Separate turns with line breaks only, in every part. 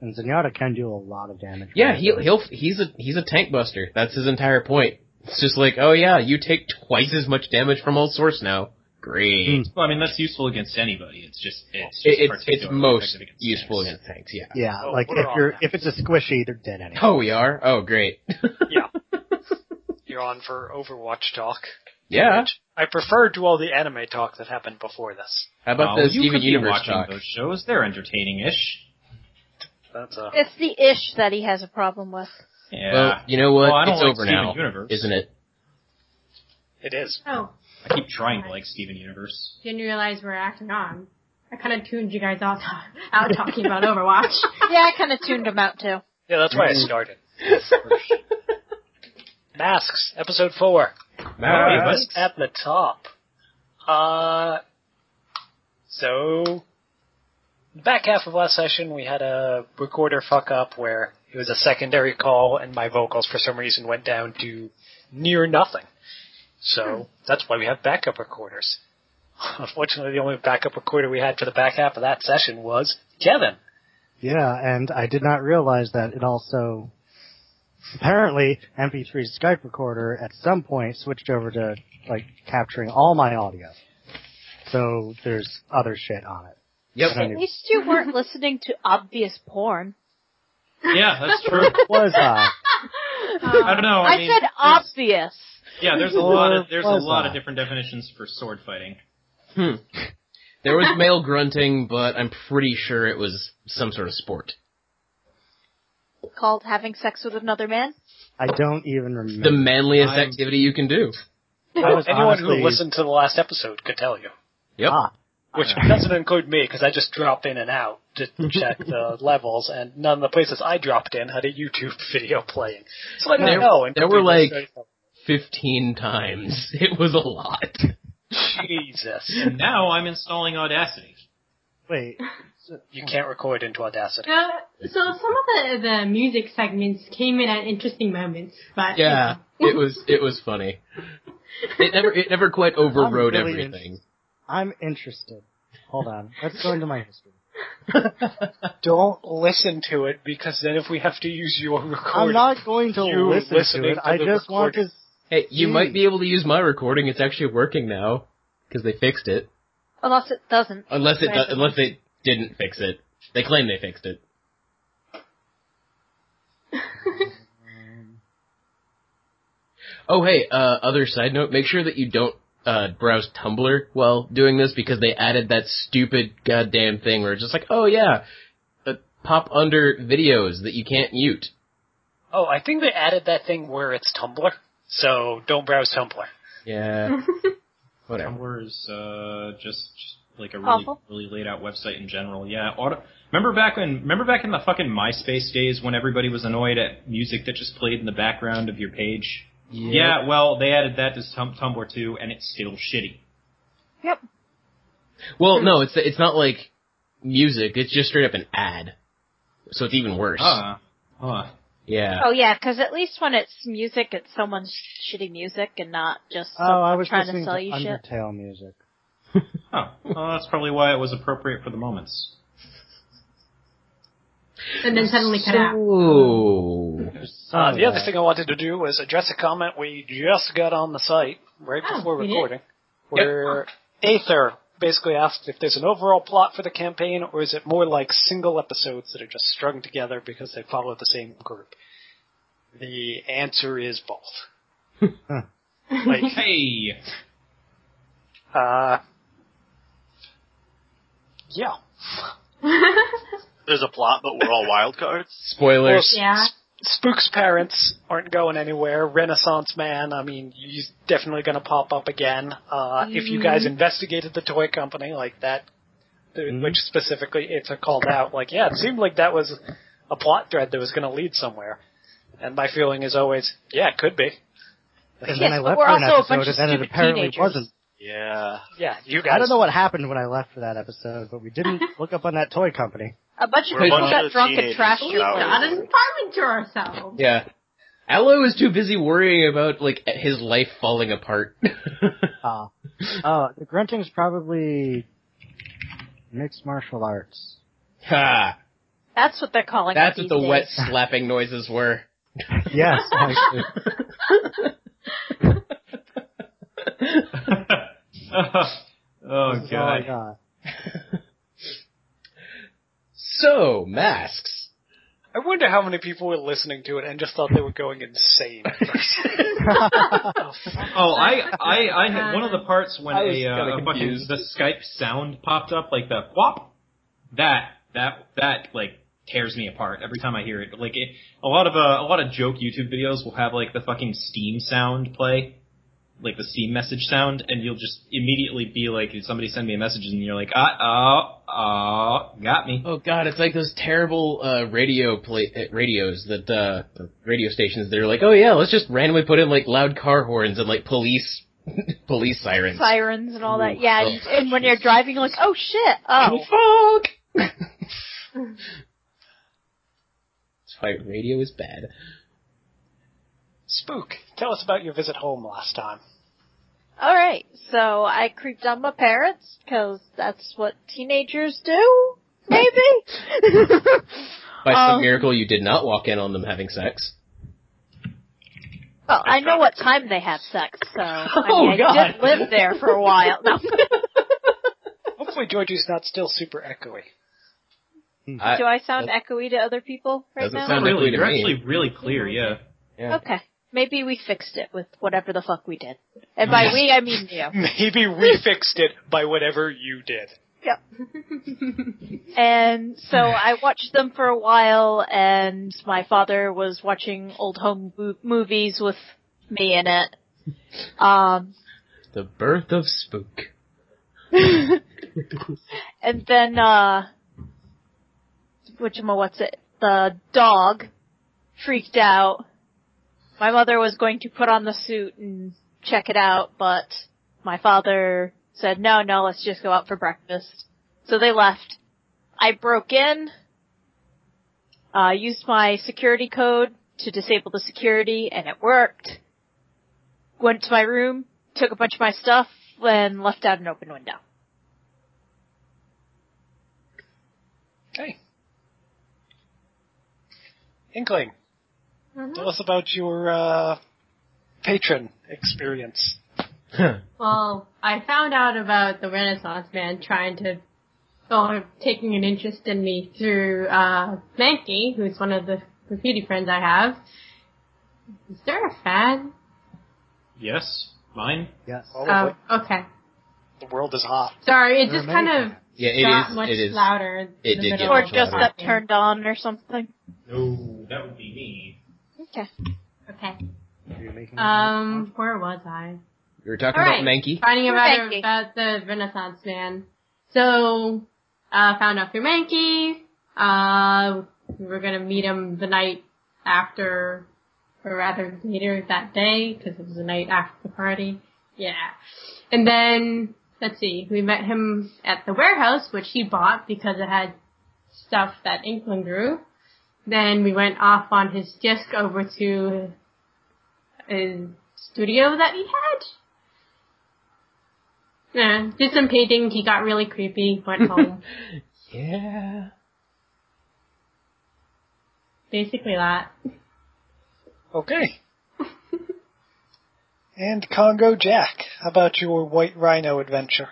And Zenyatta can do a lot of damage.
Yeah, he he'll he's a he's a tank buster. That's his entire point. It's just like, oh yeah, you take twice as much damage from old source now. Great.
Well, I mean that's useful against anybody. It's just it's just
It- it's
particularly
it's most
effective against
useful
tanks.
against tanks. Yeah.
Yeah,
Oh,
like
we're
if
on
you're
now.
if it's a squishy, they're dead anyway.
Oh, we are. Oh, great.
You're on for Overwatch talk.
yeah.
I prefer to all the anime talk that happened before this.
How about
Oh,
the
you
Steven
could be
Universe
watching
talk?
those shows. They're entertaining-ish.
That's uh, a
It's the ish that he has a problem with.
Yeah.
Well, you know what?
Well, I don't
it's
like
over
Steven
now,
Universe.
isn't it?
it is.
Oh,
I keep trying to like Steven Universe.
didn't realize we were acting on. I kind of tuned you guys out, out talking about Overwatch.
Yeah, I kind of tuned him out too.
Yeah, that's why I started. Masks, episode four.
Ah.
Right at the top. Uh, so, the back half of last session, we had a recorder fuck up where it was a secondary call, and my vocals for some reason went down to near nothing. So that's why we have backup recorders. Unfortunately, the only backup recorder we had for the back half of that session was Kevin.
Yeah, and I did not realize that it also apparently MP3's Skype recorder at some point switched over to like capturing all my audio. So there's other shit on it.
Yep.
I
At
don't
least you weren't listening to obvious porn.
Yeah, that's true.
Was uh, I?
I
Um,
don't know. I,
I,
mean,
said
there's-
obvious.
Yeah, there's a lot of there's a
Or
lot of
Waza.
different definitions for sword fighting.
Hmm. There was male grunting, but I'm pretty sure it was some sort of sport.
Called having sex with another man.
I don't even
The
remember.
manliest
I'm-
activity you can do.
I was
Anyone
honestly-
who listened to the last episode could tell you.
Yep.
Ah,
Which doesn't include me because I just drop in and out to check the levels, and none of the places I dropped in had a YouTube video playing. So I didn't
There-
know. And
there were, like-
people
Fifteen times. It was a lot.
started- Jesus,
And now I'm installing Audacity.
wait.
you can't record into Audacity.
Uh, so some of the, the music segments came in at interesting moments, but you
Yeah.
know.
It was. It was funny. It never. It never quite overrode
really
everything.
I'm interested. Hold on. Let's go into my history.
Don't listen to it because then if we have to use your recorder,
I'm not going to
You
listen to
listening
it.
to
I
the
just want to.
Hey, you
Hmm.
might be able to use my recording. It's actually working now because they fixed it.
Unless it doesn't.
Unless it.
Right.
Unless they didn't fix it. They claim they fixed it. Oh, hey, uh, other side note, make sure that you don't uh, browse Tumblr while doing this because they added that stupid goddamn thing where it's just like, oh yeah, uh, pop under videos that you can't mute.
Oh, I think they added that thing where it's Tumblr, so don't browse Tumblr.
Yeah. Whatever.
Tumblr is uh, just, just like a really
Awful.
really laid out website in general. Yeah. Auto- remember back when remember back in the fucking MySpace days when everybody was annoyed at music that just played in the background of your page. Yeah. well, they added that to Tum- Tumblr too, and it's still shitty.
Well, no, it's it's not like music. It's just straight up an ad. So it's even worse.
Uh, huh.
Yeah.
Oh yeah, because at least when it's music, it's someone's shitty music and not just
Oh,
someone
I was
trying
listening
to sell you shit.
Undertale music.
Huh. Well, that's probably why it was appropriate for the moments.
and then suddenly cut out.
So,
Uh,
Oh,
the other thing I wanted to do was address a comment we just got on the site right
Oh,
before
we did?
recording, where Aether basically asked if there's an overall plot for the campaign, or is it more like single episodes that are just strung together because they follow the same group? The answer is both. like,
Hey.
uh, yeah.
There's a plot, but we're all wild cards.
spoilers.
Yeah.
Spook's parents aren't going anywhere. Renaissance Man, I mean, he's definitely going to pop up again. Uh, If you guys investigated the toy company like that, th-
Mhm.
which specifically it's called out, like, yeah, it seemed like that was a plot thread that was going to lead somewhere. And my feeling is always, yeah, it could be.
And
Yes,
then I
but
left
we're
for an
also a
episode,
bunch of
and then it
stupid
apparently
teenagers.
wasn't.
Yeah.
Yeah, you guys.
I don't know what happened when I left for that episode, but we didn't look up on that toy company.
A bunch of
We're a
people
bunch
got
of
drunk and
teenagers
trashed
without
We
each
That
got
was-
other.
entirely to ourselves.
Yeah. Allo is too busy worrying about like his life falling apart.
Uh, uh, the grunting's probably mixed martial arts.
ha.
That's what they're calling
That's
it
what
these
the
days.
wet slapping noises were.
Yes, actually.
oh
This is all I
god.
got.
So masks.
I wonder how many people were listening to it and just thought they were going insane.
Oh, I, I, I had one of the parts when
I was
a, uh,
kinda
a fucking
confused.
the Skype sound popped up, like the whop. That that that like tears me apart every time I hear it. Like it, a lot of uh, a lot of joke YouTube videos will have like the fucking Steam sound play, like the Steam message sound, and you'll just immediately be like, "Did somebody send me a message?" And you're like, "Ah, ah, ah, got me."
Oh god, it's like those terrible uh, radio play- uh, radios that uh, the radio stations. They're like, oh yeah, let's just randomly put in like loud car horns and like police police sirens.
Sirens and all that.
Ooh,
Yeah,
oh,
and, and when you're driving, you're like, oh shit, oh.
Fuck! That's why radio is bad.
Spook, tell us about your visit home last time.
Alright, so I creeped on my parents, cause that's what teenagers do? Maybe?
By some
Um,
miracle, you did not walk in on them having sex.
well, I know what time they have sex, so I,
Oh,
mean, I did
God.
live there for a while. No.
Hopefully Georgie's not still super echoey.
I-
do I sound echoey to other people right
Doesn't
now?
sound
Not really.
echoey to
You're
me.
actually really clear. Yeah.
Yeah.
Okay. Maybe we fixed it with whatever the fuck we did. And by we, I mean you.
Maybe we fixed it by whatever you did.
And so I watched them for a while, and my father was watching old home bo- movies with me in it. Um,
The birth of spook.
and then, uh, whatchamacallit, what's it? The dog freaked out. My mother was going to put on the suit and check it out, but my father said, no, no, let's just go out for breakfast. So they left. I broke in, uh, used my security code to disable the security, and it worked. Went to my room, took a bunch of my stuff, and left out an open window.
Okay. Inkling,
Mhm.
tell us about your uh, patron experience.
Well, I found out about the Renaissance man trying to, or taking an interest in me through uh, Mankey, who's one of the graffiti friends I have. Is there a fan?
Yes. Mine.
Yes.
Oh, okay.
The world is hot.
Sorry, it
There are
just
many
kind of
Yeah,
got
it is.
much
It is.
louder. in
It
the
did get
middle
Or
of
much
just
louder.
up turned on or something.
No, that would be me.
Okay.
Okay.
Are you
Mm-hmm.
making
Um, where was I?
We were talking
All
about
right.
Mankey.
Finding
Through
about
Mankey.
about the Renaissance man. So, uh, found out through Mankey. Uh, we were gonna meet him the night after, or rather later that day, because it was the night after the party. Yeah. And then, let's see, we met him at the warehouse, which he bought because it had stuff that Inkling grew. Then we went off on his disc over to his studio that he had. Yeah, did some painting. He got really creepy. Went home.
Yeah.
Basically that.
Okay. and Congo Jack, how about your white rhino adventure?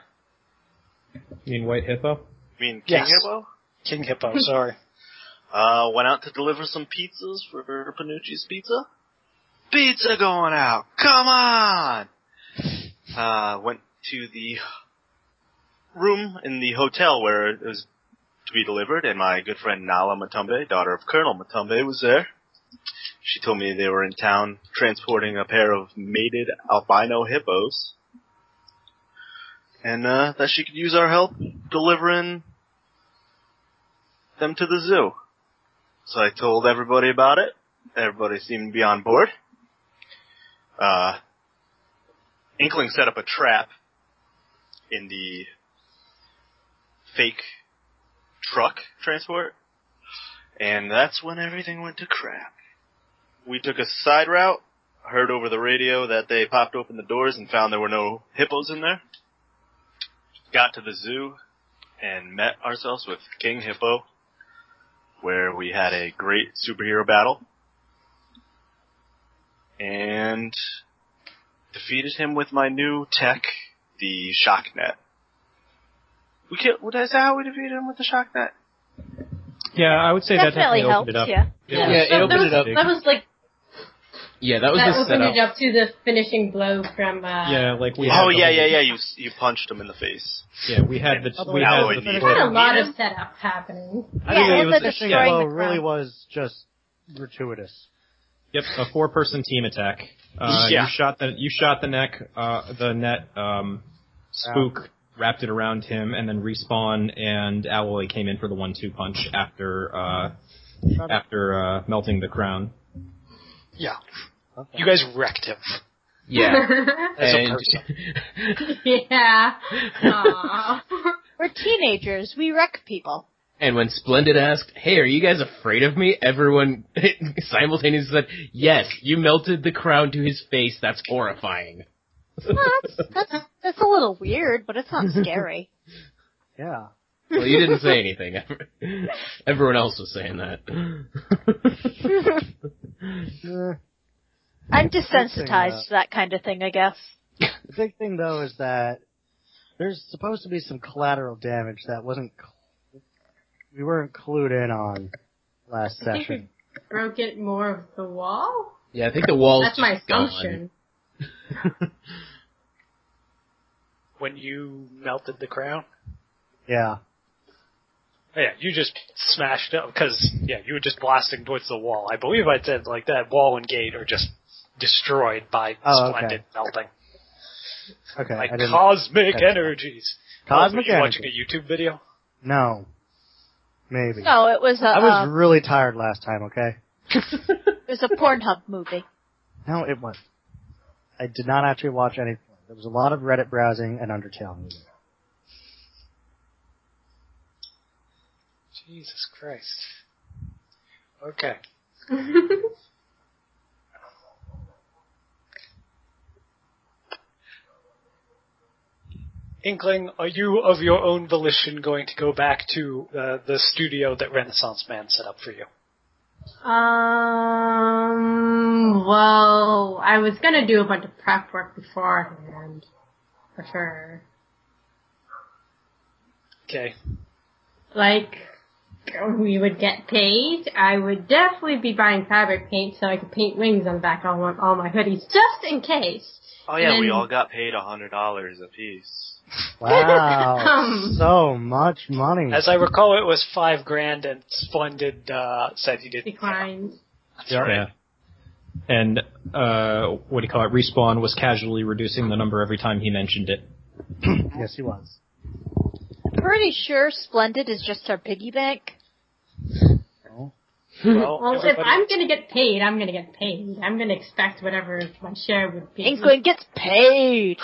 You mean White Hippo?
I mean, King
Yes.
Hippo?
King Hippo, sorry.
Uh, went out to deliver some pizzas for Panucci's Pizza. Pizza going out! Come on! Uh, went to the room in the hotel where it was to be delivered, and my good friend Nala Matumbe, daughter of Colonel Matumbe, was there. She told me they were in town transporting a pair of mated albino hippos. And, uh, that she could use our help delivering them to the zoo. So I told everybody about it. Everybody seemed to be on board. Uh, Inkling set up a trap in the fake truck transport, and that's when everything went to crap. We took a side route, heard over the radio that they popped open the doors and found there were no hippos in there. Got to the zoo and met ourselves with King Hippo where we had a great superhero battle and defeated him with my new tech, the shock net. We killed. what is that how we defeated him with the shock net?
Yeah, I would say
Definitely
that
helps.
definitely opened it up.
Yeah.
Yeah, it
that,
opened
was,
it up.
That was like
Yeah, that was
that
the setup.
opened it up to the finishing blow from. Uh,
Yeah, like we. had
oh
the
yeah,
whole-
yeah, yeah. You s- you punched him in the face.
Yeah, we had the we had
Now we
the
There's
need-
not a lot
Yeah.
of setup happening.
I
Yeah,
think
it
it
was
was
a
fishing
destroying
well
the
really
crowd.
was just gratuitous.
Yep, a four-person team attack. Uh,
Yeah.
You shot the you shot the neck, uh, the net. Um, spook wrapped it around him, and then respawn and Alloy came in for the one-two punch after uh, after uh, melting the crown.
Yeah. You guys wrecked him.
Yeah.
As a
And-
person.
yeah. Aw.
We're teenagers. We wreck people.
And when Splendid asked, "Hey, are you guys afraid of me?" everyone simultaneously said, "Yes, you melted the crown to his face. That's horrifying."
Well, that's, that's that's a little weird, but it's not scary.
Yeah.
Well, you didn't say anything. Everyone else was saying that.
Eh.
I'm
uh,
desensitized to that kind of thing, I guess.
The big thing though is that there's supposed to be some collateral damage that wasn't cl- we weren't clued in on last
I think
session.
we broke it more of the wall.
yeah, I think the walls.
That's my
just gone.
assumption.
When you melted the crown?
Yeah.
Oh, yeah, you just smashed up because yeah, you were just blasting towards the wall. I believe I said like that wall and gate are just destroyed by
Oh, okay.
splendid melting,
Okay.
like
I didn't.
cosmic
Okay.
energies.
Cosmic
oh, were you
energy.
watching a YouTube video?
No. Maybe.
No, it was a
I was
um,
really tired last time. Okay.
it was a Pornhub movie.
No, it wasn't. I did not actually watch anything. There was a lot of Reddit browsing and Undertale music.
Jesus Christ. Okay. Inkling, are you of your own volition going to go back to uh, the studio that Renaissance Man set up for you?
Um. Well, I was gonna do a bunch of prep work beforehand, for sure.
Okay.
Like, we would get paid. I would definitely be buying fabric paint so I could paint wings on the back on one- all my hoodies, just in case.
Oh yeah,
And-
we all got paid a hundred dollars apiece.
Wow.
Um.
so much money.
As I recall, it was five grand, and Splendid uh, said he didn't.
Declined.
Yeah. And uh, what do you call it? Respawn was casually reducing the number every time he mentioned it.
yes, he was.
Pretty sure Splendid is just our piggy bank.
Well,
Well, if
Oh, everybody-
I'm gonna get paid, I'm gonna get paid. I'm gonna expect whatever my share would be.
Inkling gets paid.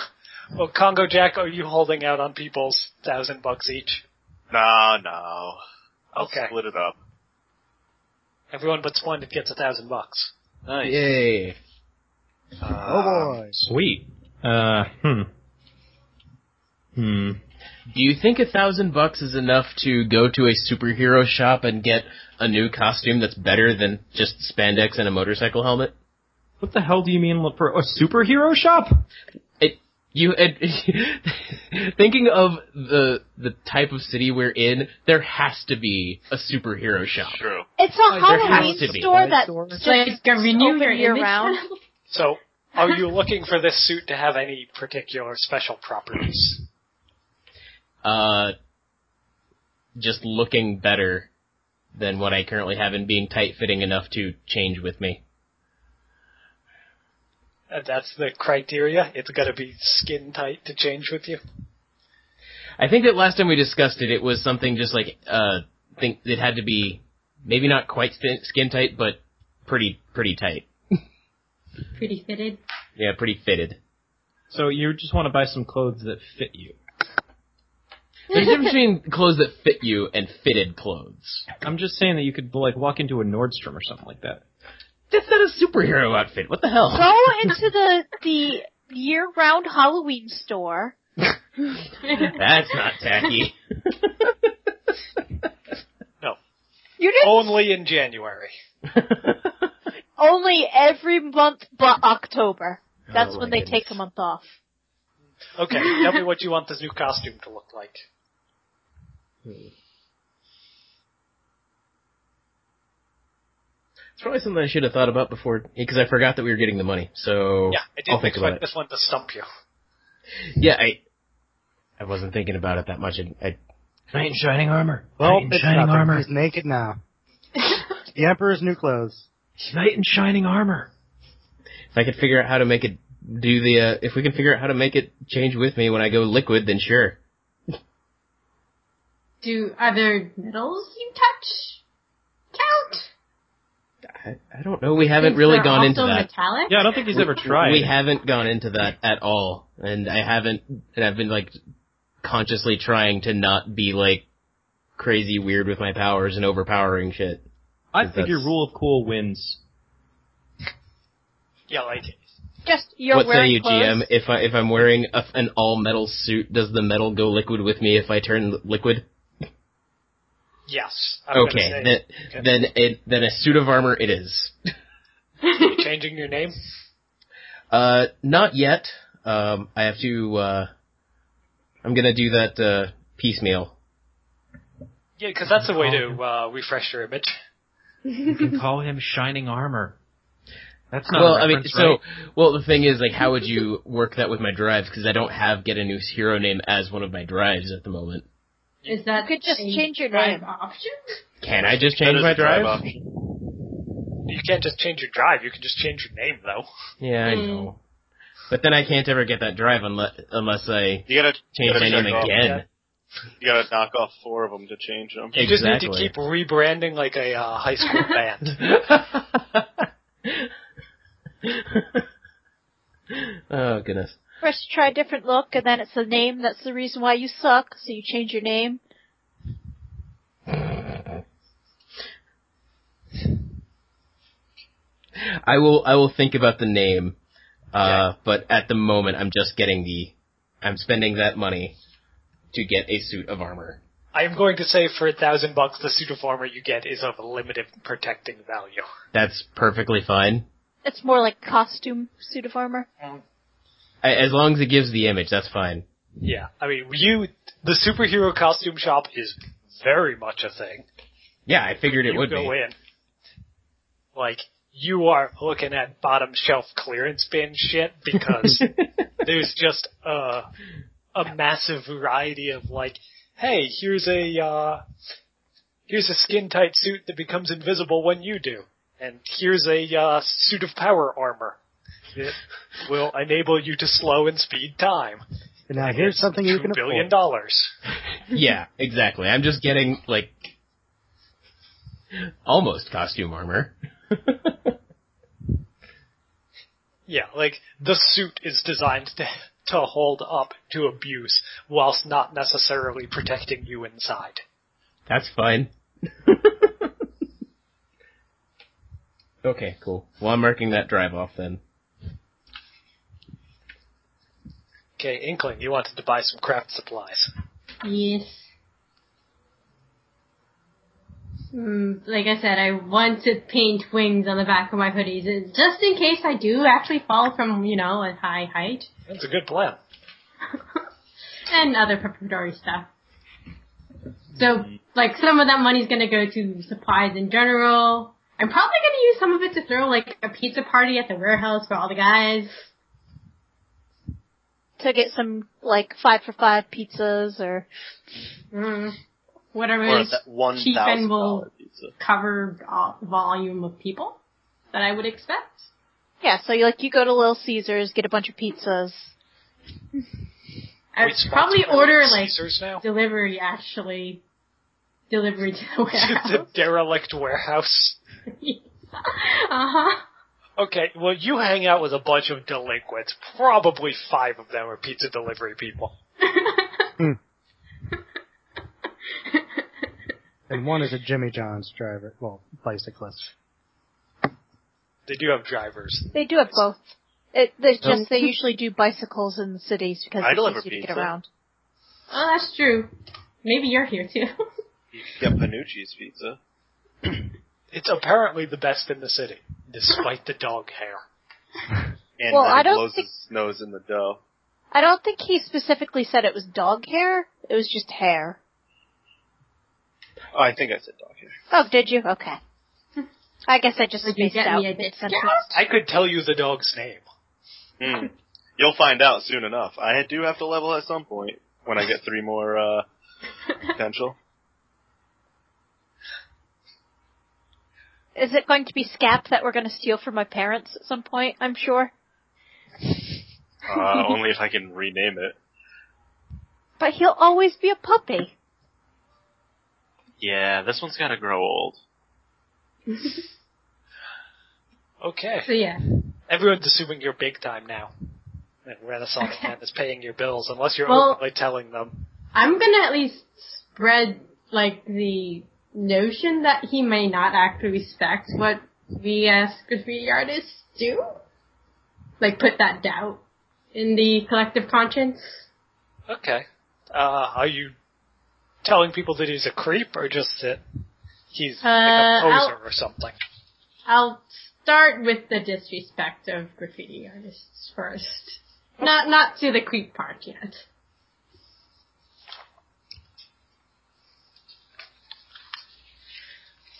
well, Congo Jack, are you holding out on people's thousand bucks each?
No, no. I'll
Okay.
split it up.
Everyone but Splendid gets a thousand bucks.
Nice.
Yay!
Oh
Uh,
boy.
Sweet. Uh, hmm. Hmm.
Do you think a thousand bucks is enough to go to a superhero shop and get a new costume that's better than just spandex and a motorcycle helmet?
What the hell do you mean for a superhero shop?
You and thinking of the the type of city we're in, there has to be a superhero shop.
True.
It's a
there
Halloween
has to be.
store that
Store?
just
like
is
renew
open
your
year
image.
round.
So, are you looking for this suit to have any particular special properties?
Uh, just looking better than what I currently have and being tight fitting enough to change with me.
Uh, that's the criteria. It's got to be skin tight to change with you.
I think that last time we discussed it, it was something just like uh, think it had to be maybe not quite skin, skin tight, but pretty pretty tight.
Pretty fitted.
Yeah, pretty fitted.
So you just want to buy some clothes that fit you.
There's a difference between clothes that fit you and fitted clothes.
I'm just saying that you could like walk into a Nordstrom or something like that.
That's not a superhero outfit. What the hell?
Go into the the year round Halloween store.
That's not tacky.
No.
You didn't
Only in January.
only every month but October. That's
Oh,
when
my
they take
goodness.
a month off.
Okay, tell me what you want this new costume to look like.
It's probably something I should have thought about before, because I forgot that we were getting the money. So
Yeah, I
I'll
didn't
think about
expect
it.
this one to stump you.
Yeah, I I wasn't thinking about it that much. I, I Knight in shining armor.
Well,
Knight in
it's
shining
nothing.
armor.
He's naked now. the Emperor's new clothes.
Knight in shining armor. If I could figure out how to make it do the, uh, if we can figure out how to make it change with me when I go liquid, then sure.
Do are there metals you touch? Count.
I, I don't know. We haven't
Since
really
they're
gone into
also
that.
Metallic?
Yeah, I don't think he's
We-
ever tried.
We haven't gone into that at all, and I haven't. And I've been like consciously trying to not be like crazy weird with my powers and overpowering shit.
I
That's-
figure rule of cool wins.
Yeah, like
Just you're
what say
wearing
you,
clothes.
GM? If I if I'm wearing a, an all metal suit, does the metal go liquid with me if I turn li- liquid?
yes. I'm gonna
Okay,
say-
then
okay.
then it then a suit of armor it is.
changing your name.
Uh, not yet. Um, I have to. Uh, I'm gonna do that uh, piecemeal.
Yeah, because that's a way
Um,
to uh, refresh your image.
You can call him shining armor. That's not.
well,
a
I mean,
reference,
so
right?
well the thing is like, how would you work that with my drives? Because I don't have get a new hero name as one of my drives at the moment.
Is that
You could just
a
change your
drive
name.
option?
Can I just
That
change
is
my
a drive
drive?
option.
You can't just change your drive. You can just change your name, though.
Yeah, I
Hmm.
know. But then I can't ever get that drive unless unless I
You gotta
change
gotta
my
check
name
off-
again.
You gotta knock off four of them to change them.
You
Exactly.
just need to keep rebranding like a uh, high school band.
oh goodness.
First you try a different look and then it's the name that's the reason why you suck, so you change your name.
I will I will think about the name. Uh but at the moment I'm just getting the I'm spending that money to get a suit of armor.
I am going to say for a thousand bucks, the suit of armor you get is of limited protecting value.
That's perfectly fine.
It's more like costume suit of armor.
I, as long as it gives the image, that's fine.
Yeah, I mean, you the superhero costume shop is very much a thing.
Yeah, I figured it
you
would
go
be.
in, like you are looking at bottom shelf clearance bin shit because there's just a a massive variety of like, hey, here's a uh, here's a skin tight suit that becomes invisible when you do, and here's a uh, suit of power armor that will enable you to slow and speed time.
And now here's
It's
something you
$2
can
billion
afford.
dollars.
yeah, exactly. I'm just getting like almost costume armor.
Yeah, like the suit is designed to to hold up to abuse whilst not necessarily protecting you inside.
That's fine. okay, cool. Well, I'm marking that drive off then.
Okay, Inkling, you wanted to buy some craft supplies.
Yes. Mm, like I said, I want to paint wings on the back of my hoodies, uh, just in case I do actually fall from, you know, a high height
That's a good plan.
and other preparatory stuff. So, like, some of that money's gonna go to supplies in general. I'm probably gonna use some of it to throw, like, a pizza party at the warehouse for all the guys.
To get some like five for five pizzas or
Mm, whatever
Or
is
that one
cheap
thousand
and
dollar
will
pizza.
cover all- volume of people that I would expect.
yeah, so you like you go to Little Caesars, get a bunch of pizzas.
We
I would probably
sponsor
order
Little
like
Caesars now.
delivery actually. Delivery to the
the
warehouse.
derelict warehouse.
uh huh.
Okay, well, you hang out with a bunch of delinquents. Probably five of them are pizza delivery people.
And one is a Jimmy John's driver, well, bicyclist.
They do have drivers.
They do have both. It, it's just they usually do bicycles in the cities because
Oh. I deliver
it's easy to get
pizza.
around.
Oh, that's true. Maybe you're here too.
You can get Panucci's pizza.
It's apparently the best in the city, despite the dog hair.
And
Well,
then
I don't
blows
think-
his nose in the dough.
I don't think he specifically said it was dog hair. It was just hair.
Oh, I think I said dog hair.
Oh, did you? Okay. I guess I just
Hmm. Would you
spaced
get
out.
me a
mid-sentence.
I could tell you the dog's name.
Hmm. You'll find out soon enough. I do have to level at some point when I get three more uh, potential.
Is it going to be scap that we're going to steal from my parents at some point? I'm sure.
Uh, only if I can rename it.
But he'll always be a puppy.
Yeah, this one's got to grow old.
Okay.
So yeah.
Everyone's assuming you're big time now. And Renaissance Man is paying your bills, unless you're
Well-
openly telling them.
I'm gonna at least spread like the notion that he may not actually respect what we as graffiti artists do. Like put that doubt in the collective conscience.
Okay. Uh, are you telling people that he's a creep, or just that he's
Uh,
like a
I'll-
poser or something?
I'll start with the disrespect of graffiti artists first. Not not to the creep part yet.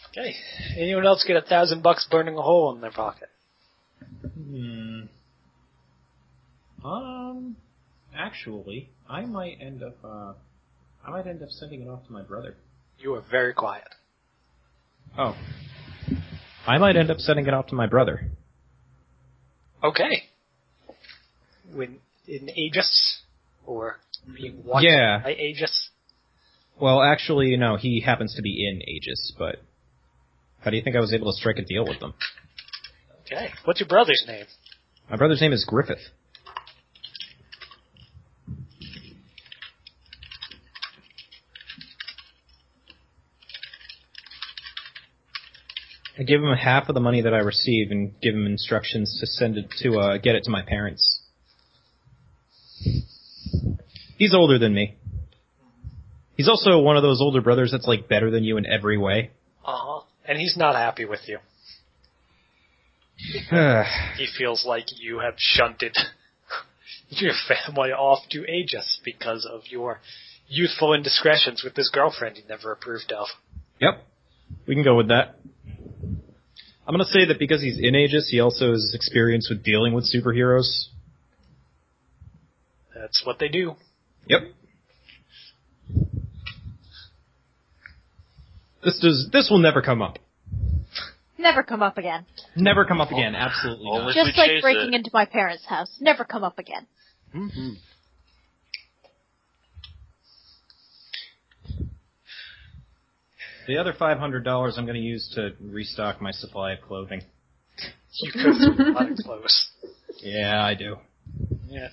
Okay. Anyone else get a thousand bucks burning a hole in their pocket?
Hmm. Um. Actually, I might end up. Uh, I might end up sending it off to my brother.
You were very quiet.
Oh. I might end up sending it off to my brother.
Okay. When in Aegis, or being watched
Yeah.
by Aegis.
Well, actually, no. He happens to be in Aegis, but how do you think I was able to strike a deal with them?
Okay. What's your brother's name?
My brother's name is Griffith. I give him half of the money that I receive and give him instructions to send it to uh, get it to my parents. He's older than me. He's also one of those older brothers that's like better than you in every way.
Uh huh. And he's not happy with you. He feels like you have shunted your family off to Aegis because of your youthful indiscretions with his girlfriend you never approved of.
Yep. We can go with that. I'm gonna say that because he's in Aegis, he also has experience with dealing with superheroes.
That's what they do.
Yep. This does this will never come up.
Never come up again.
Never come up again, absolutely
Only-
not.
If we
Just like
chase
breaking
it-
into my parents' house. Never come up again.
The other five hundred dollars I'm gonna use to restock my supply of clothing.
You go through a lot of clothes.
Yeah, I do.
Yeah.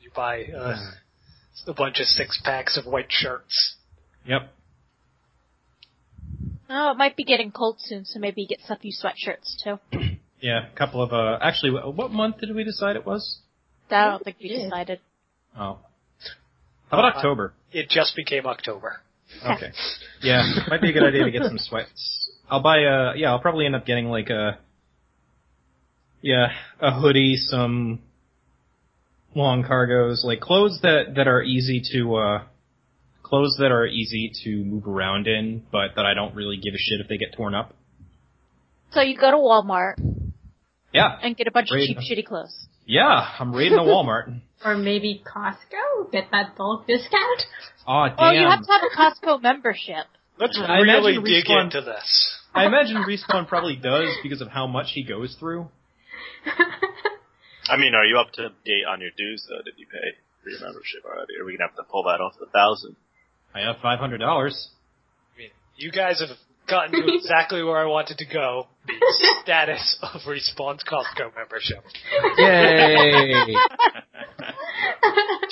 You buy uh, a bunch of six packs of white shirts.
Yep.
Oh, it might be getting cold soon, so maybe you get a few sweatshirts too.
Yeah, a couple of uh actually wh- what month did we decide it was?
I don't think we
Yeah.
decided.
Oh. How about October?
It just became October.
Okay. Yeah, might be a good idea to get some sweats. I'll buy a yeah. I'll probably end up getting like a yeah a hoodie, some long cargos, like clothes that that are easy to uh clothes that are easy to move around in, but that I don't really give a shit if they get torn up.
So you go to Walmart
Yeah,
and get a bunch
Great.
of cheap, shitty clothes.
yeah. I'm raiding a Walmart.
Or maybe Costco? Get that bulk discount?
Aw,
Oh, you
damn.
have to have a Costco membership.
Let's
I
really
imagine
dig
Respawn-
into this.
I imagine respawn probably does because of how much he goes through.
I mean, are you up to date on your dues though? Did you pay for your membership already? Are we gonna have to pull that off the thousand?
I have five hundred dollars.
I mean, you guys have gotten to exactly where I wanted to go. The status of Respawn's Costco membership.
Yay!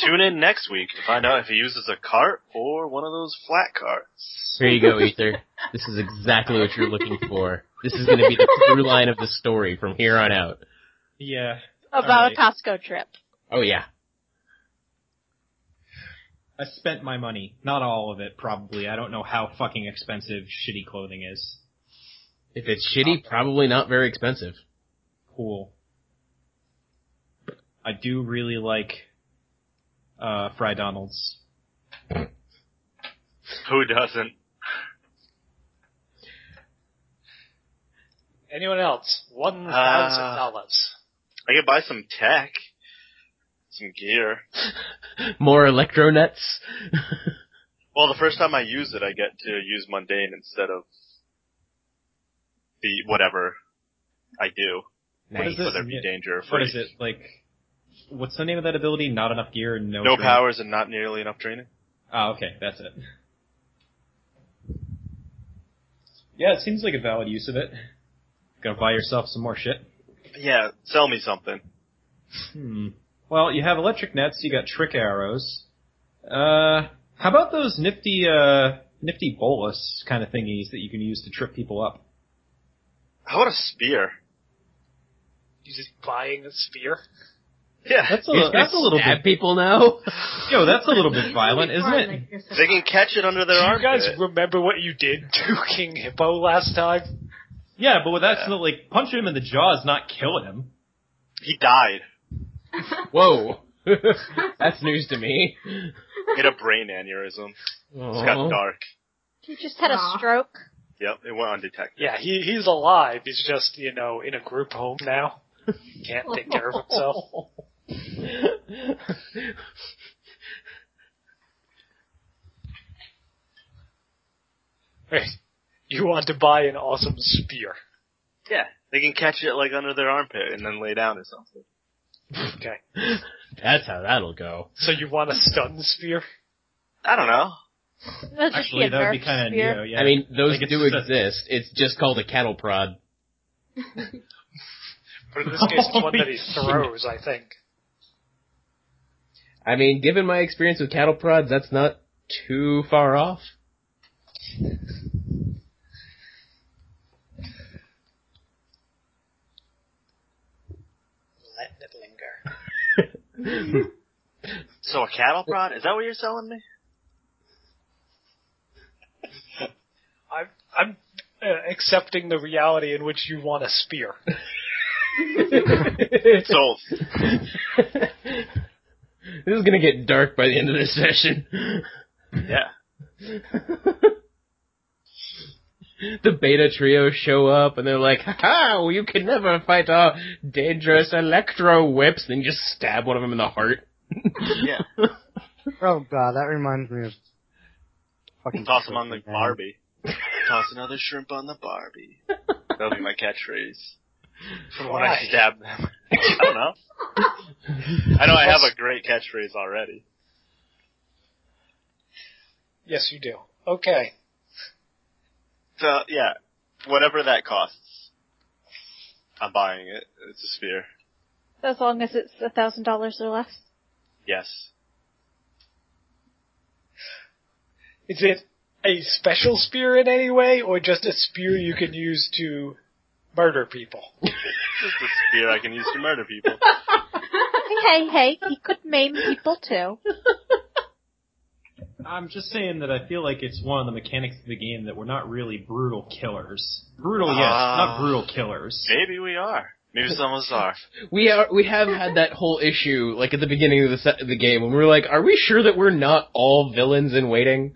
Tune in next week to find out if he uses a cart or one of those flat carts.
Here you go, Ether. This is exactly what you're looking for. This is going to be the through line of the story from here on out.
yeah.
About
Alright.
a Costco trip.
Oh yeah.
I spent my money. Not all of it, probably. I don't know how fucking expensive shitty clothing is.
If it's shitty, probably not very expensive.
Cool. I do really like uh, Fry Donald's.
Who doesn't?
Anyone else? One thousand dollars.
I could buy some tech, some gear.
More electronets.
Well, the first time I use it, I get to use mundane instead of the whatever I do,
What is this?
whether it be danger or
What
free.
is it like? What's the name of that ability? Not enough gear and no.
No
training.
powers and not nearly enough training.
Ah, okay, that's it. Yeah, it seems like a valid use of it. Gonna buy yourself some more shit.
Yeah, sell me something.
Hmm. Well, you have electric nets. You got trick arrows. Uh, how about those nifty, uh, nifty bolus kind of thingies that you can use to trip people up?
How about a spear?
You just buying a spear.
Yeah,
That's a,
You're
li-
just gonna
that's a little
stab
bit.
people now.
Yo, that's a little
It's
bit
really
violent, isn't
fun,
it?
like you're so-
they can catch it under their
Do
arm.
you guys remember what you did to King Hippo last time?
Yeah, but with that's not, like punching him in the jaw is not killing him.
He died.
Whoa. That's news to me.
He had a brain aneurysm. It's got
Oh.
Aw.
dark.
He just had
Aw.
a stroke.
Yep, it went undetected.
Yeah, he he's alive. He's just you know in a group home now. He can't take care of himself. Wait, you want to buy an awesome spear?
Yeah, they can catch it like under their armpit and then lay down or something.
Okay,
That's how that'll go.
so you want a stun spear?
I don't know.
That'd just
Actually,
be a
that would be
Nerf
kind of
spear.
Neo. Yeah.
I mean, those
Like, it's
do
just a-
exist. It's just called a cattle prod.
But in this case, it's one that he throws. I think.
I mean, given my experience with cattle prods, that's not too far off.
Let it linger.
So a cattle prod? Is that what you're selling me?
I'm I'm uh, accepting the reality in which you want a spear.
Sold.
this is gonna get dark by the end of this session.
Yeah.
the beta trio show up and they're like, "Ha ha! You can never fight our dangerous electro whips." Then you just stab one of them in the heart.
Yeah.
Oh god, that reminds me of fucking
Toss them on the
man.
Barbie. Toss another shrimp on the Barbie. That'll be my catchphrase. From when I
Why?
stab them. I don't know. I know I have a great catchphrase already.
Yes, you do. Okay.
So yeah, whatever that costs, I'm buying it. It's a sphere.
As long as it's a thousand dollars or less.
Yes.
Is it a special spear in any way, or just a spear you can use to murder people?
Just a spear I can use to murder people.
Hey, hey, hey, he could maim people too.
I'm just saying that I feel like it's one of the mechanics of the game that we're not really brutal killers. Brutal, yes,
Ah.
not brutal killers.
Maybe we are. Maybe some of us are.
We are we have had that whole issue like at the beginning of the set of the game when we were like, "Are we sure that we're not all villains in waiting?"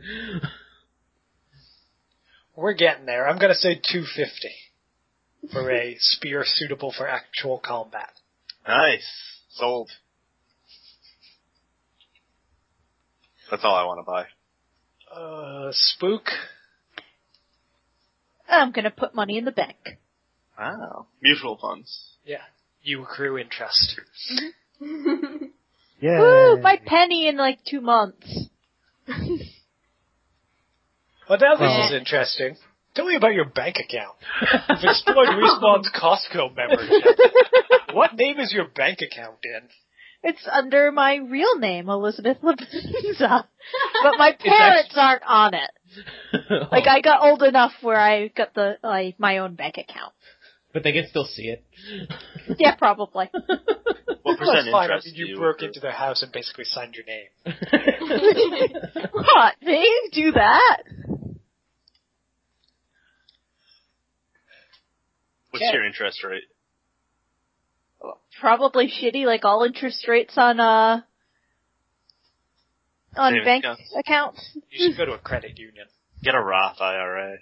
We're getting there. I'm gonna say 250 for a spear suitable for actual combat.
Nice. Sold. That's all I want to buy.
Uh, spook.
I'm gonna put money in the bank.
Wow. Mutual funds.
Yeah, you accrue interest.
Yeah.
Woo, my penny in like two months.
Well, now this
Well-
is interesting. Tell me about your bank account. You've explored Respawn's Costco membership. what name is your bank account in?
It's under my real name, Elizabeth Labenza. But my
actually-
parents aren't on it. Like I got old enough where I got the like my own bank account.
but they can still see it.
Yeah, probably.
What percent
That's fine. I
interest
mean,
do
you broke
accrue?
into their house and basically signed your name.
What? They do that?
What's your interest rate?
Probably shitty, like all interest rates on uh on
Savings
bank
accounts.
accounts.
You should go to a credit union.
Get a Roth IRA.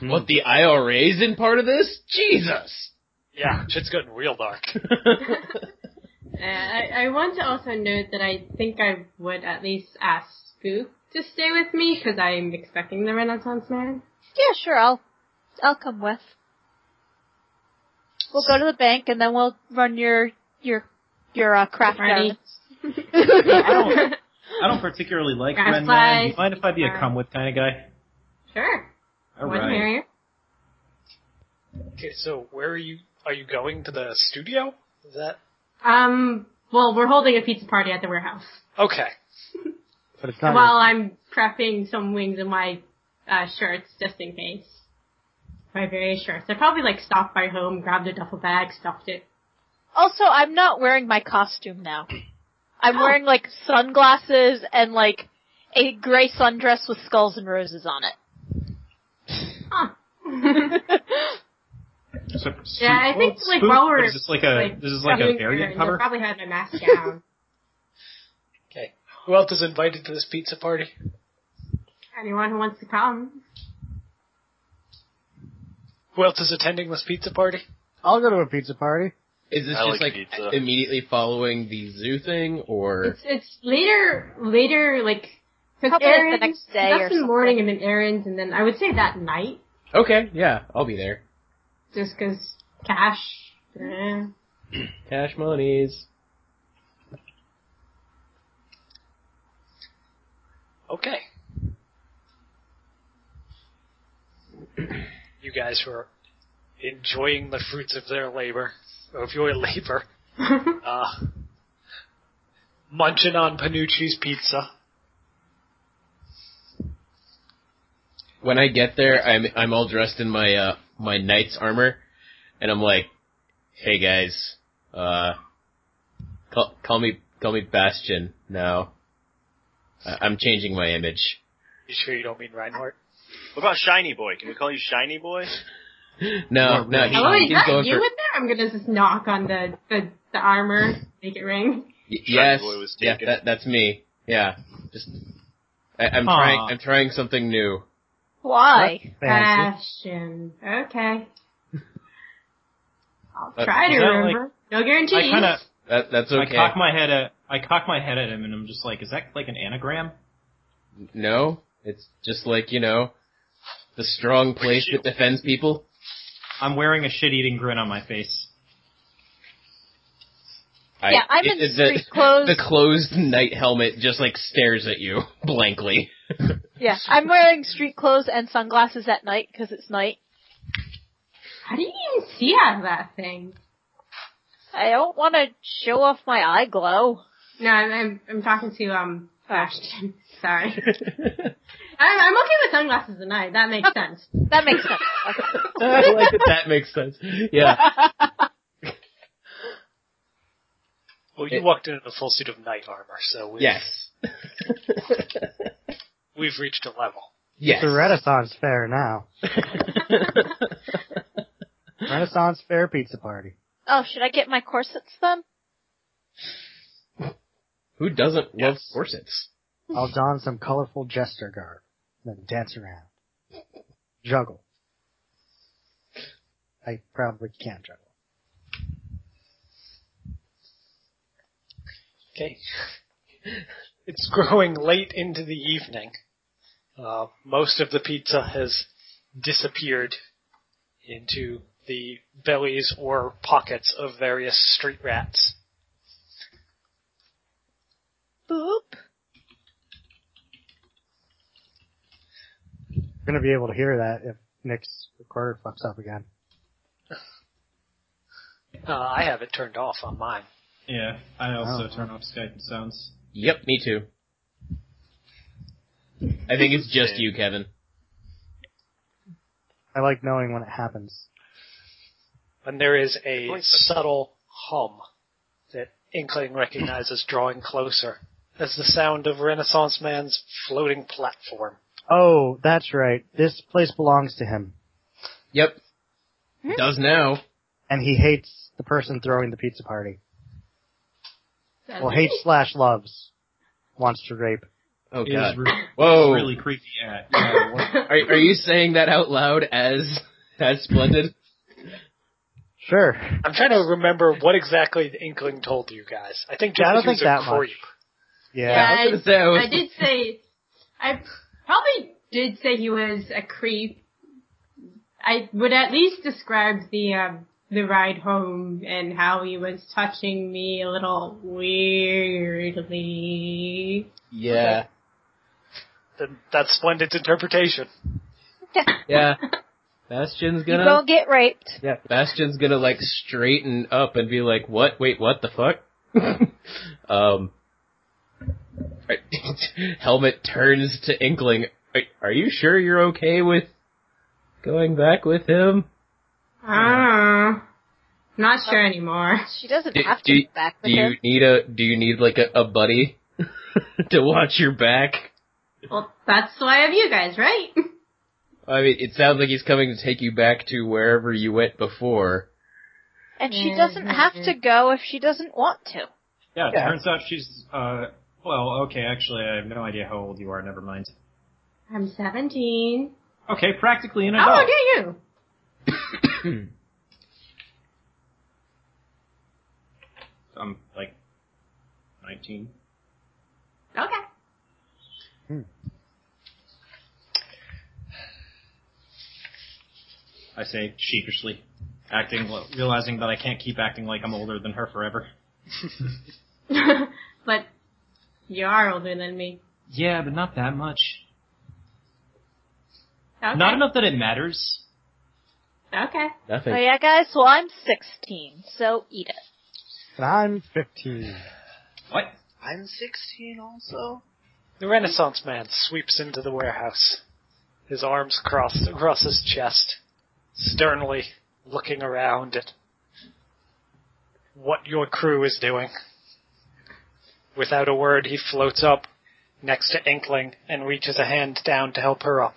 What the IRA's in part of this? Jesus.
Yeah, shit's getting real dark.
Uh, I, I want to also note that I think I would at least ask Spook to stay with me because I'm expecting the Renaissance Man.
Yeah, sure, I'll I'll come with. We'll go to the bank and then we'll run your your your uh, craft
Party.
down.
I don't, I don't particularly like
Grass
Ren Man. You
flies.
mind if I be a
Alright.
come with kind of guy?
Sure.
All
Wouldn't
right.
hear you.
Okay, so where are you? Are you going to the studio? Is that
Um, well, we're holding a pizza party at the warehouse
okay?
But it's not.
while I'm prepping some wings in my uh, shirts just in case. My various shirts. I probably like stopped by home, grabbed a duffel bag, stuffed it.
Also, I'm not wearing my costume now. I'm
Oh.
wearing like sunglasses and like a gray sundress with skulls and roses on it.
Huh.
So,
Yeah, I think,
it's
like,
spook,
while we're,
but is this like a
like,
this is like a
Probably-
variant
I
cover?
probably had my mask down.
Okay. Who else is invited to this pizza party?
Anyone who wants to come.
Who else is attending this pizza party?
I'll go to a pizza party.
Is this
I
just
like
like,
pizza.
immediately following the zoo thing, or
It's it's later later like because
Probably, like, the next day or
That's in the
something.
morning and then errands and then I would say that night
okay, yeah, I'll be there.
just because cash.
Mm.
eh.
Cash monies.
Okay. You guys who are enjoying the fruits of their labor, of your labor, uh, munching on Panucci's pizza.
When I get there, I'm I'm all dressed in my uh my knight's armor, and I'm like, hey guys, uh, call call me call me Bastion now. I- I'm changing my image.
You sure you don't mean Reinhardt?
What about Shiny Boy? Can we call you Shiny Boy?
No, no, he-
oh, is
he's
that
going
you
for
in there? I'm gonna just knock on the the, the armor, make it ring.
Y-
Shiny
yes,
Boy was
yeah,
taken.
that, that's me. Yeah, just I, I'm
Aw.
trying. I'm trying something new.
Why?
Ah.
Fancy.
Fashion. Okay. I'll
Uh,
try to
is that, like-
remember. no guarantees.
I kind of
That, that's
I cock
okay.
my head at I cock my head at him and I'm just like, is that like an anagram?
No, it's just like you know, the strong place that defends people.
I'm wearing a shit-eating grin on my face.
I,
Yeah, I'm in
it-
street clothes.
The closed night helmet just like stares at you blankly.
Yeah, I'm wearing street clothes and sunglasses at night because it's night.
How do you even see out of that thing?
I don't want to show off my eye glow.
No, I'm I'm, I'm talking to um Ashton. Sorry. I'm, I'm okay with sunglasses at night. That makes sense.
That makes sense. Okay.
I like that. That makes sense. Yeah,
Well, you
It-
walked in in a full suit of knight armor, so we've,
yes,
we've reached a level.
yes.
It's a Renaissance fair now. Renaissance fair pizza party.
Oh, should I get my corsets then?
Who doesn't love
Yes.
corsets?
I'll don some colorful jester garb, then dance around, juggle. I probably can't juggle.
Okay. It's growing late into the evening. Uh, most of the pizza has disappeared into the bellies or pockets of various street rats.
Boop.
You're gonna be able to hear that if Nick's recorder fucks up again.
Uh, I have it turned off on mine.
Yeah, I also
Oh.
turn off Skype and sounds.
Yep, me too. I think it's just you, Kevin.
I like knowing when it happens.
And there is a
Voice.
subtle hum that Inkling recognizes drawing closer as the sound of Renaissance Man's floating platform.
Oh, that's right. This place belongs to him.
Yep.
Hmm?
Does now.
And he hates the person throwing the pizza party. Well, hates slash loves. Wants to rape.
Oh
It is
god.
re-
Whoa.
really creepy. Yeah. Oh. yeah what-
Are are you saying that out loud as as splendid?
Sure.
I'm trying to remember what exactly the Inkling told you guys. I think
Yeah, I don't
just that he was
think that
a
much.
creep.
Yeah.
I was gonna say, I was-
I did say, I probably did say he was a creep. I would at least describe the um, the ride home and how he was touching me a little weirdly.
Yeah.
Then that's Splendid's interpretation.
Yeah. Bastion's
You
gonna
gonna get raped.
Yeah. Bastion's gonna like straighten up and be like, What? Wait, what the fuck? um Helmet turns to Inkling. Are, are you sure you're okay with going back with him?
Ah, not sure anymore.
She doesn't
Do-
have to
do-
get back with
Do you
him.
need a do you need like a, a buddy to watch your back?
Well, that's why I have you guys, right?
I mean, it sounds like he's coming to take you back to wherever you went before.
And she doesn't have to go if she doesn't want to.
yeah. It
Yeah.
turns out she's. Uh, well, okay. Actually, I have no idea how old you are. Never mind.
I'm Oh, 17.
Okay, practically an
How
adult.
old are you?
I'm like nineteen.
Okay.
I say sheepishly, acting, realizing that I can't keep acting like I'm older than her forever.
but you are older than me.
Yeah, but not that much.
Okay.
Not enough that it matters.
Okay.
Nothing.
Oh yeah, guys. Well, I'm 16, so eat it.
And I'm 15.
What?
I'm 16 also.
The Renaissance man sweeps into the warehouse, his arms crossed across his chest, sternly looking around at what your crew is doing. Without a word, he floats up next to Inkling and reaches a hand down to help her up.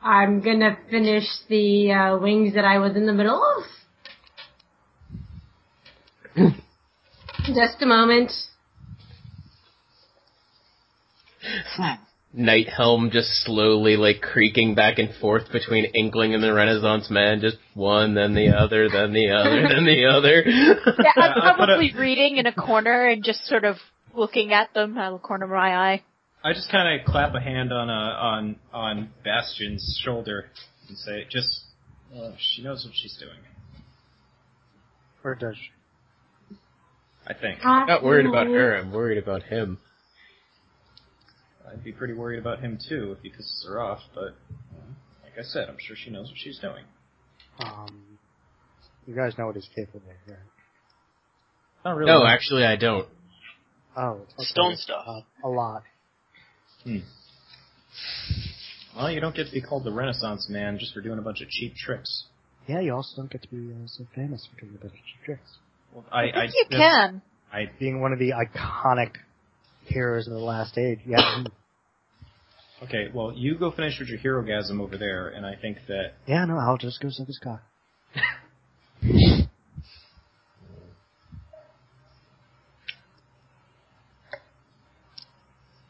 I'm gonna finish the uh, wings that I was in the middle of. Just a moment.
Night Helm just slowly like creaking back and forth between Inkling and the Renaissance Man, just one, then the other, then the other, then the other.
Yeah,
Yeah, I
I'm
put
probably reading in a corner and just sort of looking at them out of the corner of my eye.
I just kind of clap a hand on a on on Bastion's shoulder and say, "Just, uh, she knows what she's doing."
Or does she?
I think
Uh,
I'm not worried about her, I'm worried about him.
I'd be pretty worried about him too if he pisses her off. But uh, like I said, I'm sure she knows what she's doing.
Um, you guys know what he's capable of, right?
Not really.
No, actually I don't.
Oh, okay.
Stone stuff.
Uh, a lot.
well, you don't get to be called the Renaissance man just for doing a bunch of cheap tricks.
Yeah, you also don't get to be uh, so famous for doing a bunch of tricks.
Well, I,
I think
I
you
that's-
can.
I
Being one of the iconic heroes of the last age. Yeah,
okay. Well, you go finish with your hero gasm over there, and I think that
yeah, no, I'll just go suck his cock.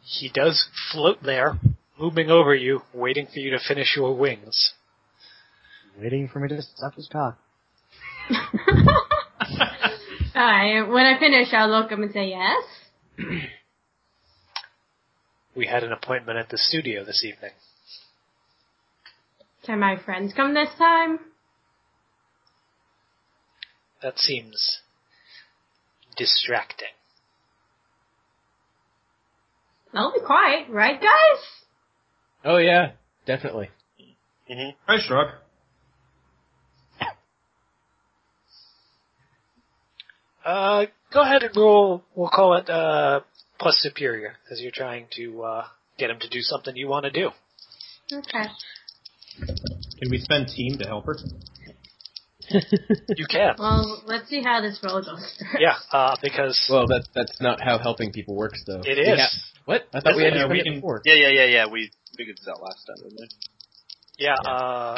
He does float there, looming over you, waiting for you to finish your wings.
Waiting for me to suck his cock.
Alright, when I finish, I'll look up and say yes.
We had an appointment at the studio this evening.
Can my friends come this time?
That seems distracting.
I'll be quiet, right, guys?
Oh yeah, definitely.
hmm
I shrug.
Uh, go ahead and roll. We'll call it uh, plus superior, as you're trying to uh, get him to do something you want to do.
Okay.
Can we spend team to help her?
You can,
Well, let's see how this roll goes. first.
yeah, uh, because
Well that's that's not how helping people works though.
it
We
is.
ha- what? I thought we had
Yeah,
to
we
we it
can-
before.
Yeah, yeah, yeah, yeah. We figured this out last time, didn't we?
Yeah, uh,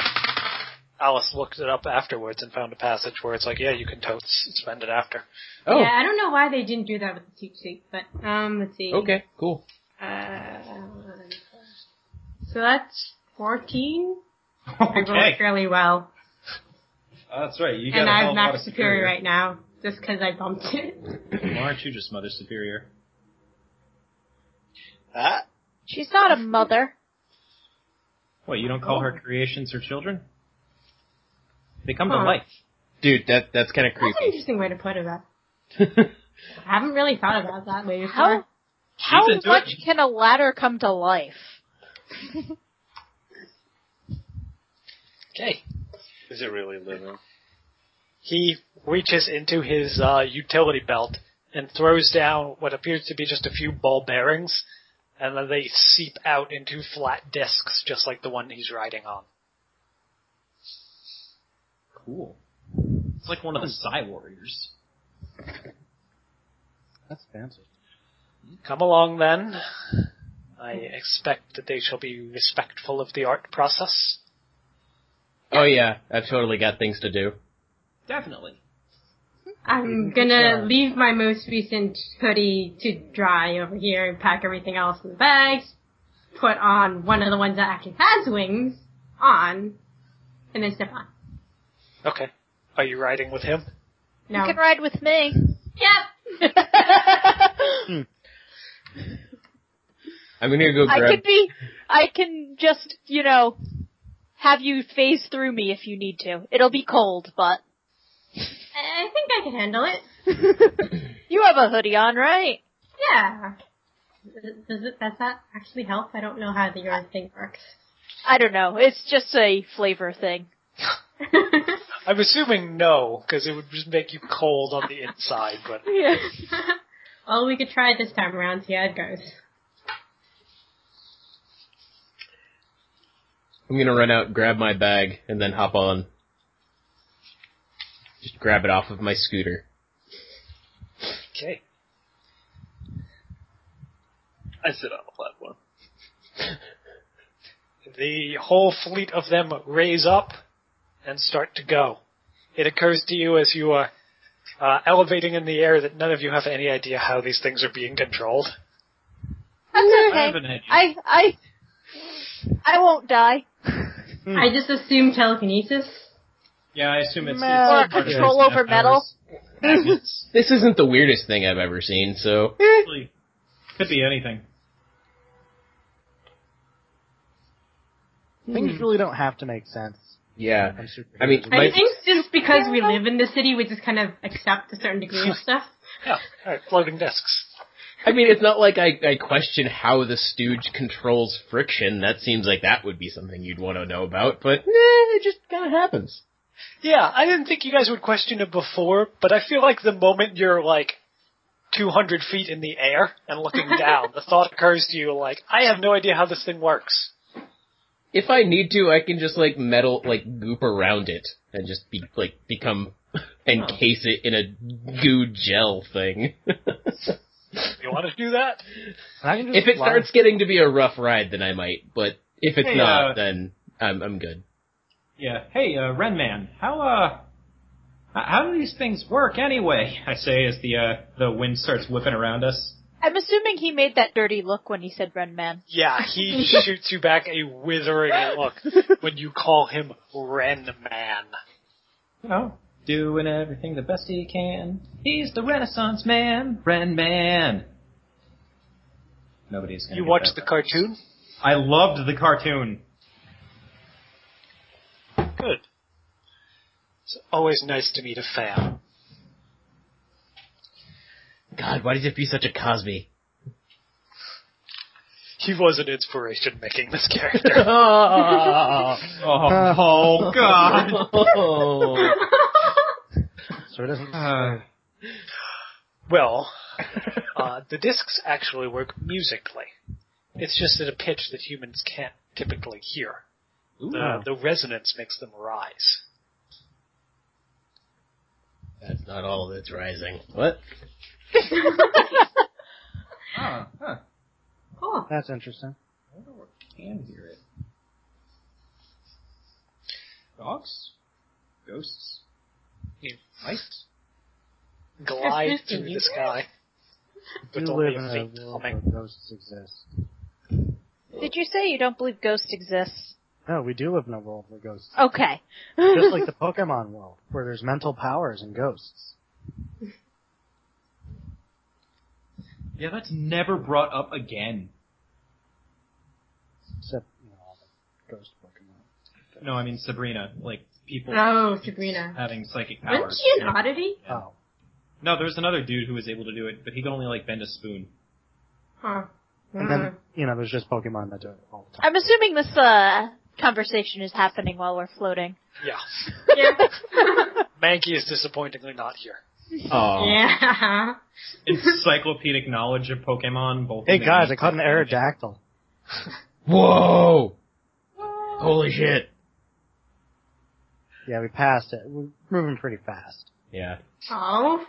Alice looked it up afterwards and found a passage where it's like, yeah, you can totes spend it after.
Oh,
Yeah, I don't know why they didn't do that with the cheat sheet, but um, let's see.
okay, cool.
Uh, so that's fourteen. I rolled
Okay.
fairly well,
Uh, that's right. You got
and
a
I
hell
have
of a lot
max
of
superior right now, just because I bumped it.
Why aren't you just Mother Superior?
Ah,
She's not a mother.
What, you don't call
Oh.
her creations her children? They come to
Huh.
life.
Dude, that that's kind of
That's an
creepy.
interesting way to put it. Up. I haven't really thought about that way before.
How how
into
much
it.
can a ladder come to life?
Okay.
is it really living?
He reaches into his uh, utility belt and throws down what appears to be just a few ball bearings, and then they seep out into flat discs, just like the one he's riding on.
Cool. It's like one of the Psy Warriors.
That's fancy.
Come along then. I expect that they shall be respectful of the art process.
Oh yeah, I've totally got things to do.
Definitely.
I'm gonna leave my most recent hoodie to dry over here and pack everything else in the bags, put on one of the ones that actually has wings on, and then step on.
Okay. Are you riding with him?
No.
You can ride with me.
Yep!
I'm gonna go
I
grab.
can be. I can just you know have you phase through me if you need to. It'll be cold, but
I I think I can handle it.
you have a hoodie on, right?
Yeah. Does it, does that actually help? I don't know how the yarn thing works.
I don't know. It's just a flavor thing.
I'm assuming no, because it would just make you cold on the inside, but
Yeah.
well, we could try it this time around, see how it goes.
I'm gonna run out, grab my bag, and then hop on. Just grab it off of my scooter.
okay.
I
"Oh,
sit on a platform.
The whole fleet of them raise up and start to go. It occurs to you as you are uh, elevating in the air that none of you have any idea how these things are being controlled.
That's
I
okay.
have an idea.
I I I won't die.
Hmm.
I just assume telekinesis.
yeah, I assume it's, it's
Or
part of
control
those
over
Death
metal.
Powers magnets.
This isn't the weirdest thing I've ever seen, so eh,
Really, Could be anything.
Things really don't have to make sense.
yeah.
I'm super.
I mean,
I
my,
think just because we live in the city, we just kind of accept a certain degree of stuff.
Yeah. All right, floating discs.
I mean, it's not like I, I question how the stooge controls friction. That seems like that would be something you'd want to know about, but eh, it just kind of happens.
Yeah, I didn't think you guys would question it before, but I feel like the moment you're like 200 feet in the air and looking down, the thought occurs to you like, I have no idea how this thing works.
If I need to, I can just like metal, like goop around it and just be like become encase it in a goo gel thing.
You want to do that?
I can just
if it
fly.
starts getting to be a rough ride, then I might. But if it's
Hey,
not,
uh,
then I'm I'm good.
Yeah. Hey, uh, Renman, how uh, h- how do these things work anyway? I say as the uh, the wind starts whipping around us.
I'm assuming he made that dirty look when he said "Ren Man."
Yeah, he shoots you back a withering look when you call him Ren Man.
You know, doing everything the best he can. He's the Renaissance man, Renman. Nobody's gonna.
You
get
watched the
that.
cartoon?
I loved the cartoon.
Good. It's always nice to meet a fan.
God, why did it be such a Cosby?
He was an inspiration making this character.
oh,
Oh, oh God.
so it doesn't.
Uh,
Well, uh, the discs actually work musically. It's just at a pitch that humans can't typically hear. The, the resonance makes them rise.
that's not all that's rising. What?
huh, huh.
Cool.
That's interesting.
I wonder where I can hear it. dogs, ghosts,
You
mice.
glide through the sky.
You
With only
live
a
in
faint
a world where
humming.
ghosts exist.
Did you say you don't believe ghosts exist?
No, we do live in a world where ghosts exist.
Okay.
Just like the Pokemon world, where there's mental powers and ghosts.
Yeah, that's never brought up again.
Except, you know, all the ghost Pokemon.
No, I mean Sabrina, like people
Oh,
Uh,
Sabrina.
having psychic powers.
Wasn't she an oddity?
Yeah.
Oh.
No, there was another dude who was able to do it, but he could only like bend a spoon.
Huh.
And then, you know, there's just Pokemon that do it all the time.
I'm assuming this uh conversation is happening while we're floating.
Yeah.
Hmm. yeah.
Mankey is disappointingly not here.
Aw.
yeah.
Encyclopedic knowledge of Pokemon. Both.
Hey
of them.
guys, I caught an Aerodactyl.
Whoa! Holy shit!
Yeah, we passed it. We're moving pretty fast.
Yeah.
Oh.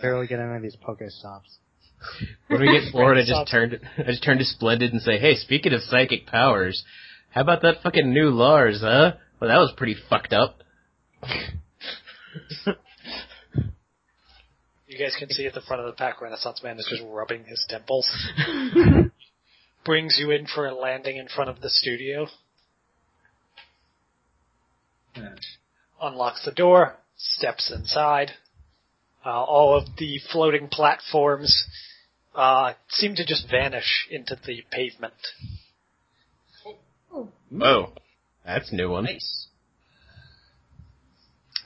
Barely get any of these Pokestops.
When we get forward, I just turned. I just turned to Splendid and say, "Hey, speaking of psychic powers, how about that fucking new Lars? Huh? Well, that was pretty fucked up.
You guys can see at the front of the pack Renaissance Man is just rubbing his temples. Brings you in for a landing in front of the studio. Unlocks the door, steps inside. Uh, all of the floating platforms uh, seem to just vanish into the pavement.
Oh.
Whoa, that's a new one.
Nice.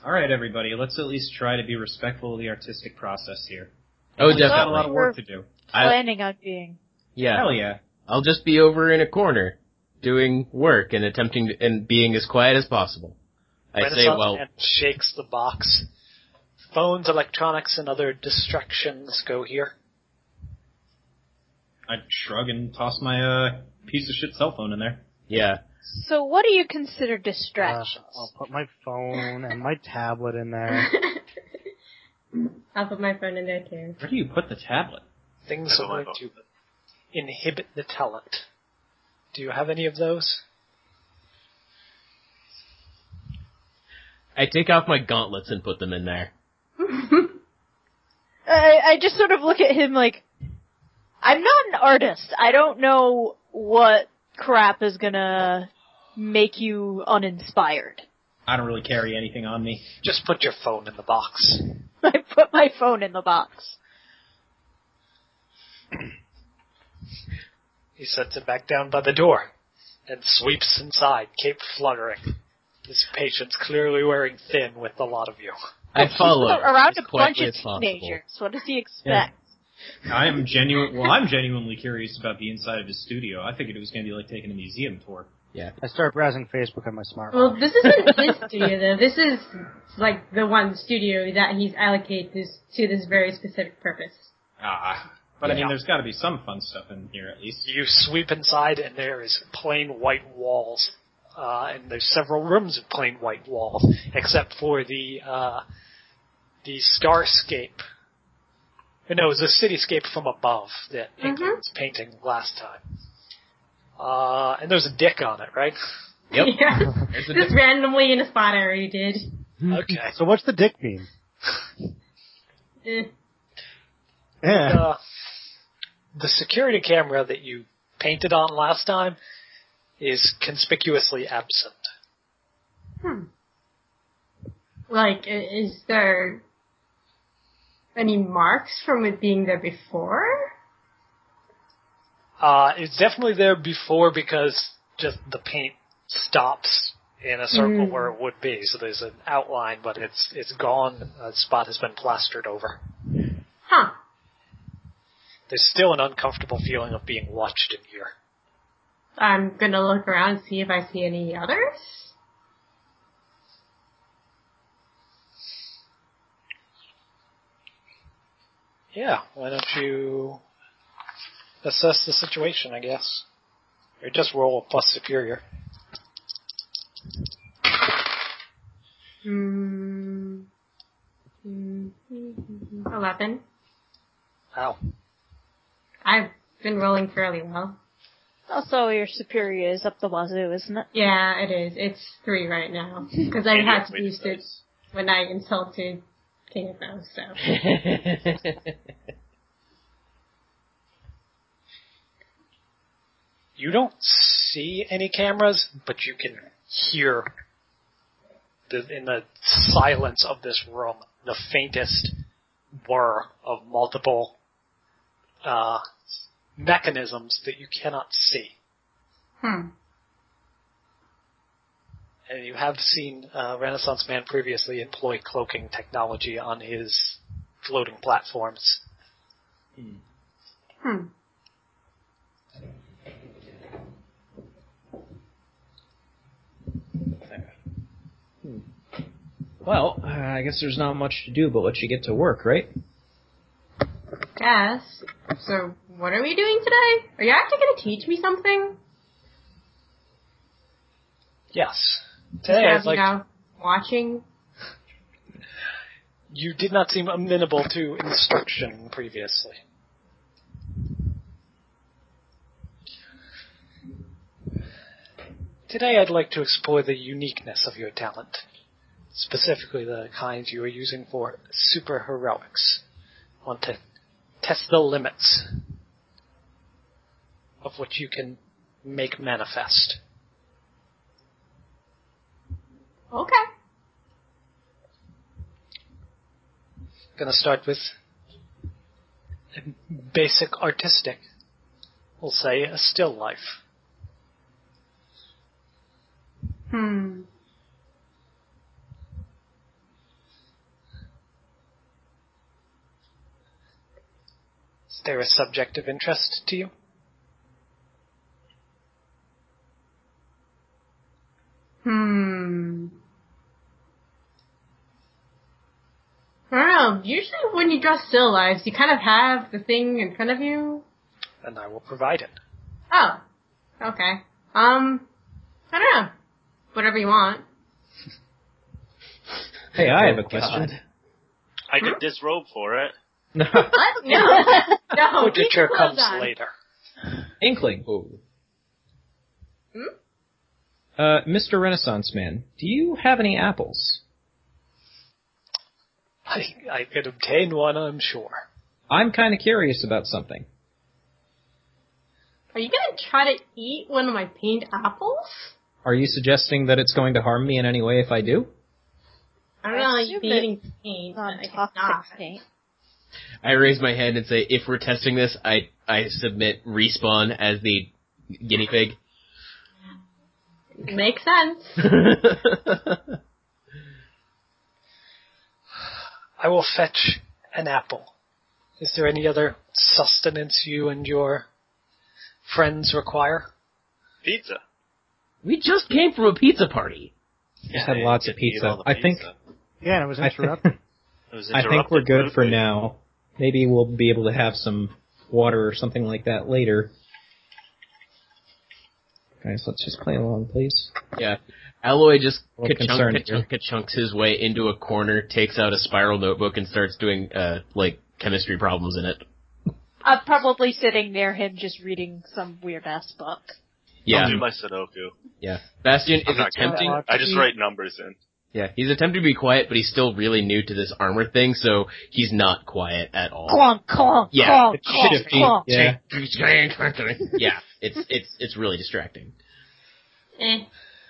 All right, everybody. Let's at least try to be respectful of the artistic process here.
Oh,
We've got a lot
definitely.
of work to do.
I-
Planning on being.
Yeah,
Hell yeah.
I'll just be over in a corner doing work and attempting to, and being as quiet as possible. I say,
Renaissance
well,
Man shakes the box. Phones, electronics, and other distractions go here.
I shrug and toss my uh, piece of shit cell phone in there.
yeah,
So what do you consider
Uh,
distractions?
I'll put my phone and my tablet in there.
I'll put my phone in there too.
Where do you put the tablet?
Things that are going to inhibit the talent. Do you have any of those?
I take off my gauntlets and put them in there.
I, I just sort of look at him like, I'm not an artist. I don't know what crap is gonna make you uninspired.
I don't really carry anything on me.
Just put your phone in the box.
I put my phone in the box.
He sets it back down by the door and sweeps inside, cape fluttering. His patience clearly wearing thin with a lot of you.
I follow
around
as
a bunch
quietly
of
as possible.
teenagers. What does he expect?
I am genuine. Well, I'm genuinely curious about the inside of his studio. I figured it was going to be like taking a museum tour.
I start browsing Facebook on my smartphone.
Well, this isn't his studio though. This is like the one studio that he's allocated this, to this very specific purpose.
Ah, but I mean, there's got to be some fun stuff in here at least.
You sweep inside and there is plain white walls. Uh, and there's several rooms of plain white walls, except for the, uh, the starscape. No, it was the cityscape from above that England was painting last time. Uh, and there's a dick on it, right?
Yep.
Yeah.
There's a
Just randomly in a spot I already did.
Okay.
so what's the dick mean?
Eh.
Yeah.
uh, the security camera that you painted on last time is conspicuously absent.
Like, i- is there any marks from it being there before?
Uh, it's definitely there before because just the paint stops in a circle where it would be, so there's an outline, but it's it's gone. A spot has been plastered over.
Huh.
There's still an uncomfortable feeling of being watched in here.
I'm gonna look around and see if I see any others.
Yeah, why don't you assess the situation? I guess, or just roll a plus superior.
Hmm. Hmm. Eleven.
Ow.
I've been rolling fairly well.
Also, your superior is up the wazoo, isn't it?
Yeah, it is. It's three right now. Because I had to boost it when I insulted King of Those, so.
You don't see any cameras, but you can hear the, in the silence of this room the faintest whir of multiple uh, mechanisms that you cannot see.
Hmm.
And you have seen uh, Renaissance Man previously employ cloaking technology on his floating platforms.
Hmm.
Well, uh, I guess there's not much to do but let you get to work, right?
Guess. So, what are we doing today? Are you actually gonna teach me something?
Yes.
Instead
Today,
of,
I'd
you
like
know, watching?
you did not seem amenable to instruction previously. Today I'd like to explore the uniqueness of your talent, specifically the kind you are using for super heroics. Want to test the limits of what you can make manifest.
Okay.
gonna start with basic artistic. We'll say a still life.
Hmm.
Is there a subject of interest to you?
Hmm. I don't know. Usually when you draw still lives, you kind of have the thing in front of you.
And I will provide it.
Oh. Okay. Um, I don't know. Whatever you want.
Hey, I have
Oh,
a question.
I could disrobe for it.
What? No. no. keep your
Literature
clothes
comes
on.
later.
Inkling. Oh.
Hmm?
Uh, Mr. Renaissance Man, do you have any apples?
I, I could obtain one, I'm sure.
I'm kind of curious about something.
Are you gonna try to eat one of my paint apples?
Are you suggesting that it's going to harm me in any way if I do?
I don't
I
know.
assume
You'd be
that
eating paint. but I guess not.
Non-toxic paint.
I raise my hand and say, if we're testing this, I, I submit respawn as the guinea pig.
Makes sense.
I will fetch an apple. Is there any other sustenance you and your friends require?
Pizza.
we just came from a pizza party.
Yeah,
had
you
lots of
could eat
pizza.
all the
I think-
pizza.
Yeah, and it was
I, thi-
interrupted.
It was
I think we're
interrupted
good for
rudely.
now. Maybe we'll be able to have some water or something like that later. Guys, let's just play along, please.
Yeah. Alloy just
Well, concerned
ka-chunk, ka-chunk, ka-chunks his way into a corner, takes out a spiral notebook, and starts doing, uh, like, chemistry problems in it.
I'm probably sitting near him just reading some weird ass book.
Yeah,
I'll do my Sudoku.
yeah. Bastion
I'm
is
not
attempting,
gonna-
I just write numbers in.
yeah, he's attempting to be quiet, but he's still really new to this armor thing, so he's not quiet at all.
Clonk, clonk,
Yeah,
clonk,
it's
clonk,
shifty,
clonk.
yeah.
yeah, it's, it's, it's really distracting.
Eh.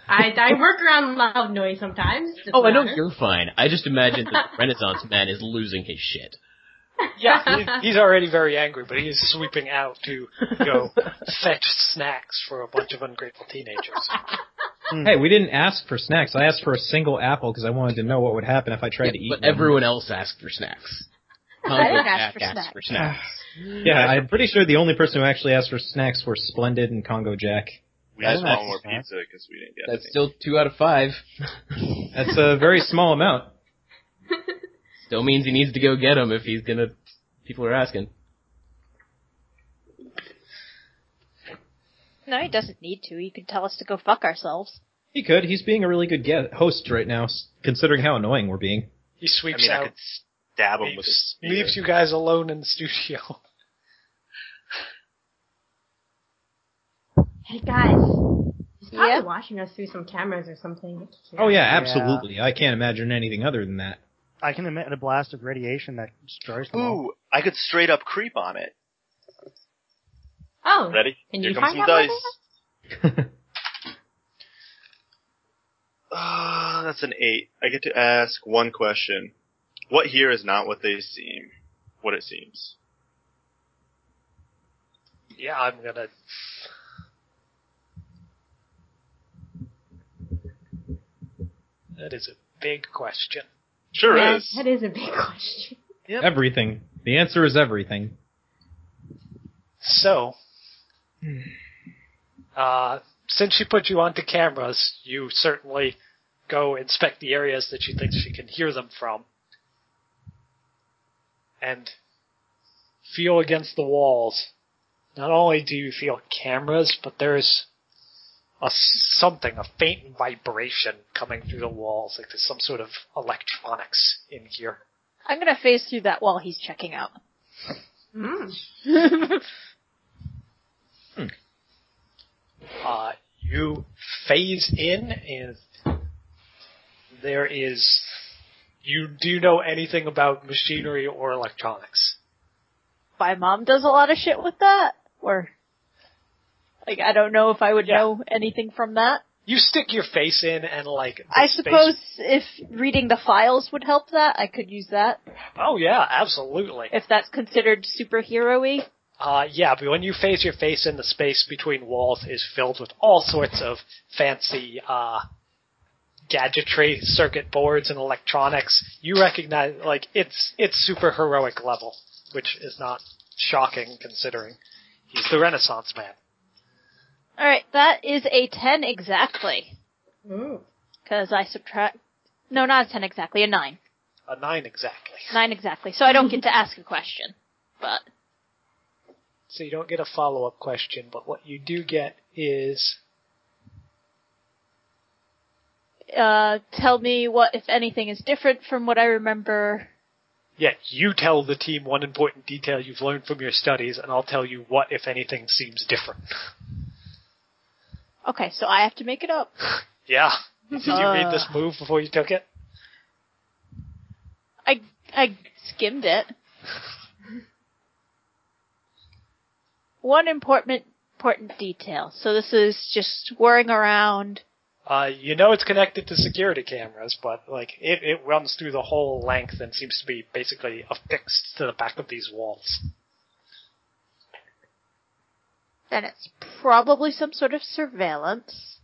I, I work around loud noise sometimes. doesn't
Oh, I know
matter.
you're fine. I just imagine that the Renaissance man is losing his shit.
Yeah, he- he's already very angry, but he is sweeping out to go fetch snacks for a bunch of ungrateful teenagers.
Hey, we didn't ask for snacks. I asked for a single apple because I wanted to know what would happen if I tried to eat.
but
one.
everyone else asked for snacks.
I didn't
Humble
ask for
Jack asked
snacks.
for snacks.
Yeah, I'm pretty sure the only person who actually asked for snacks were Splendid and Congo Jack.
We
That's
just want
nice.
more pizza because we didn't get
That's
any.
still two out of five.
That's a very small amount.
Still means he needs to go get him if he's gonna. People are asking.
No, he doesn't need to. He could tell us to go fuck ourselves.
He could. He's being a really good guest host right now, s- considering how annoying we're being.
He
I
sweeps
mean, I
out,
could stab him with a
leaves,
spear.
leaves you guys alone in the studio.
Hey guys, he's probably
Yeah.
watching us through some cameras or something.
Oh yeah, absolutely. I can't imagine anything other than that.
I can emit a blast of radiation that destroys them all.
Ooh, I could straight up creep on it.
Oh,
Ready?
Can
Here
you find
comes some
out what
dice. Ah, that's an eight. I get to ask one question. What here is not what they seem? What it seems.
Yeah, I'm gonna. That is a big question.
Sure
Yeah,
is.
That is a big question.
Yep.
Everything. The answer is everything.
So, uh, since she put you onto cameras, you certainly go inspect the areas that she thinks she can hear them from, and feel against the walls. Not only do you feel cameras, but there's a s- something, a faint vibration coming through the walls, like there's some sort of electronics in here.
I'm gonna phase through that while he's checking out.
Mm.
Uh, you phase in, and there is. You do you know anything about machinery or electronics?
My mom does a lot of shit with that, or like I don't know if I would
Yeah.
know anything from that.
You stick your face in, and like the
I
space-
suppose if reading the files would help that, I could use that
Oh yeah, absolutely.
if that's considered superhero-y.
Uh, yeah, but when you phase your face in, the space between walls is filled with all sorts of fancy uh, gadgetry, circuit boards, and electronics. You recognize, like it's it's super heroic level, which is not shocking considering he's the Renaissance man.
All right, that is a ten exactly
Ooh.
because I subtract. No, not a ten exactly, a nine.
A nine exactly.
Nine exactly. So I don't get to ask a question, but
So you don't get a follow up question, but what you do get is
uh, tell me what, if anything, is different from what I remember.
yeah, you tell the team one important detail you've learned from your studies, and I'll tell you what, if anything, seems different.
Okay, so I have to make it up.
yeah. Did you read this
Uh.
move before you took it?
I I skimmed it. One important important detail. So this is just whirring around.
Uh, you know it's connected to security cameras, but like it, it runs through the whole length and seems to be basically affixed to the back of these walls.
Then it's probably some sort of surveillance.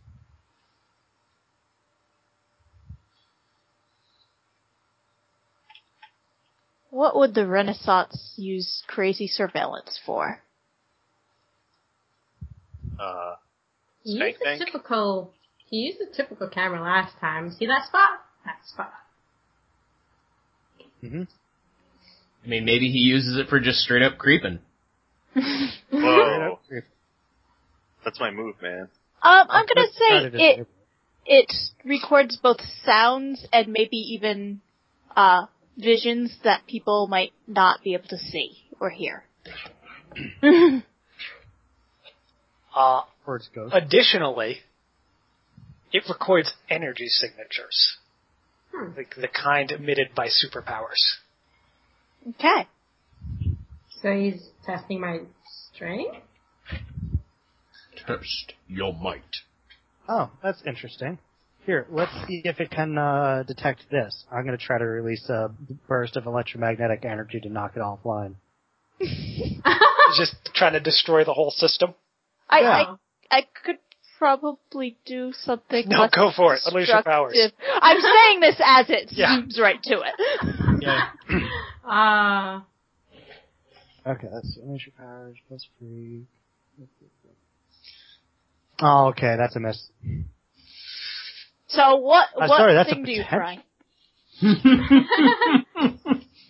What would the Renaissance use crazy surveillance for?
Uh,
He
Snake
used
thing?
a typical. He used a typical camera last time. See that spot? That spot.
I mean, maybe he uses it for just straight up creeping.
whoa. That's my move, man.
Um, I'm gonna
Let's start
say
at
it it records both sounds and maybe even uh, visions that people might not be able to see or hear.
Uh,
where it goes.
Additionally, it records energy signatures, the, the kind emitted by superpowers.
Okay.
So he's testing my strength.
Test your might.
Oh, that's interesting. Here, let's see if it can uh, detect this. I'm going to try to release a burst of electromagnetic energy to knock it offline.
Uh,
It's just trying to destroy the whole system.
I,
Yeah.
I I could probably do something.
No,
less
go for it. Unleash your powers.
destructive. I'm saying this as it
Yeah.
zooms right to it.
Yeah.
Uh,
Okay, that's unleash your powers plus three. Oh, okay, that's a miss.
So what
Uh,
what
sorry, that's a
thing do you
potential.
try?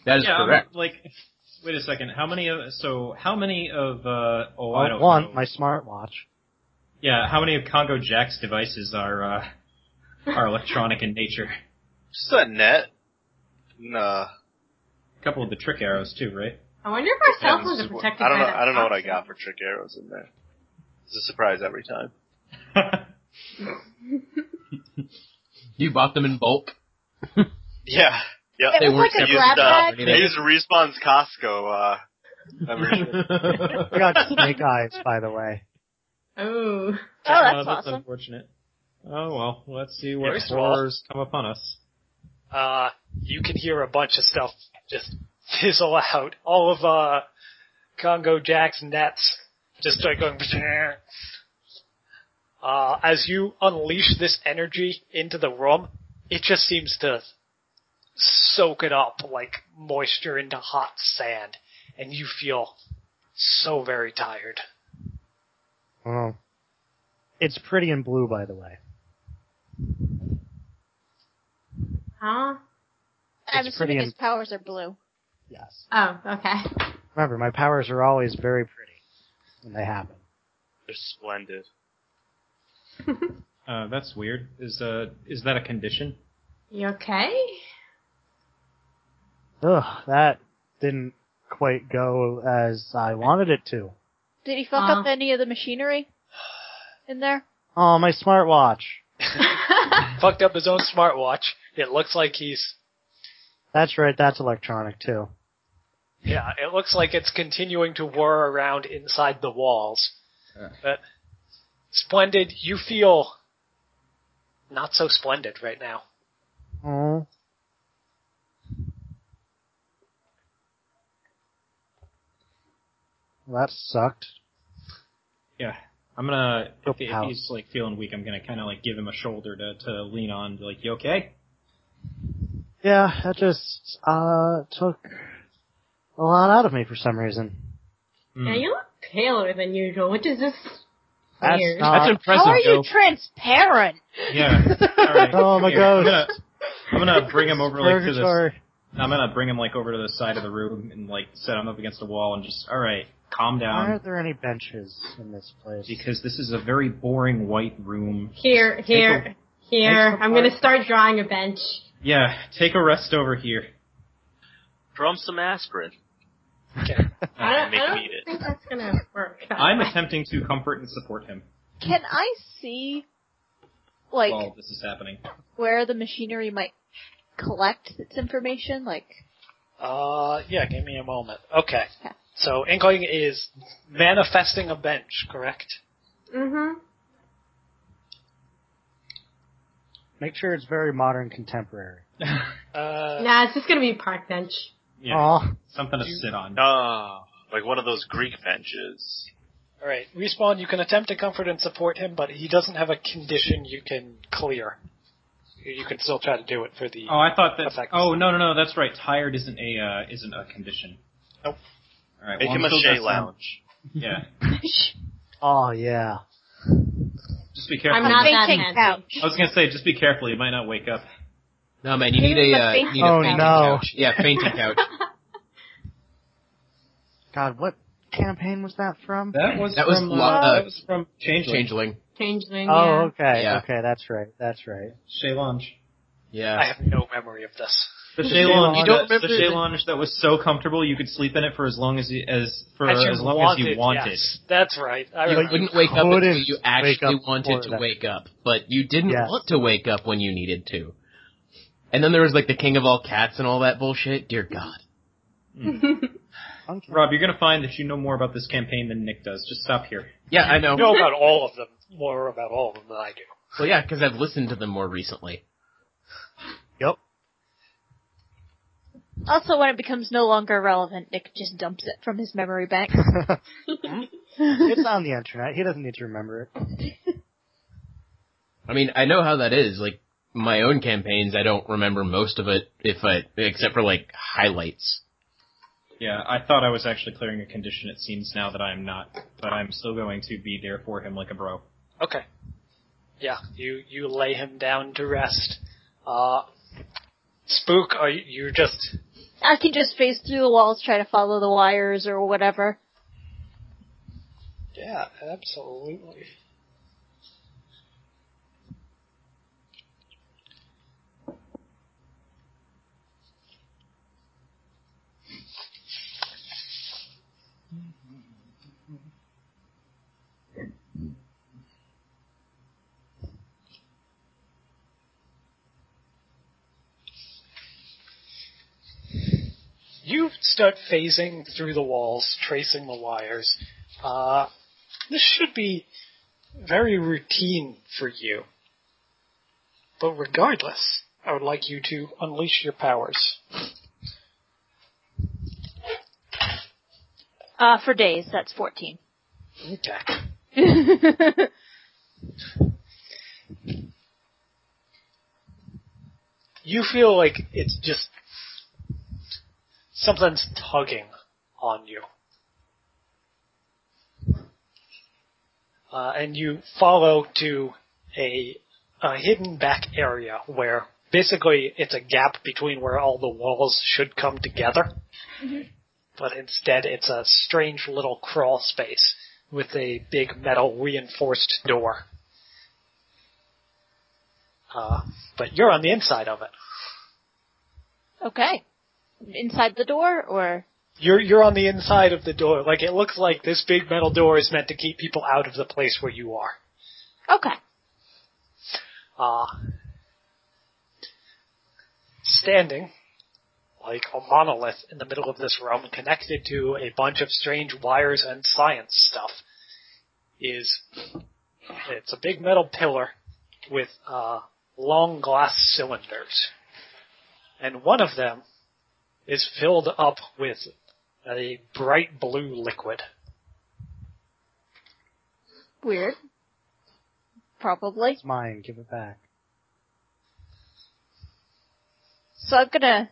That is
Yeah, I'm-
correct.
like wait a second. How many of so how many of uh oh I
One,
don't know.
my smartwatch.
yeah, how many of Congo Jack's devices are uh are electronic in nature?
Just a net. Nah.
A couple of the trick arrows too, right?
I wonder if our cell phones are
Depends what-
protected
I don't
by
know.
that
I don't know what I
toxin.
got for trick arrows in there. It's a surprise every time.
You bought them in bulk.
Yeah. Yep.
It
They
was
weren't
like a
used,
grab
uh,
bag.
they used Respawn's Costco, uh, membership.
I got snake eyes, by the way.
Oh.
Oh,
Uh,
that's
that's
awesome.
unfortunate. Oh well, let's see what
Very small.
horrors come upon us.
Uh, you can hear a bunch of stuff just fizzle out. All of uh, Congo Jack's nets just start going. Uh, as you unleash this energy into the room, it just seems to soak it up like moisture into hot sand, and you feel so very tired.
Oh. It's pretty and blue, by the way.
Huh?
I'm
It's
assuming
pretty
his powers are blue.
Yes.
Oh, okay.
Remember, my powers are always very pretty when they happen.
They're splendid.
Uh, that's weird. Is uh is that a condition?
You okay?
Ugh, that didn't quite go as I wanted it to.
Did he fuck
Aw.
up any of the machinery in there?
Oh, my smartwatch.
Fucked up his own smartwatch. It looks like he's
That's right, that's electronic too.
Yeah, it looks like it's continuing to whir around inside the walls. But splendid, you feel not so splendid right now.
Oh. Well, that sucked.
Yeah. I'm gonna
Oh,
if, if
pow.
he's like feeling weak, I'm gonna kind of like give him a shoulder to to lean on. Be like, you okay?
Yeah, that just uh took a lot out of me for some reason.
Hmm.
Yeah, you look paler than usual, which is just
That's
weird.
not-
That's impressive,
How are
Joe.
you transparent?
Yeah. All right.
Oh, my
Here, I'm gonna,
ghost.
I'm gonna bring him over like to this.
Purgatory.
I'm gonna bring him like over to the side of the room and like set him up against the wall and just all right, calm
Why
down
aren't there any benches in this place?
because this is a very boring white room.
Here, here, here.
take a
I'm gonna start drawing a bench.
Yeah, take a rest over here.
Drum some aspirin.
I don't,
Make
I
him
don't
eat it.
think that's gonna work.
I'm attempting to comfort and support him
Can I see, like,
while this is happening.
where the machinery might collect its information? Like,
Uh, yeah, give me a moment. Okay.
Okay.
So Inkling is manifesting a bench, correct?
Mm-hmm.
Make sure it's very modern contemporary.
Uh,
Nah, it's just gonna be a park bench.
Yeah,
Aw.
something to sit on.
Oh, like one of those Greek benches.
alright. Respawn, you can attempt to comfort and support him, but he doesn't have a condition you can clear. You can still try to do it for the...
Oh, I thought that.
Effects.
Oh no, no, no, that's right. Tired isn't a uh, isn't a condition.
Nope.
All right.
Make
well, I'm
him a
still
Shea
just-
lounge.
Yeah.
Oh yeah.
Just be careful.
I'm not that
baking
fancy.
couch.
I was gonna say, just be careful. You might not wake up.
No, man, you need a,
Here's a
uh, you need
Oh,
a fainting
no.
couch. Yeah, fainting couch.
God, what campaign was that from?
That was
That was
from,
lo- uh,
that was from Changeling.
Changeling.
Changeling.
Oh,
yeah.
okay,
Yeah.
okay, that's right, that's right.
Shea Lounge.
I
Yeah.
have no memory of this.
The
The
Shea
Shea
Lounge.
Lounge.
that-
You don't remember
the Shea
the-
Lounge that was so comfortable you could sleep in it for as long as you, as for
As you
as long
wanted,
as you wanted.
yes. That's right. I
You
remember.
wouldn't wake up until
couldn't
you
wake
actually
up
wanted
for
to
that.
wake up, but you didn't
Yes.
want to wake up when you needed to. And then there was like the king of all cats and all that bullshit. Dear God.
Funky.
Rob, you're gonna find that you know more about this campaign than Nick does. Just stop here.
Yeah, I
I
know.
know about all of them, more about all of them than I do.
Well, yeah, because I've listened to them more recently.
Yep.
Also, when it becomes no longer relevant, Nick just dumps it from his memory bank.
it's on the internet. He doesn't need to remember it.
I mean, I know how that is. Like my own campaigns, I don't remember most of it, if I except for like highlights.
Yeah, I thought I was actually clearing a condition. It seems now that I'm not, but I'm still going to be there for him like a bro.
Okay. Yeah, you you lay him down to rest. Uh, Spook, are you you're just
I can just phase through the walls, try to follow the wires or whatever.
yeah, absolutely. you start phasing through the walls, tracing the wires. Uh, this should be very routine for you. But regardless, I would like you to unleash your powers.
Uh, for days, that's 14.
Okay. You feel like it's just something's tugging on you. Uh, and you follow to a, a hidden back area where basically it's a gap between where all the walls should come together. But instead it's a strange little crawl space with a big metal reinforced door. Uh, but you're on the inside of it.
Okay. Inside the door, or?
You're you're on the inside of the door. Like it looks like this big metal door is meant to keep people out of the place where you are.
Okay.
Uh, standing like a monolith in the middle of this room, connected to a bunch of strange wires and science stuff, is it's a big metal pillar with uh, long glass cylinders, and one of them is filled up with a bright blue liquid.
Weird. Probably.
It's mine. Give it back.
So I'm gonna,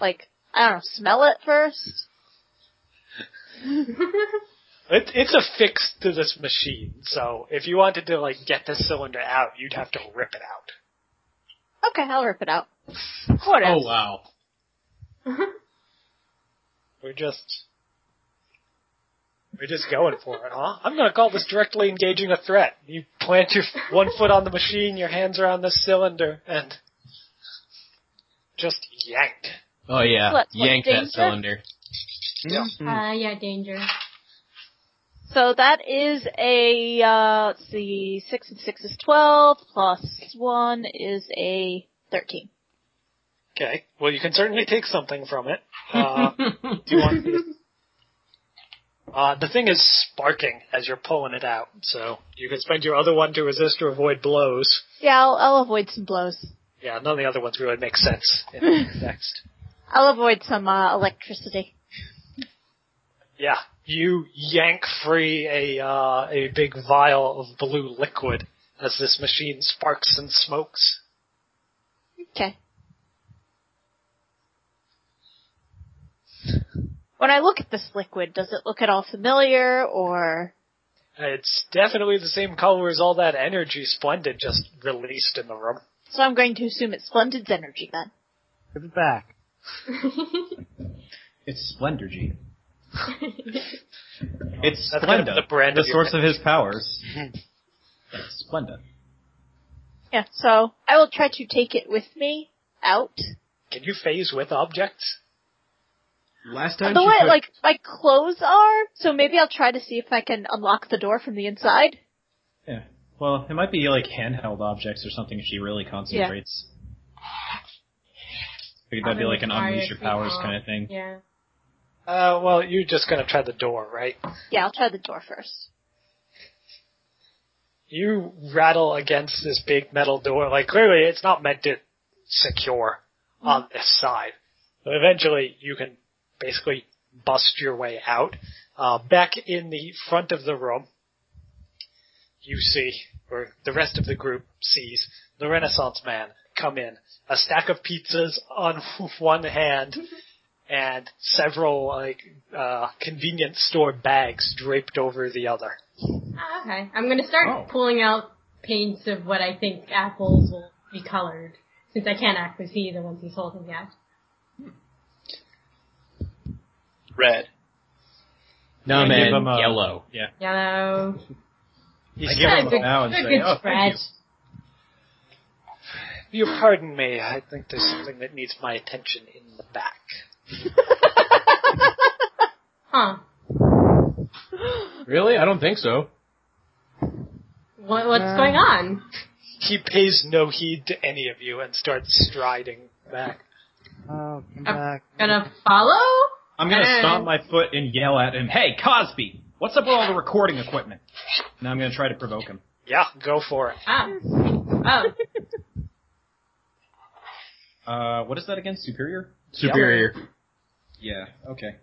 like, I don't know, smell it first?
It, it's affixed to this machine, so if you wanted to like get this cylinder out, you'd have to rip it out.
Okay, I'll rip it out. Whatever.
Oh wow.
We're just we're just going for it, huh? I'm gonna call this directly engaging a threat. You plant your one foot on the machine, your hands are on the cylinder, and just yank.
Oh yeah.
What, what,
Yank
danger?
that cylinder.
Mm-hmm.
Uh, yeah, danger.
So that is a, uh, let's see, 6 and 6 is 12, plus 1 is a 13.
Okay. Well, you can certainly take something from it. Uh, do you want? Uh, the thing is sparking as you're pulling it out, so you can spend your other one to resist or avoid blows.
Yeah, I'll, I'll avoid some blows.
Yeah, none of the other ones really make sense in the context.
I'll avoid some, uh, electricity.
Yeah, you yank free a uh, a big vial of blue liquid as this machine sparks and smokes.
Okay. When I look at this liquid, does it look at all familiar, or?
It's definitely the same color as all that energy splendid just released in the room.
So I'm going to assume it's Splendid's energy then.
Give it back. Hmm.
It's Splendor G. it's
That's kind of
Splenda,
the brand of your
source of his powers. That's Splenda.
Yeah, so I will try to take it with me out.
Can you phase with objects?
Last
The way, like, my clothes are, so maybe I'll try to see if I can unlock the door from the inside.
Yeah. Well, it might be like handheld objects or something if she really concentrates. Maybe that'd be like an
Probably
unleash your powers
requires
kind of thing.
Yeah.
Uh, well, you're just gonna try the door, right?
Yeah, I'll try the door first.
You rattle against this big metal door, like clearly it's not meant to secure on this side. But eventually you can basically bust your way out. Uh, back in the front of the room, you see, or the rest of the group sees, the Renaissance man come in, a stack of pizzas on one hand, and several like uh, convenience store bags draped over the other.
Ah, Okay. I'm gonna start
Oh.
pulling out paints of what I think apples will be colored, since I can't actually see the ones he's holding yet.
Red.
no
I
man,
give him a-
yellow.
Yellow.
You
I
give
Yeah,
him
good,
a bow and
good,
say,
good
"Oh, thank you."
spread.
You pardon me, I think there's something that needs my attention in the back.
Huh.
Really? I don't think so.
What, what's going on?
He pays no heed to any of you and starts striding back.
Oh, come back.
Gonna follow?
I'm gonna
Hey.
stomp my foot and yell at him, "Hey, Cosby, what's up with all the recording equipment?" And I'm gonna try to provoke him.
Yeah, go for it.
Oh. Oh.
Uh, what is that again? Superior?
Superior.
Yeah. Okay.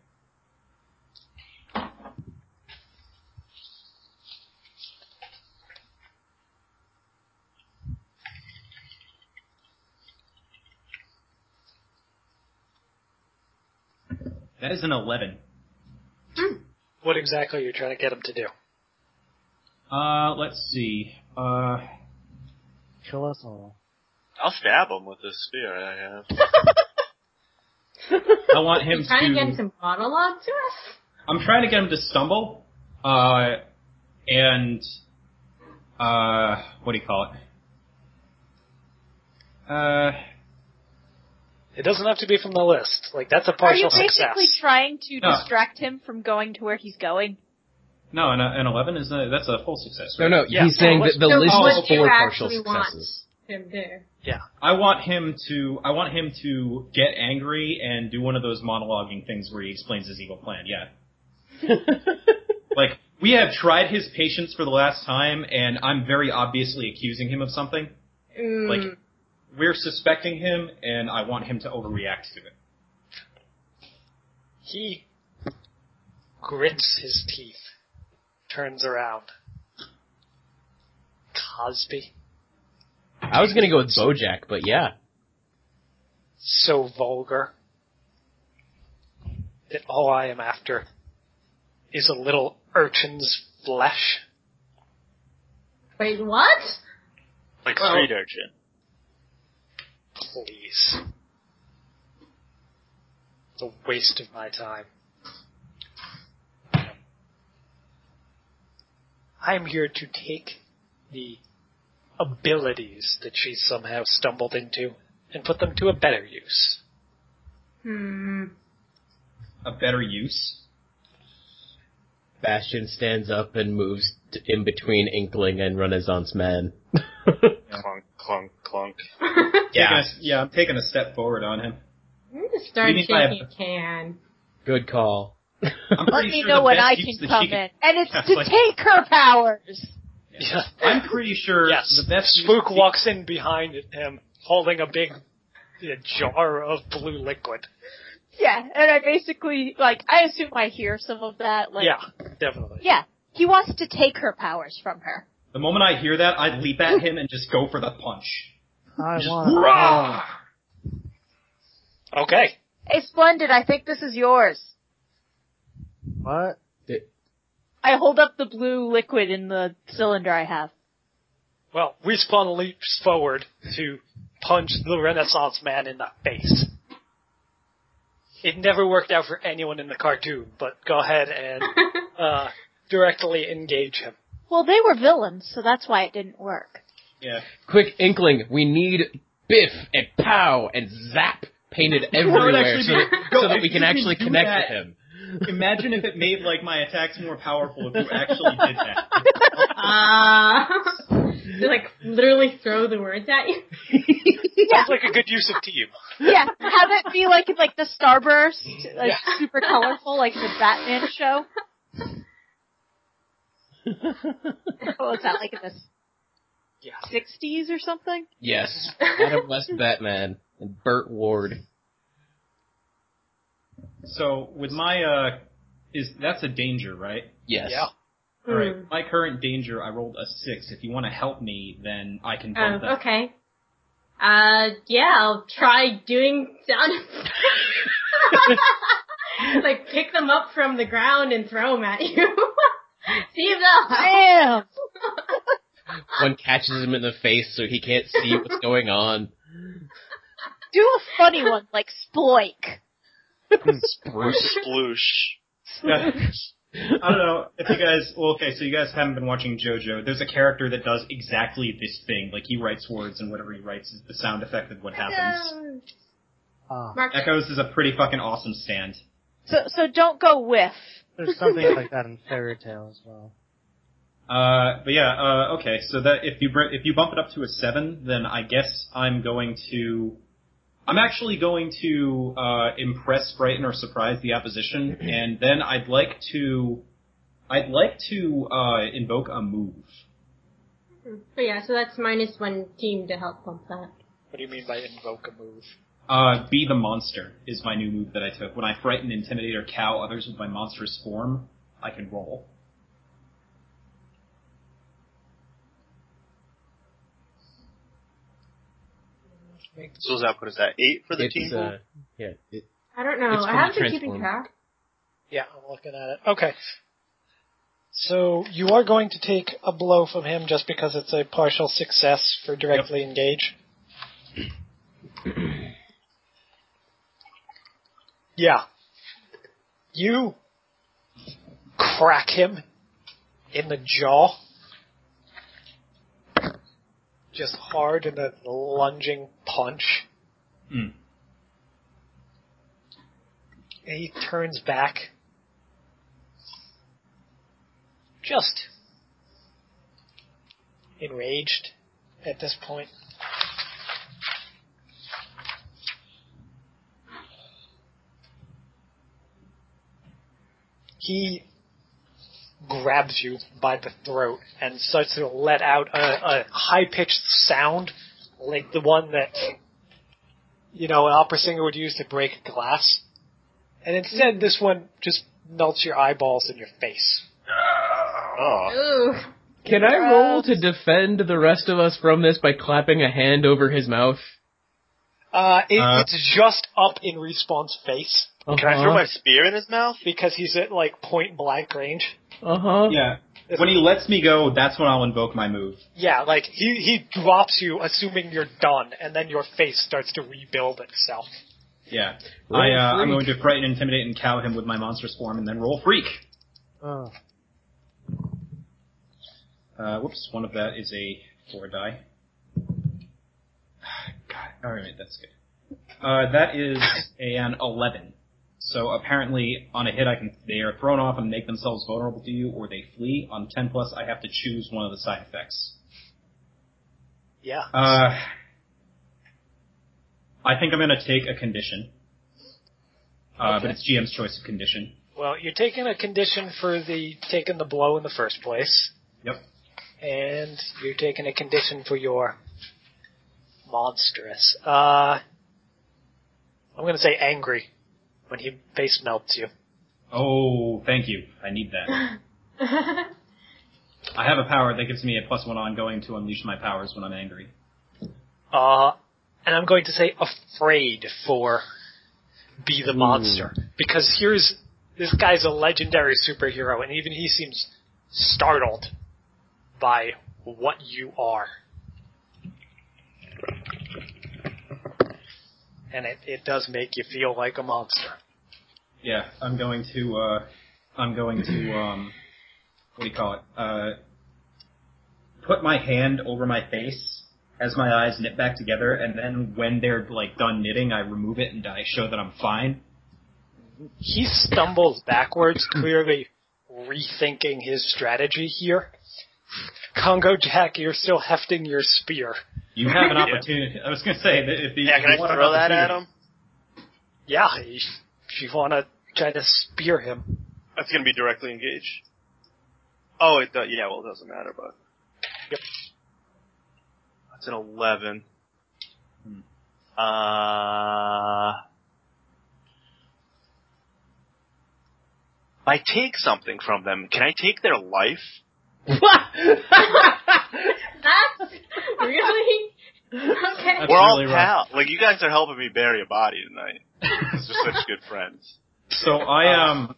That is an eleven.
What exactly are you trying to get him to do?
Uh, let's see. Uh,
Kill us all.
I'll stab him with this spear I have.
I want him
He's trying to
to.
get some monologue to us?
I'm trying to get him to stumble, uh, and uh, what do you call it? Uh,
It doesn't have to be from the list. Like that's a
Are you
partial
basically
success.
trying to
No.
distract him from going to where he's going?
no, an, an eleven is a, that's a full success.
No,
Right?
no,
Yeah.
he's saying
No,
that the
so
list
what
is
do you
full of partial
actually want?
successes.
Him there.
I want him to. I want him to get angry and do one of those monologuing things where he explains his evil plan. Yeah, like we have tried his patience for the last time, and I'm very obviously accusing him of something.
Mm.
Like we're suspecting him, and I want him to overreact to it.
He grits his teeth, turns around. Cosby,
I was gonna go with Bojack, but yeah.
so vulgar that all I am after is a little urchin's flesh.
Wait, what?
Like
Well-
street urchin.
Please. It's a waste of my time. I am here to take the abilities that she somehow stumbled into and put them to a better use.
Hmm.
A better use.
Bastion stands up and moves t- in between Inkling and Renaissance Man.
Clunk, clunk, clunk.
Taking
yeah,
a- yeah, I'm taking a step forward on him.
I'm gonna start
We need to have-
shaking a can.
good call.
I'm
Let
pretty
me
sure
know
the
when
best
I
use
can
that
come
she can-
in. And it's
Yeah,
to
like-
take her powers!
Yeah.
I'm pretty sure
Yes.
the best use
Spook
that she-
walks in behind him, holding a big uh, jar of blue liquid.
Yeah, and I basically, like, I assume I hear some of that, like,
yeah, definitely.
yeah. He wants to take her powers from her.
The moment I hear that, I leap at him and just go for the punch.
I
Just
want.
hurrah!
Okay.
Hey, Splendid, I think this is yours.
What?
I hold up the blue liquid in the cylinder I have.
Well, Respawn leaps forward to punch the Renaissance man in the face. It never worked out for anyone in the cartoon, but go ahead and uh, directly engage him.
Well, they were villains, so that's why it didn't work.
Yeah.
Quick, Inkling, we need Biff and Pow and Zap painted everywhere
actually
so
be-
that,
no,
so that
if
we
you
can
can
actually
do
connect
that-
with him.
Imagine if it made like my attacks more powerful if you actually did that.
Ah. they like literally throw the words at you.
Yeah,
Sounds like a good use of team.
yeah. Have it be like like the starburst, like
Yeah.
super colorful, like the Batman show. what was that like in the
Yeah.
sixties or something?
Yes, Adam West Batman and Burt Ward.
So with my uh, is that's a danger, right?
Yes.
Yeah.
All right.
Hmm.
My current danger, I rolled a six. If you want to help me, then I can bump
Oh,
that.
okay. Uh, yeah, I'll try doing sound. effects. like pick them up from the ground and throw them at you. See if they'll help.
Damn.
One catches him in the face so he can't see what's going on.
Do a funny one like Sploik.
Bruce.
Sploosh.
Yeah. I don't know if you guys. Well, okay, so you guys haven't been watching JoJo. There's a character that does exactly this thing. Like he writes words, and whatever he writes is the sound effect of what happens.
Ah,
Mark,
Echoes is a pretty fucking awesome stand.
So so don't go whiff.
there's something like that in Fairy Tale as well.
Uh, but yeah, uh, okay. So that if you br- if you bump it up to a seven, then I guess I'm going to I'm actually going to uh, impress, frighten, or surprise the opposition, and then I'd like to, I'd like to uh, invoke a move.
But yeah, so that's minus one team to help bump that.
What do you mean by invoke a move?
Uh, be the monster is my new move that I took. When I frighten, intimidate, or cow others with my monstrous form, I can roll.
So his output is that eight for the team
It's,
pool?
uh, yeah. It,
I don't know.
It's
I
from
haven't
the
been keeping
transform.
track.
Yeah, I'm looking at it. Okay. So you are going to take a blow from him just because it's a partial success for directly engage. yeah. You crack him in the jaw. Just hard in a lunging punch.
Hmm.
And he turns back. Just enraged at this point. He grabs you by the throat and starts to let out a, a high pitched sound like the one that, you know, an opera singer would use to break glass. And instead, this one just melts your eyeballs in your face.
Oh,
Ooh.
Can I roll to defend the rest of us from this by clapping a hand over his mouth?
Uh, it,
Uh.
it's just up in response face
can I throw
Uh-huh.
my spear in his mouth?
because he's at like point blank range.
Uh-huh.
Yeah. When he lets me go, that's when I'll invoke my move.
Yeah, like he he drops you, assuming you're done, and then your face starts to rebuild itself.
Yeah.
Roll
I, uh, I'm
freak.
going to frighten, intimidate, and cow him with my monstrous form, and then roll freak.
Oh.
Uh, whoops, one of that is a four die. God, all right, that's good. Uh, that is an eleven. So apparently, on a hit, I can they are thrown off and make themselves vulnerable to you, or they flee. On ten plus, I have to choose one of the side effects.
Yeah.
Uh, I think I'm going to take a condition, uh, but it's GM's choice of condition.
Well, you're taking a condition for the taking the blow in the first place,
Yep.
and you're taking a condition for your monstrous. Uh, I'm gonna say angry when he face melts you.
Oh, thank you. I need that. I have a power that gives me a plus one ongoing to unleash my powers when I'm angry.
Uh, and I'm going to say afraid for Be the Monster. Because here's this guy's a legendary superhero, and even he seems startled by what you are. And it, it does make you feel like a monster.
Yeah, I'm going to, uh, I'm going to, um, what do you call it? Uh, put my hand over my face as my eyes knit back together, and then when they're, like, done knitting, I remove it and I show that I'm fine.
He stumbles backwards, clearly rethinking his strategy here. Congo Jack, you're still hefting your spear.
You have an opportunity. I was going to say, that if you,
Yeah,
if
can I
you want an
throw that at
opportunity-
him?
Yeah, if you want to try to spear him.
That's going to be directly engaged. Oh, it does. Yeah, well, it doesn't matter, but.
Yep.
That's an 11.
Hmm.
Uh. I take something from them. Can I take their life?
That's really okay.
That's
We're all
really rough.
pals. Like, you guys are helping me bury a body tonight. Because we're such good friends.
So
Oh.
I, um,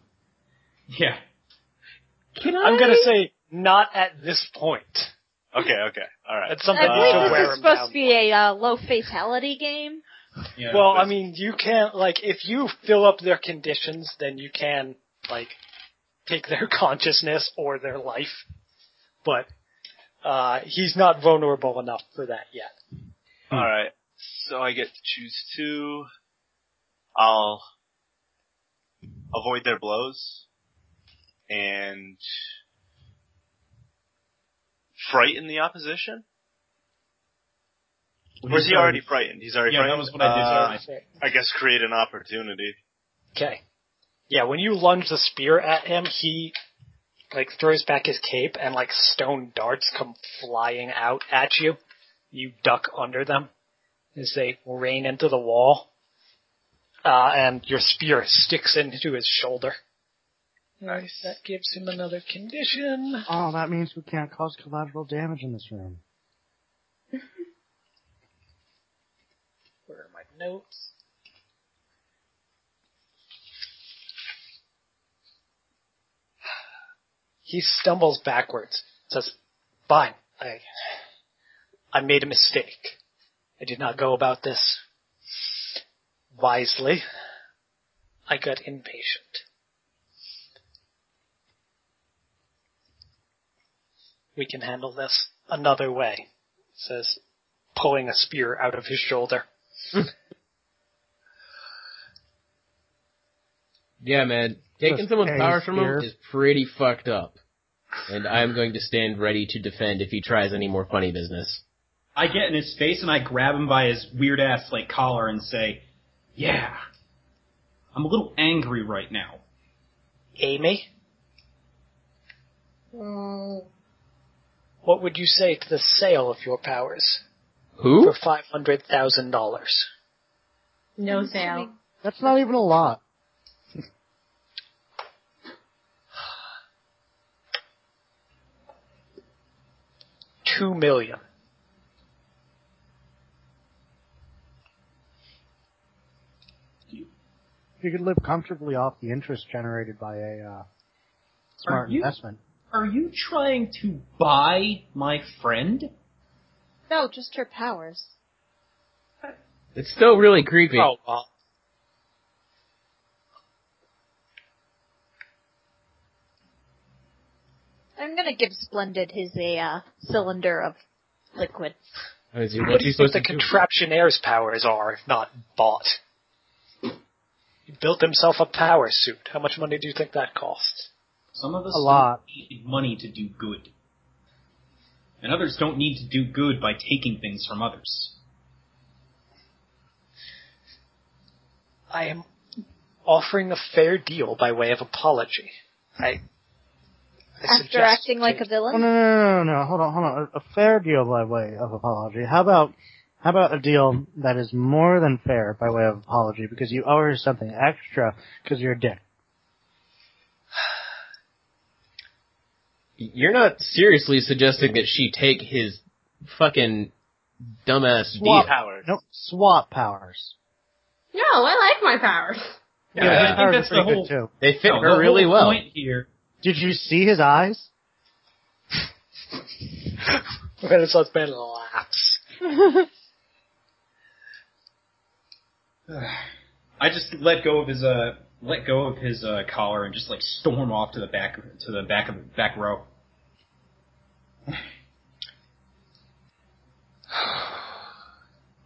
yeah.
I'm going to say not at this point.
Okay, okay. Alright.
That's something
Uh,
you should
I believe
wear
this is
him
supposed
down.
to be a uh, low fatality game.
yeah.
well, I mean, you can't, like, if you fill up their conditions, then you can, like, take their consciousness or their life. But uh, he's not vulnerable enough for that yet.
Alright. So I get to choose two. I'll avoid their blows and frighten the opposition. Or is he already frightened? He's already
Yeah, that
frightened.
was what I did.
Uh,
sorry.
I guess create an opportunity.
Okay. Yeah, when you lunge the spear at him, he like throws back his cape and like stone darts come flying out at you. You duck under them as they rain into the wall. Uh, and your spear sticks into his shoulder. Nice. That gives him another condition.
Oh, that means we can't cause collateral damage in this room.
Where are my notes? He stumbles backwards. Says, "Fine, I, I made a mistake. I did not go about this wisely. I got impatient. We can handle this another way." Says, pulling a spear out of his shoulder.
Yeah, man. Taking
Just
someone's
a
power from him
spear.
is pretty fucked up. And I'm going to stand ready to defend if he tries any more funny business.
I get in his face and I grab him by his weird ass like collar and say, "Yeah, I'm a little angry right now."
Amy,
Mm,
what would you say to the sale of your powers
Who?
for five hundred thousand dollars?
no sale.
That's not even a lot.
Two million.
You could live comfortably off the interest generated by a uh,
Are
smart
you-
investment.
Are you trying to buy my friend?
No, just her powers.
It's still really creepy.
Oh well.
I'm gonna give Splendid his a uh, cylinder of liquid.
Is he-
What
what's
do
he
you think
supposed
the
to do?
contraptionaire's powers are if not bought? He built himself a power suit. How much money do you think that costs?
Some of us
A lot.
don't need money to do good, and others don't need to do good by taking things from others.
I am offering a fair deal by way of apology. I, I
After
suggest
acting like
Oh,
a
no,
villain?
no, no, no, no, no. Hold on, hold on. A, a fair deal by way of apology. How about how about a deal that is more than fair by way of apology because you owe her something extra because you're a dick.
You're not seriously suggesting that she take his fucking dumbass deal.
Swap.
Power.
Nope. Swap powers.
No, I like my powers.
Yeah,
I
his
think
powers
that's
are pretty
the
good,
whole-
too.
They fit
No, the
her really
whole
well.
Point here.
Did you see his eyes?
Renaissance man laughs.
I just let go of his uh let go of his uh collar and just like storm off to the back to the back of back row.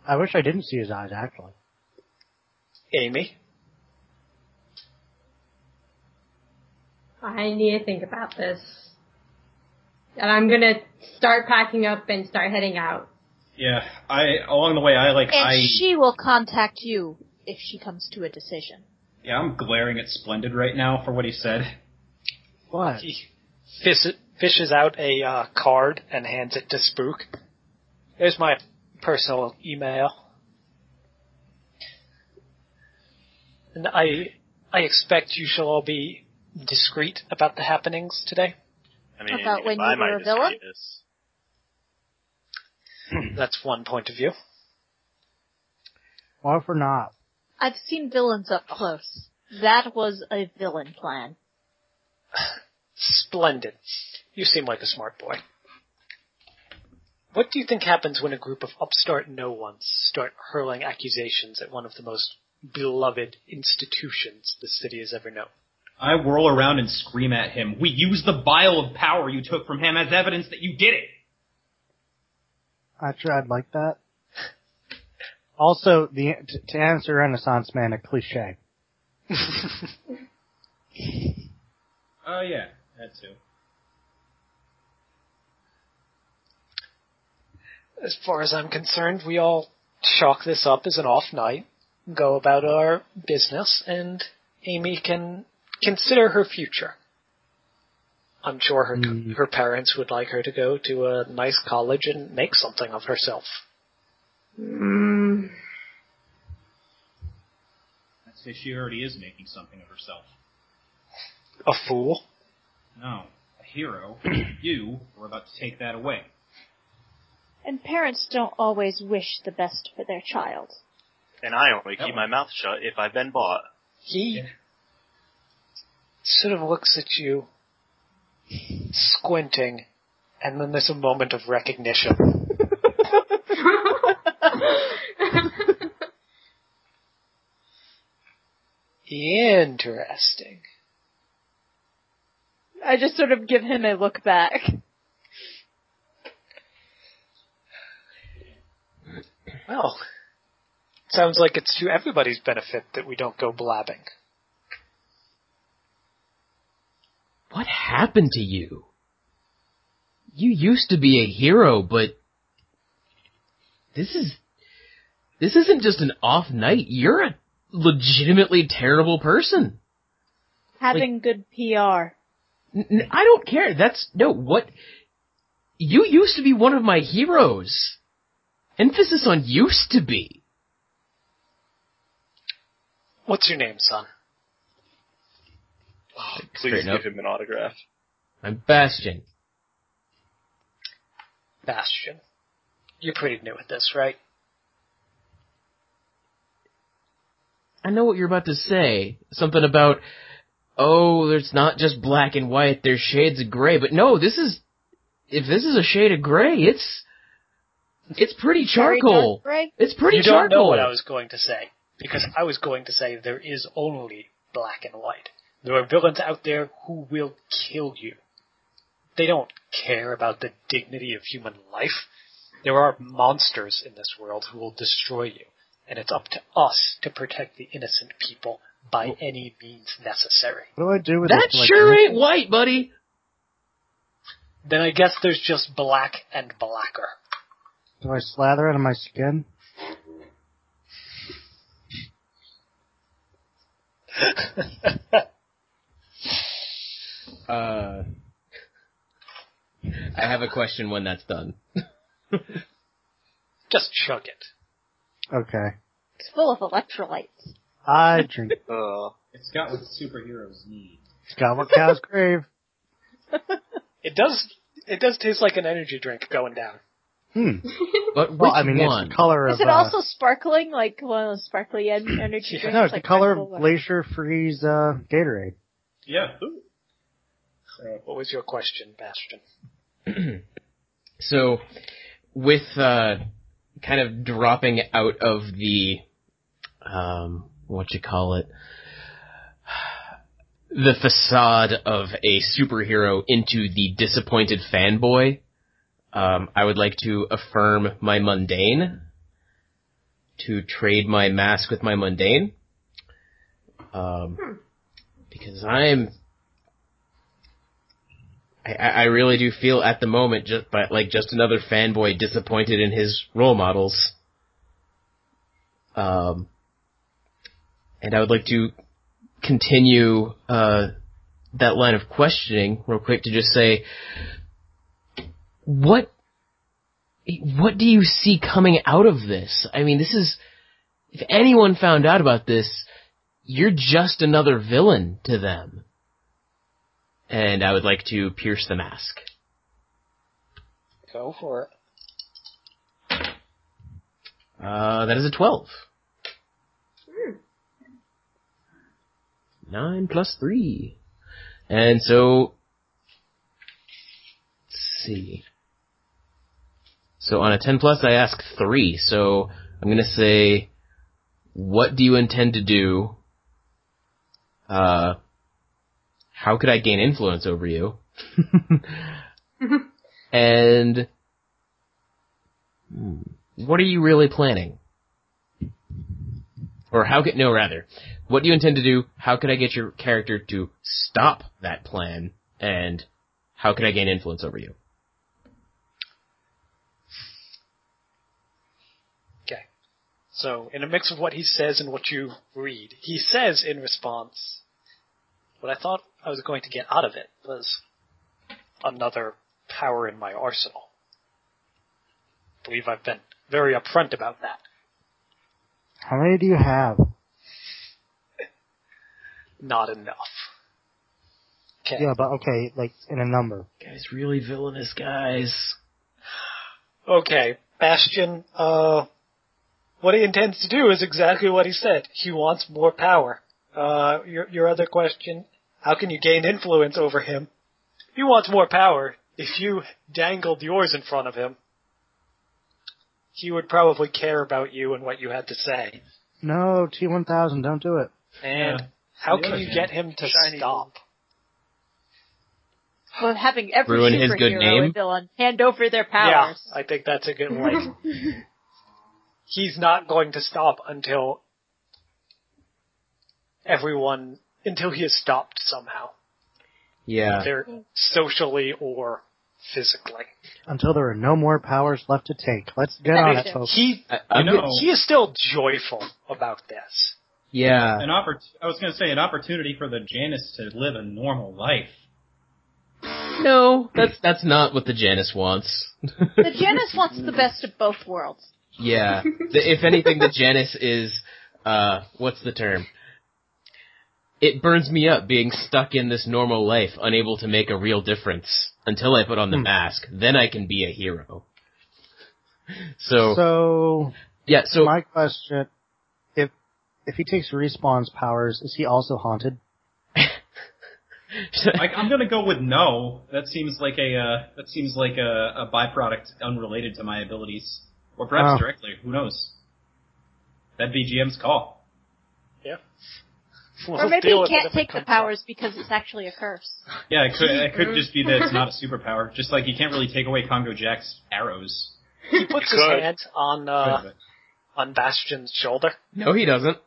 I wish I didn't see his eyes actually.
Amy,
I need to think about this. And I'm gonna start packing up and start heading out.
Yeah, I along the way I like
And
I
she will contact you if she comes to a decision.
yeah I'm glaring at Splendid right now for what he said.
What?
he fish, fishes out a uh, card and hands it to Spook. There's my personal email. And I, I expect you shall all be discreet about the happenings today.
I mean,
About
you
when
can buy
you
my
were a villain?
discreetness.
That's one point of view.
What if we're not?
I've seen villains up close. That was a villain plan.
Splendid. You seem like a smart boy. What do you think happens when a group of upstart no ones start hurling accusations at one of the most beloved institutions the city has ever known?
I whirl around and scream at him. We use the vial of power you took from him as evidence that you did it.
Actually, I'd like that. Also, the to, to answer Renaissance man a cliche.
Oh yeah, that too.
as far as I'm concerned, we all chalk this up as an off night, go about our business, and Amy can consider her future. I'm sure her her parents would like her to go to a nice college and make something of herself.
Mm,
I'd say she already is making something of herself.
A fool.
No, a hero. you were about to take that away.
And parents don't always wish the best for their child.
And I only
That
keep
one.
my mouth shut if I've been bought.
He
Yeah.
sort of looks at you, squinting, and then there's a moment of recognition. Interesting.
I just sort of give him a look back.
Well, sounds like it's to everybody's benefit that we don't go blabbing.
What happened to you? You used to be a hero, but this is this isn't just an off night. You're a legitimately terrible person.
Having good PR.
N- n- I don't care. That's no what you used to be one of my heroes. Emphasis on used to be.
What's your name, son?
Please
Straighten up.
give him an autograph.
I'm Bastion.
Bastion. You're pretty new at this, right?
I know what you're about to say. Something about, oh, there's not just black and white, there's shades of gray. But no, this is, if this is a shade of gray, it's, it's pretty
Very dark
charcoal.
gray.
It's pretty
you
charcoal.
don't know what I was going to say because I was going to say there is only black and white. There are villains out there who will kill you. They don't care about the dignity of human life. There are monsters in this world who will destroy you, and it's up to us to protect the innocent people by any means necessary.
What do I do with
that
this? Like,
sure ain't white, buddy.
Then I guess there's just black and blacker.
Do I slather it on my skin?
Uh, I have a question when that's done.
Just chug it.
Okay.
It's full of electrolytes.
I drink. it.
Uh,
It's got what superheroes need.
It's got what cows crave.
It does. It does taste like an energy drink going down.
Hmm.
But which
Well, I mean,
one?
it's the color of.
Is it
uh,
also sparkling, like one of those sparkly en- energy
Yeah.
drinks?
No, it's
like uh,
the color
Coca-Cola?
of Glacier Freeze uh, Gatorade.
Yeah.
What was your question, Bastion?
So, with uh, kind of dropping out of the, um, what you call it, the facade of a superhero into the disappointed fanboy, um, I would like to affirm my mundane, to trade my mask with my mundane, um, because I'm I, I I really do feel at the moment just but like just another fanboy disappointed in his role models. Um, and I would like to continue uh, that line of questioning real quick to just say, what what do you see coming out of this? I mean, this is if anyone found out about this, you're just another villain to them and I would like to pierce the mask.
Go for it.
Uh, that is a 12.
Hmm.
9 plus 3. And so, let's see. So on a 10 plus, I ask 3, so I'm gonna say, what do you intend to do? Uh, how could I gain influence over you? and, hmm, what are you really planning? Or how could, no rather, what do you intend to do? How could I get your character to stop that plan? And how could I gain influence over you?
So, in a mix of what he says and what you read, he says in response, what I thought I was going to get out of it was another power in my arsenal. I believe I've been very upfront about that.
How many do you have?
Not enough. Okay.
Yeah, but okay, like in a number.
Guys, really villainous guys.
Okay, Bastion, uh, what he intends to do is exactly what he said. He wants more power. Uh, your, your other question, how can you gain influence over him? He wants more power. If you dangled yours in front of him, he would probably care about you and what you had to say.
No, T1000, don't do it.
And
Yeah.
how
The
can
other
you
hand.
get him to
Shiny
stop?
Well, having every
Ruin
superhero
his good name?
and villain hand over their powers.
Yeah, I think that's a good way. He's not going to stop until everyone, until he is stopped somehow,
Yeah.
either socially or physically.
Until there are no more powers left to take. Let's get
That
on
is
it,
it.
folks.
He
I,
I
I'm
know.
gonna-
he is still joyful about this.
yeah.
An oppor- I was going to say an opportunity for the Janus to live a normal life.
No, that's that's not what the Janus wants.
The Janus wants the best of both worlds.
yeah. The, if anything, the Janus is uh, what's the term? It burns me up being stuck in this normal life, unable to make a real difference until I put on the
Hmm.
mask. Then I can be a hero. So,
so
yeah, so
my question, if if he takes respawn's powers, is he also haunted?
I, I'm going to go with no. That seems like a uh, that seems like a, a byproduct unrelated to my abilities, or perhaps
Oh.
directly. Who knows? That'd be GM's call.
or
We'll
maybe
deal
he
with it
can't
if it
take the
comes up.
powers because it's actually a curse.
Yeah, it could it could just be that it's not a superpower. Just like you can't really take away Congo Jack's arrows.
He puts his
Good.
hand on
Could,
uh,
but-
on Bastion's shoulder.
no, he doesn't.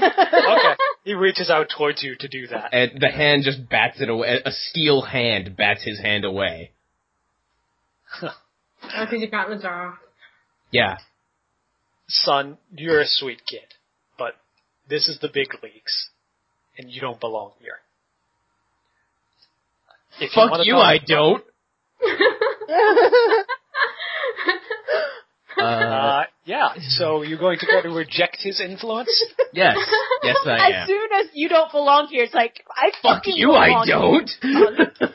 Okay, he reaches out towards you to do that.
And the hand just bats it away. A steel hand bats his hand away.
Oh, because you got Lazara.
Yeah.
Son, you're a sweet kid, but this is the big leagues, and you don't belong here. If
Fuck
wanna
you,
talk
I
about-
don't. Uh,
Uh, yeah. So you're going to go to reject his influence?
yes, yes, I
as
am.
soon as you don't belong here, it's like I
Fuck
fucking
you, I
belong here.
don't.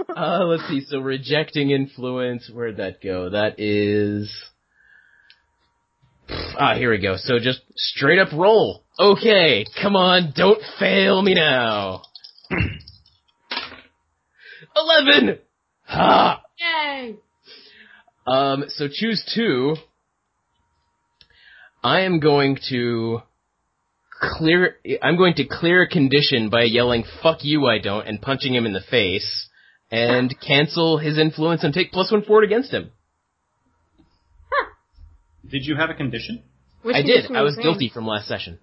Son.
uh, let's see. So rejecting influence. Where'd that go? That is. Pfft, Ah, here we go. So just straight up roll. Okay, come on, don't fail me now. Eleven. Ha.
Yay!
Um, so choose two. I am going to clear. I'm going to clear a condition by yelling "fuck you, I don't" and punching him in the face, and cancel his influence and take plus one forward against him.
Did you have a condition?
Which
I did.
condition
I was
in?
guilty from last session.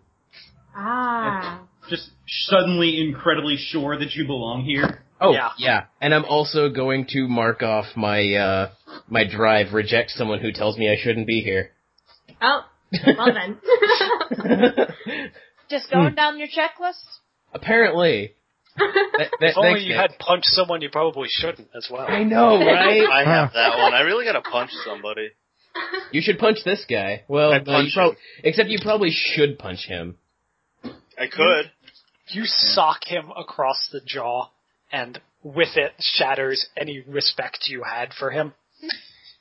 Ah.
Just suddenly incredibly sure that you belong here.
Oh
Yeah.
yeah. and I'm also going to mark off my uh, my drive. Reject someone who tells me I shouldn't be here.
Oh, well then.
Just
Hmm.
going down your checklist.
Apparently, Th- th-
If only
thanks,
you
Nick.
had punched someone you probably shouldn't as well.
I
Oh,
know, right?
I have that one. I really gotta punch somebody.
You should punch this guy.
Oh,
Well,
I'd
no,
punch
you prob- except you probably should punch him.
I could.
You sock him across the jaw, and with it shatters any respect you had for him.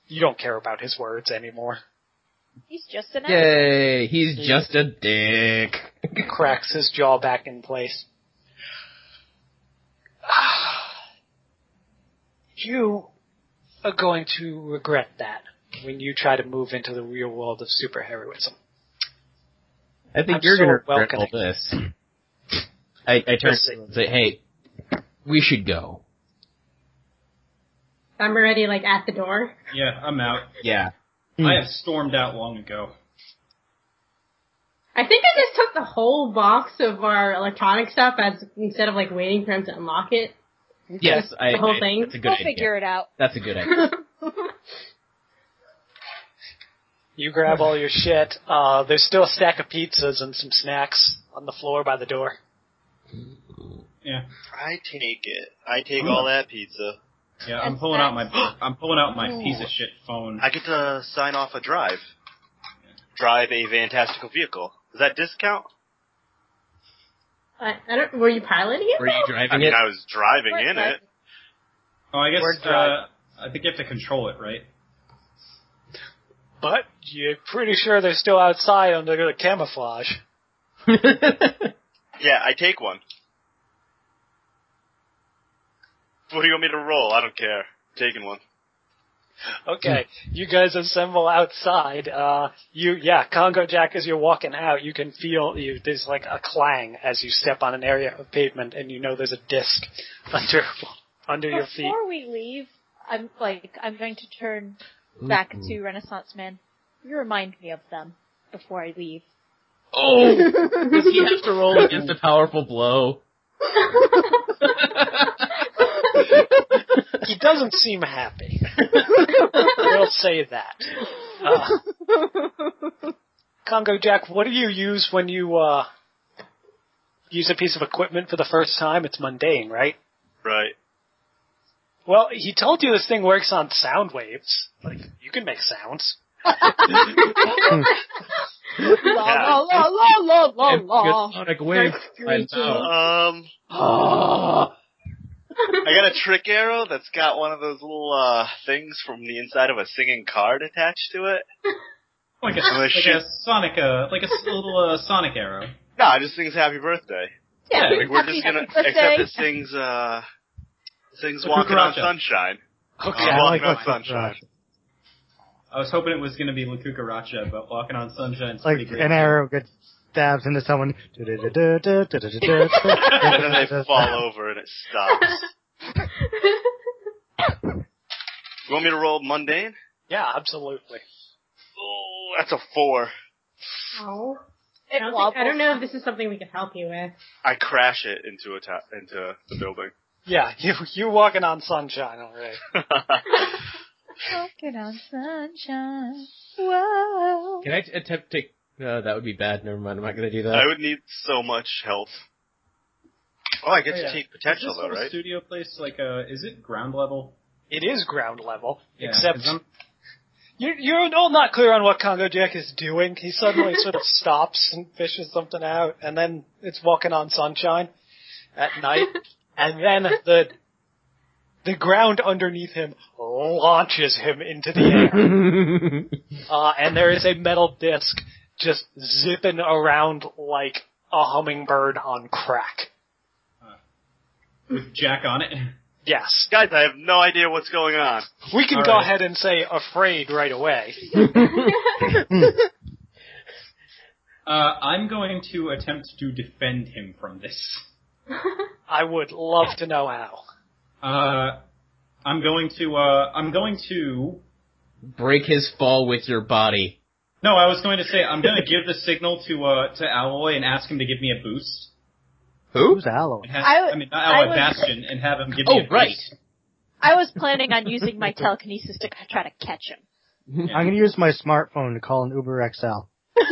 You don't care about his words anymore.
He's just an ass.
Yay! He's just a dick.
Cracks his jaw back in place. You are going to regret that when you try to move into the real world of superheroism.
I think
I'm
you're
so
gonna regret all
welcoming.
this. I, I turn
Let's
to
see.
him and say, "Hey, we should go."
I'm already like at the door.
Yeah, I'm out.
Yeah.
Hmm.
I have stormed out long ago.
I think I just took the whole box of our electronic stuff as instead of like waiting for him to unlock it.
Yes, I.
The whole
I-
thing?
That's a good
We'll
idea.
figure it out.
That's a good idea.
You grab all your shit. Uh, there's still a stack of pizzas and some snacks on the floor by the door.
I take it. I take all that pizza.
Yeah, I'm
That's
pulling out my
nice.
I'm pulling out my
Ooh.
piece of shit phone.
I get to sign off a drive. Drive a fantastical vehicle. Is that discount?
I, I don't. Were you piloting it?
Were you
though?
I
driving
mean,
it?
I was driving
Or
in it.
driving.
Oh, I guess
Word
uh,
drive.
I think you have to control it, right?
But you're pretty sure they're still outside under the camouflage.
Yeah, I take one. What do you want me to roll? I don't care. Taking one.
Okay, you guys assemble outside. Uh, you, yeah, Congo Jack, as you're walking out, you can feel you, there's like a clang as you step on an area of pavement, and you know there's a disc under under your feet.
Before we leave, I'm like I'm going to turn
Mm-hmm.
back to Renaissance Man. You remind me of them before I leave.
oh, does he have to roll against a powerful blow?
He doesn't seem happy. we'll say that. Uh, Congo Jack, what do you use when you uh, use a piece of equipment for the first time? It's mundane, right?
Right.
Well, he told you this thing works on sound waves. Like you can make sounds.
la la la la la
And
la.
good sonic wave. I know.
Um,
Ah.
I got a trick arrow that's got one of those little uh things from the inside of a singing card attached to it.
Like a,
I'm gonna
like a
shoot-
Sonic, uh, like a s- little uh, Sonic arrow.
No, it just sings "Happy Birthday."
Yeah,
Like we're
happy,
just gonna
happy birthday.
except it sings uh sings
The
"Walking on
Cucaracha.
Sunshine."
Okay.
Uh, walking
I
on
like
sunshine.
I was hoping it was going to be La Cucaracha, but Walking on Sunshine's
Like
pretty great.
an arrow gets stabbed into someone. and
and then they fall over and it stops. You want me to roll mundane?
Yeah, absolutely.
Oh, that's a four.
Oh. I
It
don't, think,
wobbles.
I don't know if this is something we can help you with.
I crash it into a ta- into the building.
Yeah, you you walking on sunshine already.
Walking on sunshine. Whoa.
Can I t- attempt to? No, that would be bad. Never mind. I'm not gonna do that.
I would need so much help. Oh, I get
Oh, yeah.
to take
Is
potential
this
though,
little
right?
studio place like uh, is it ground level?
It is ground level,
Yeah,
except
'cause I'm-
you're you're all not clear on what Congo Jack is doing. He suddenly sort of stops and fishes something out, and then it's walking on sunshine at night, and then the the ground underneath him launches him into the air. Uh, and there is a metal disc just zipping around like a hummingbird on crack.
with Jack on it.
Yes.
Guys, I have no idea what's going on.
We can
All
go
right.
ahead and say afraid right away.
Uh, I'm going to attempt to defend him from this.
I would love to know how.
Uh, I'm going to uh, I'm going to
Break his fall with your body.
No, I was going to say I'm going to give the signal to uh, to Alloy and ask him to give me a boost.
Who?
Who's Alloy?
And have,
I would-
mean, not Alloy
I would-
Bastion, and have him give
Oh,
me a
right.
boost.
I was planning on using my telekinesis to try to catch him.
I'm gonna use my smartphone to call an Uber XL.
Well,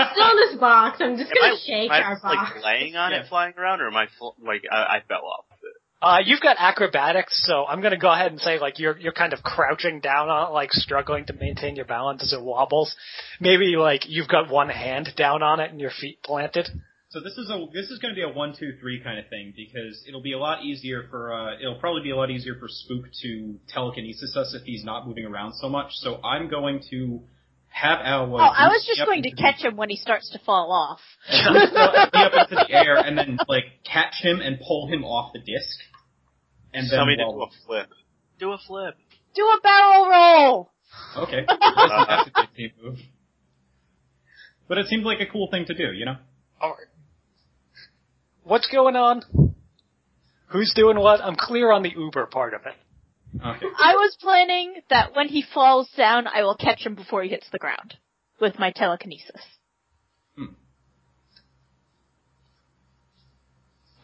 it's still in this box. I'm just
Am
gonna
I,
shake
am I
our box.
like laying on
Yeah.
it, flying around, or am I fl- like I, I fell off? of it?
Uh, you've got acrobatics, so I'm gonna go ahead and say like you're you're kind of crouching down on it, like struggling to maintain your balance as it wobbles. Maybe like you've got one hand down on it and your feet planted.
So this is a this is going to be a one two three kind of thing because it'll be a lot easier for uh, it'll probably be a lot easier for Spook to telekinesis us if he's not moving around so much. So I'm going to have Alloy.
Oh, I
boost
was
me
just
up
going to
into the-
catch him when he starts to fall off.
me up into the air and then like catch him and pull him off the disc. And then
Tell me to do
wobble.
a flip. Do a flip.
Do a barrel roll.
Okay. That's a good team move. But it seemed like a cool thing to do, you know?
All right. What's going on? Who's doing what? I'm clear on the Uber part of it.
Okay.
I was planning that when he falls down, I will catch him before he hits the ground with my telekinesis.
Hmm.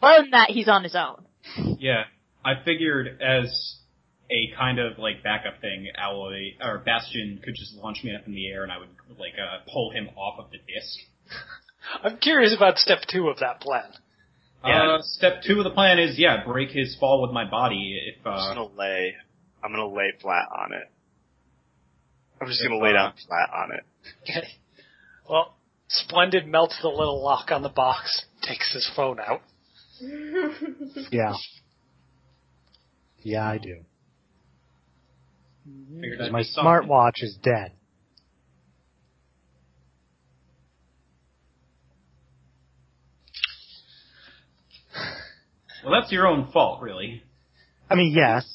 Other than that, he's on his own.
Yeah. I figured as a kind of like backup thing, Alloy or Bastion could just launch me up in the air, and I would like uh, pull him off of the disc.
I'm curious about step two of that plan.
Uh, step two of the plan is yeah, break his fall with my body. If
I'm just
uh,
gonna lay. I'm gonna lay flat on it. I'm just
If,
gonna lay
uh,
down flat on it.
Okay. Well, Splendid melts the little lock on the box, takes his phone out.
Yeah. Yeah, I do.
figured
Because
that'd
my
be something.
smartwatch is dead.
Well, that's your own fault, really.
I mean, yes.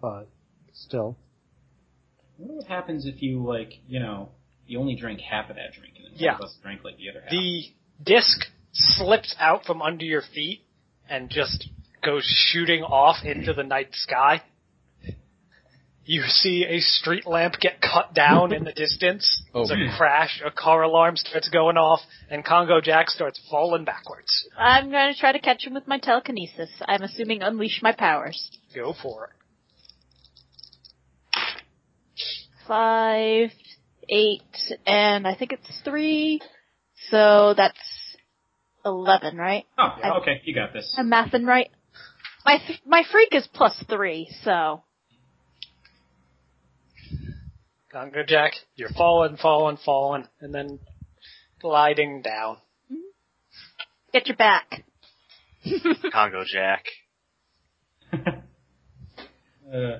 but still.
I wonder what happens if you like, you know, you only drink half of that drink, and then
Yeah.
one of us drank like the other half.
The disc slips out from under your feet and just goes shooting off into the night sky. You see a street lamp get cut down in the distance.
Oh.
There's a crash, a car alarm starts going off, and Congo Jack starts falling backwards.
I'm going to try to catch him with my telekinesis. I'm assuming unleash my powers.
Go for it.
Five, eight, and I think it's three. So that's eleven, right?
oh, yeah, okay, you got this.
I'm mathing right. My th- my freak is plus three, so
Congo Jack, you're falling, falling, falling, and then gliding down.
get your back.
Congo Jack.
Uh,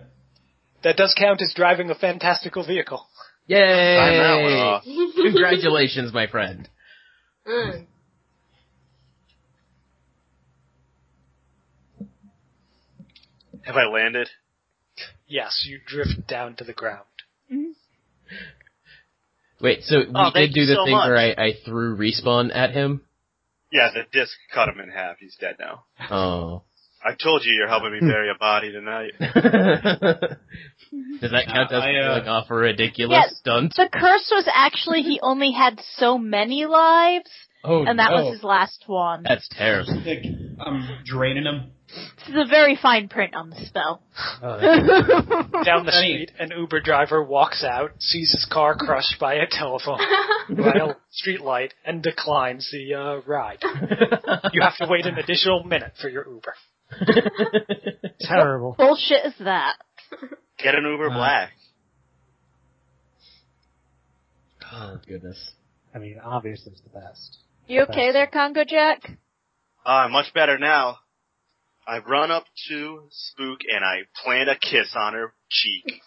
That does count as driving a fantastical vehicle.
Yay!
Time that one off.
Congratulations, my friend.
Mm.
Have I landed?
Yes, you drift down to the ground.
Wait, so we
Oh,
did
thank
do
you
the
so
thing where I,
much.
I threw respawn at him?
Yeah, the disc cut him in half. He's dead now.
Oh.
I told you you're helping me
Hmm.
bury a body tonight.
Does that count as
I, uh,
going off a ridiculous
Yes.
stunt?
The curse was actually he only had so many lives,
Oh
and that
no.
was his last one.
That's terrible.
like, I'm draining him.
This is a very fine print on the spell.
Down Uh, the
I mean-
street, an Uber driver walks out, sees his car crushed by a telephone, by a streetlight, and declines the uh, ride. You have to wait an additional minute for your Uber.
Terrible.
Bullshit is that?
Get an Uber
Uh,
Black.
oh goodness.
I mean, obviously it's the best.
You okay there, Congo Jack?
Ah, much better now. I run up to Spook and I plant a kiss on her cheek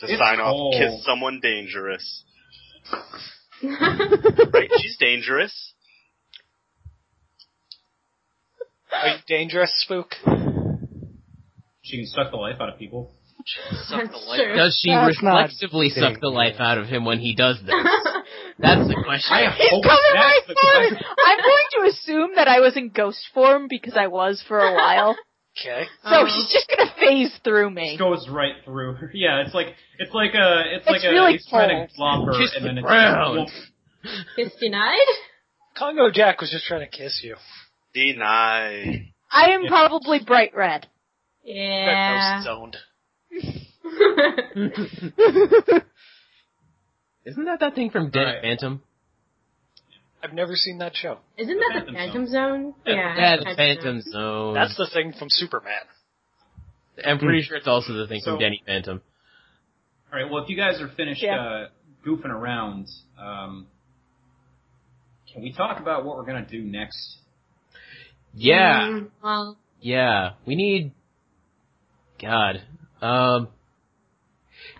to
It's
sign
cold.
off. Kiss someone dangerous. Right? She's dangerous.
Are you dangerous, Spook?
She can suck the life out of people.
Suck the life
Sure.
Does she
That's not
reflexively
big,
suck the life
yeah.
out of him when he does this? That's the
I
question.
He's
hope
coming right
that's the
for
question.
me! I'm going to assume that I was in ghost form because I was for a while.
Okay.
So
Um,
Uh-huh.
he's just gonna phase through me.
Just goes right through her. Yeah, it's like it's like a it's, like
It's
a
really
he's trying to
cold.
glomp her
Kiss
and
the
then it's
ground.
well,
Fifty-nine.
Congo Jack was just trying to kiss you.
Deny.
I am
Yeah.
probably bright red.
Yeah.
That was zoned.
Isn't that that thing from Dead
Alright.
Phantom?
I've never seen that show.
Isn't
The
that the
Phantom
Phantom Zone? Yeah.
yeah the Phantom Zone.
That's the thing from Superman.
I'm pretty sure it's also the thing
So-
from Danny Phantom.
all right. Well, if you guys are finished
Yeah.
uh, goofing around, um, can we talk about what we're gonna do next?
Yeah.
Mm, well,
Yeah, we need. God, um,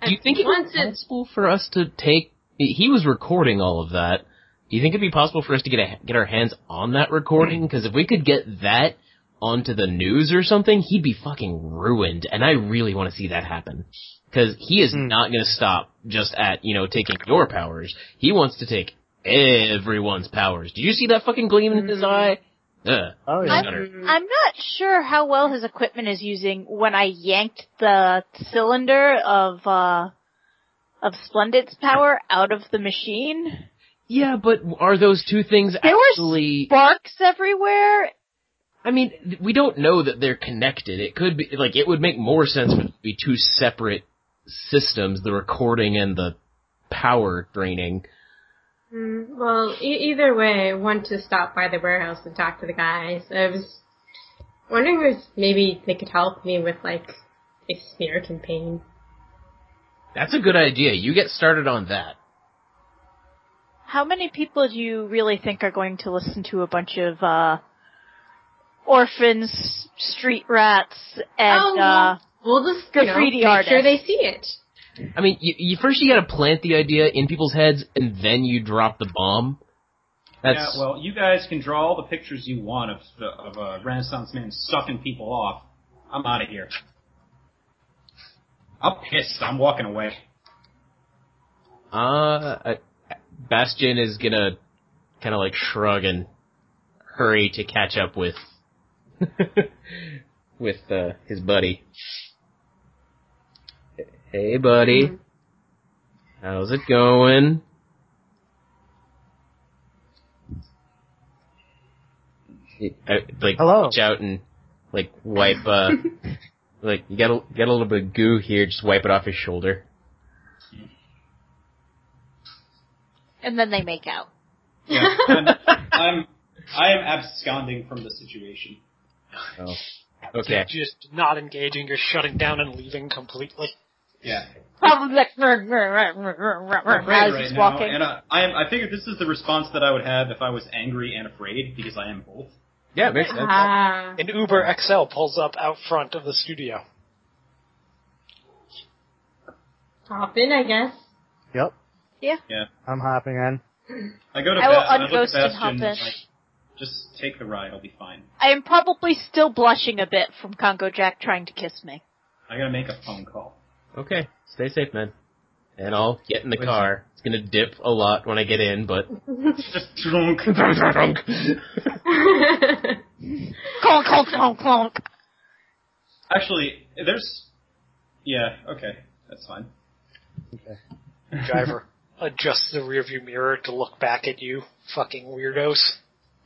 do you
I-
think it would
once
be
it's
possible for us to take? He was recording all of that. Do you think it'd be possible for us to get a, get our hands on that recording? Because if we could get that onto the news or something, he'd be fucking ruined. And I really want to see that happen. Because he is
Hmm.
not going to stop just at you know taking your powers. He wants to take everyone's powers. Did you see that fucking gleam in
Mm-hmm.
his eye? Ugh.
Oh yeah.
I'm-
Better.
Mm.
I'm not sure how well his equipment is using when I yanked the cylinder of, uh, of Splendid's power out of the machine.
Yeah, but are those two things
There were
actually?
Barks everywhere,
I mean, th- we don't know that they're connected. It could be like it would make more sense for it to be two separate systems, the recording and the power draining.
Mm, well, e- either way, I want to stop by the warehouse and talk to the guys. I was wondering if maybe they could help me with like a smear campaign.
That's a good idea. You get started on that.
How many people do you really think are going to listen to a bunch of uh orphans, street rats, and
oh,
uh
we'll, we'll just you know,
graffiti
make sure
artists.
they see it.
I mean, you, you first you got to plant the idea in people's heads, and then you drop the bomb. That's
yeah, well, you guys can draw all the pictures you want of the, of a Renaissance man sucking people off. I'm out of here. I'm pissed. I'm walking away.
uh, I- Bastion is gonna kind of like shrug and hurry to catch up with with uh, his buddy. Hey, buddy, how's it going? I, like
Hello.
reach out and like wipe uh like you got a got a little bit of goo here, just wipe it off his shoulder.
and then they make out.
Yeah, I'm, I'm I am absconding from the situation.
Okay.
Just not engaging. You're shutting down and leaving completely.
Yeah,
Probably like as
right
he's
now,
walking.
and uh, I am. I figured this is the response that I would have if I was angry and afraid because I am both.
Yeah, makes sense.
Ah,
An Uber XL pulls up out front of the studio.
hop in, I guess.
Yep.
Yeah.
Yeah.
I'm hopping in.
I go to
I will
Ba- I look
unghost
at
and
Bastion
hop in.
like, just take the ride. I'll be fine.
I am probably still blushing a bit from Congo Jack trying to kiss me.
I gotta make a phone call.
Okay, stay safe, man. And I'll get in the
Wait a
car. It's gonna dip a lot when I get in, but
Just drunk.
Clonk, clonk, clonk, clonk.
Actually, there's. Yeah. Okay. That's fine.
Driver adjusts the rearview mirror to look back at you. Fucking weirdos.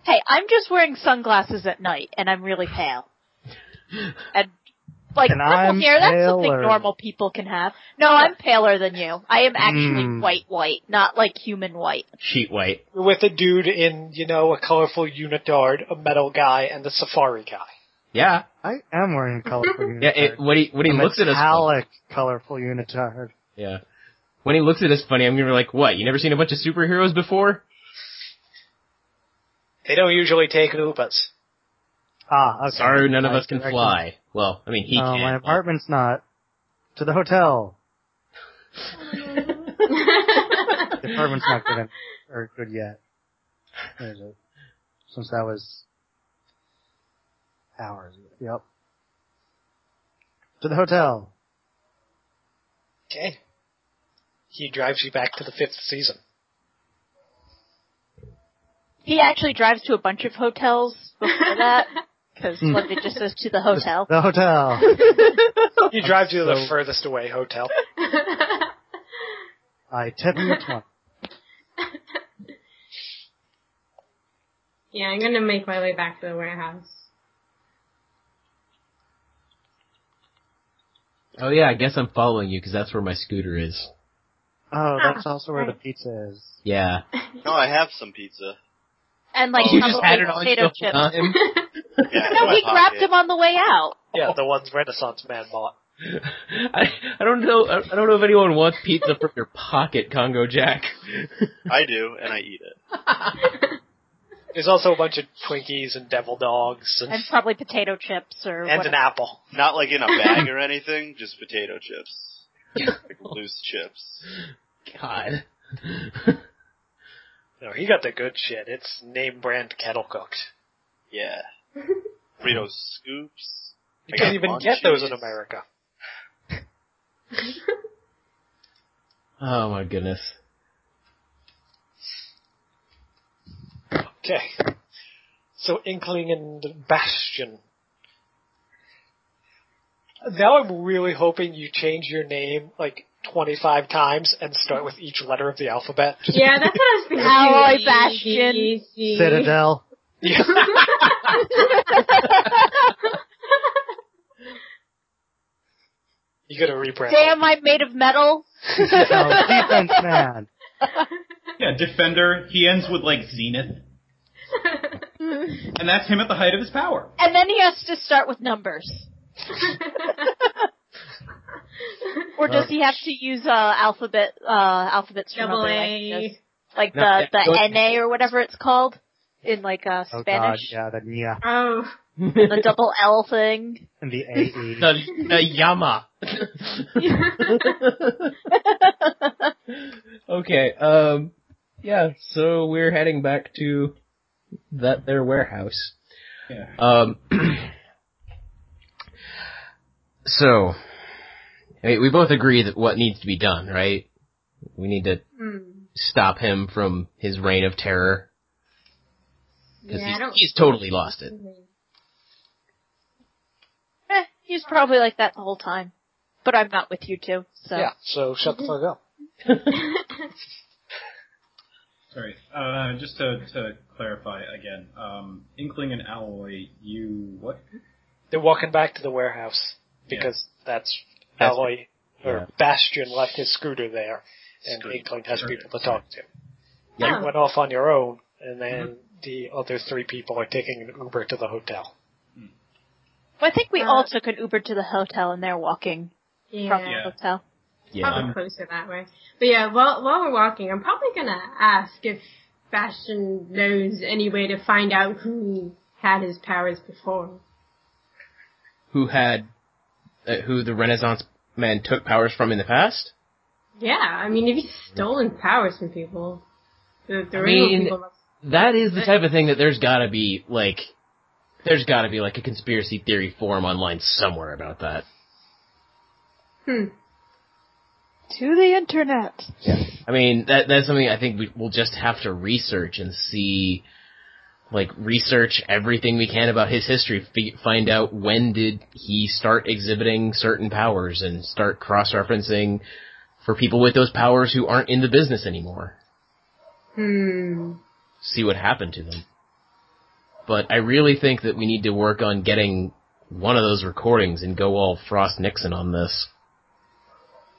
Hey, I'm just wearing sunglasses at night, and I'm really pale. And like
And
purple
I'm
hair, that's something
paler.
normal people can have. No, I'm paler than you. I am actually
Mm.
white, white, not like human white.
sheet white.
You're with a dude in, you know, a colorful unitard, a metal guy, and the safari guy.
Yeah,
I am wearing a colorful unitard.
yeah. It, when he when he
A
looks at us,
metallic colorful unitard.
yeah. When he looks at us funny, I'm gonna be like, "What? You never seen a bunch of superheroes before?"
They don't usually take Ubers.
Ah, okay.
Sorry, none of
My
us can
directions-
fly. Well, I mean, he
No,
can.
my
but-
apartment's not. To the hotel. The apartment's not good, en- or good yet. Where is it? Since that was hours. ago. Yep. To the hotel.
Okay. He drives you back to the fifth season.
He actually drives to a bunch of hotels before that because it just says to the hotel.
The hotel.
He drives you to the
so-
furthest away hotel.
I tip him a twenty.
yeah, I'm gonna make my way back to the warehouse.
oh yeah, I guess I'm following you because that's where my scooter is.
Oh, that's also where the pizza is.
Yeah.
No, I have some pizza.
And like
you just added
probably
on
potato
yourself
chips.
time.
Yeah, it's in
No,
my
he grabbed
pocket.
him on the way out.
Yeah, the ones Renaissance man bought.
I, I don't know. I, I don't know if anyone wants pizza from your pocket, Congo Jack.
I do, and I eat it.
There's also a bunch of Twinkies and devil dogs and,
And probably potato chips or
and an
whatever.
apple.
Not like in a bag or anything, just potato chips. Like loose chips.
God.
No, he got the good shit. It's name brand kettle cooked.
Yeah. Frito scoops.
You
I
can't
got
even
lunch
get those in
cheese.
America.
Oh my goodness.
Okay. So Inkling and Bastion. Now I'm really hoping you change your name like 25 times and start with each letter of the alphabet.
Yeah, that's what I was thinking.
Alloy
E,
Bastion.
B, C.
Citadel.
You got a rebrand.
Damn, I'm made of metal.
Oh, defense man.
Yeah, defender. He ends with like zenith, and that's him at the height of his power.
And then he has to start with numbers. Or does he have to use uh, alphabet uh, alphabets from
Double
other
A.
languages? Like
No,
the,
yeah,
the
don't-
NA or whatever it's called in like uh,
Oh
Spanish.
god, yeah, the yeah,
oh,
The double L thing.
and the E. AE.
The, the Yama. okay, um, yeah, so we're heading back to that their warehouse.
Yeah.
Um, so, hey, we both agree that what needs to be done, right? We need to
hmm.
stop him from his reign of terror, because
yeah, I don't.
he's, he's totally lost it.
Eh, he's probably like that the whole time. But I'm not with you two, so
Yeah, so shut the fuck up.
Sorry. Uh, just to, to clarify again, um, Inkling and Alloy, you what?
They're walking back to the warehouse because that's Alloy or Bastion left his scooter there, and
Scooter.
Inkling has
Okay.
people to talk to.
Yeah.
You went off on your own, and then the other three people are taking an Uber to the hotel.
well, I think we
Uh,
all took an Uber to the hotel and they're walking from
Yeah.
the
Yeah.
hotel.
Yeah.
Probably closer that way. But yeah, while while we're walking, I'm probably gonna ask if Bastion knows any way to find out who had his powers before.
Who had, uh, who the Renaissance man took powers from in the past?
Yeah, I mean, if he's stolen powers from people, the, the
I
original
mean-
people must.
That is the type of thing that there's gotta be, like, there's gotta be, like, a conspiracy theory forum online somewhere about that.
Hmm.
To the internet.
I mean, that that's something I think we, we'll just have to research and see, like, research everything we can about his history, fi- find out when did he start exhibiting certain powers, and start cross-referencing for people with those powers who aren't in the business anymore.
Hmm.
see what happened to them. But I really think that we need to work on getting one of those recordings and go all Frost Nixon on this.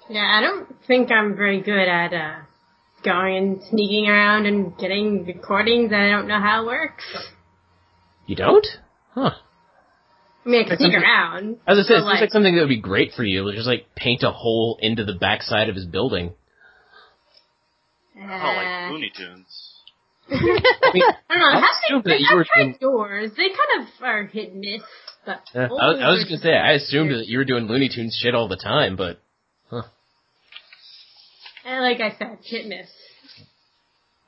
Yeah, I don't think I'm very good at uh, going and sneaking around and getting recordings. I don't know how it works.
You don't? Huh.
I mean, I can sneak around.
As I said, it
but,
seems like something that would be great for you. Just like paint a hole into the backside of his building.
uh,
Oh, like Looney Tunes.
I mean,
I don't know.
I'll
Have
assume
they, they
that you
have
were
tried
doing-
doors. They kind of are hit and miss, but
I, was- I was just gonna say, I assumed that you were doing Looney Tunes shit all the time, but
And Eh, like I said, hit and miss.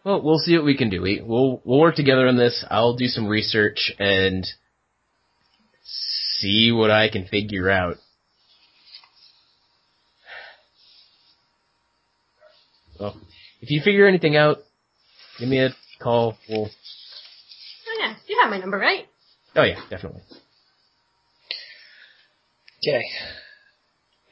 well, we'll see what we can do. We, we'll we'll work together on this. I'll do some research and see what I can figure out. Well, if you figure anything out, give me a call. We'll.
Oh yeah, you have my number, right?
Oh yeah, definitely.
Okay.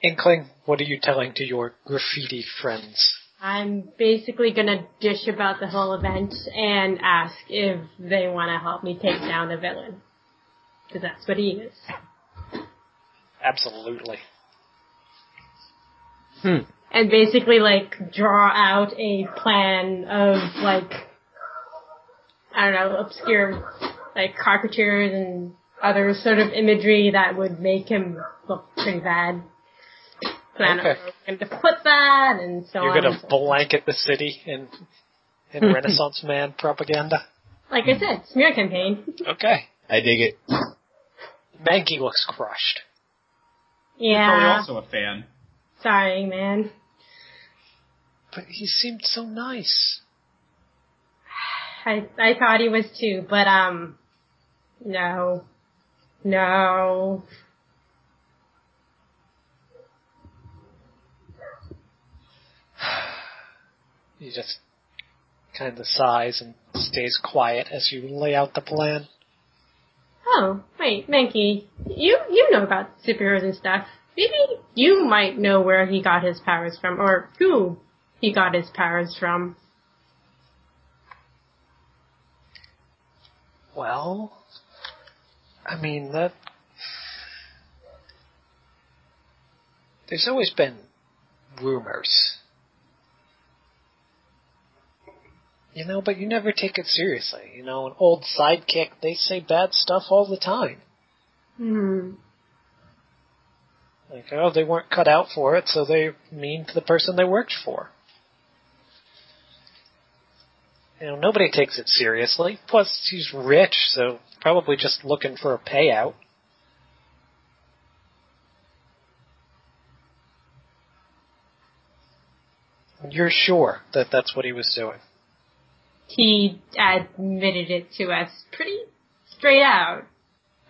Inkling, what are you telling to your graffiti friends?
I'm basically gonna dish about the whole event and ask if they want to help me take down the villain, because that's what he is.
Absolutely.
and basically like draw out a plan of like I don't know, obscure like caricatures and other sort of imagery that would make him look pretty bad. Plan
Okay.
and to put that and so
You're
on.
gonna
and so forth.
blanket the city in in Renaissance man propaganda.
like I said, smear campaign.
Okay.
I dig it.
Maggie looks crushed.
Probably
yeah.
also a fan.
Sorry, man.
But he seemed so nice.
I I thought he was too, but um no. No.
He just kind of sighs and stays quiet as you lay out the plan.
Oh, wait, Mankey, you you know about superheroes and stuff. Maybe you might know where he got his powers from, or who he got his powers from.
Well, I mean that. There's always been rumors, you know, but you never take it seriously. You know, an old sidekick they say bad stuff all the time.
Hmm.
Like, oh, they weren't cut out for it, so they mean to the person they worked for. You know, nobody takes it seriously. Plus, he's rich, so probably just looking for a payout. You're sure that that's what he was doing.
He admitted it to us pretty straight out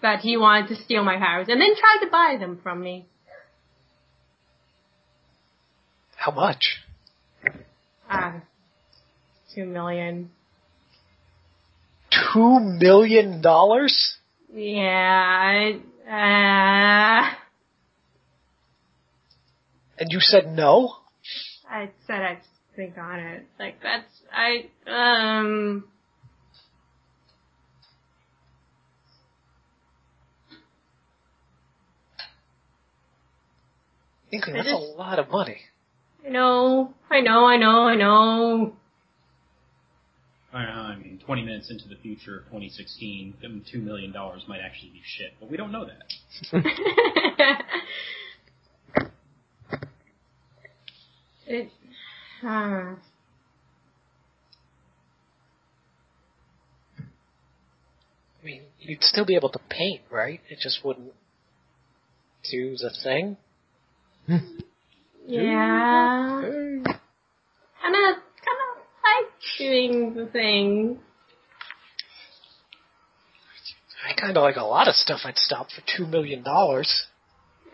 that he wanted to steal my powers and then tried to buy them from me.
How much?
Uh, two million.
Two million dollars?
Yeah. I- Uh,
And you said no?
I said I'd think on it. Like that's I um.
Inkling,
I
that's
just-
a lot of money.
I know, I know, I know, I know.
I don't know, I mean, 20 minutes into the future of 2016, them $2 million might actually be shit, but we don't know that.
it, uh,
I mean, you'd still be able to paint, right? It just wouldn't do the thing.
yeah. Kind of, kind of like doing the thing.
I kind of like a lot of stuff I'd stop for two million dollars.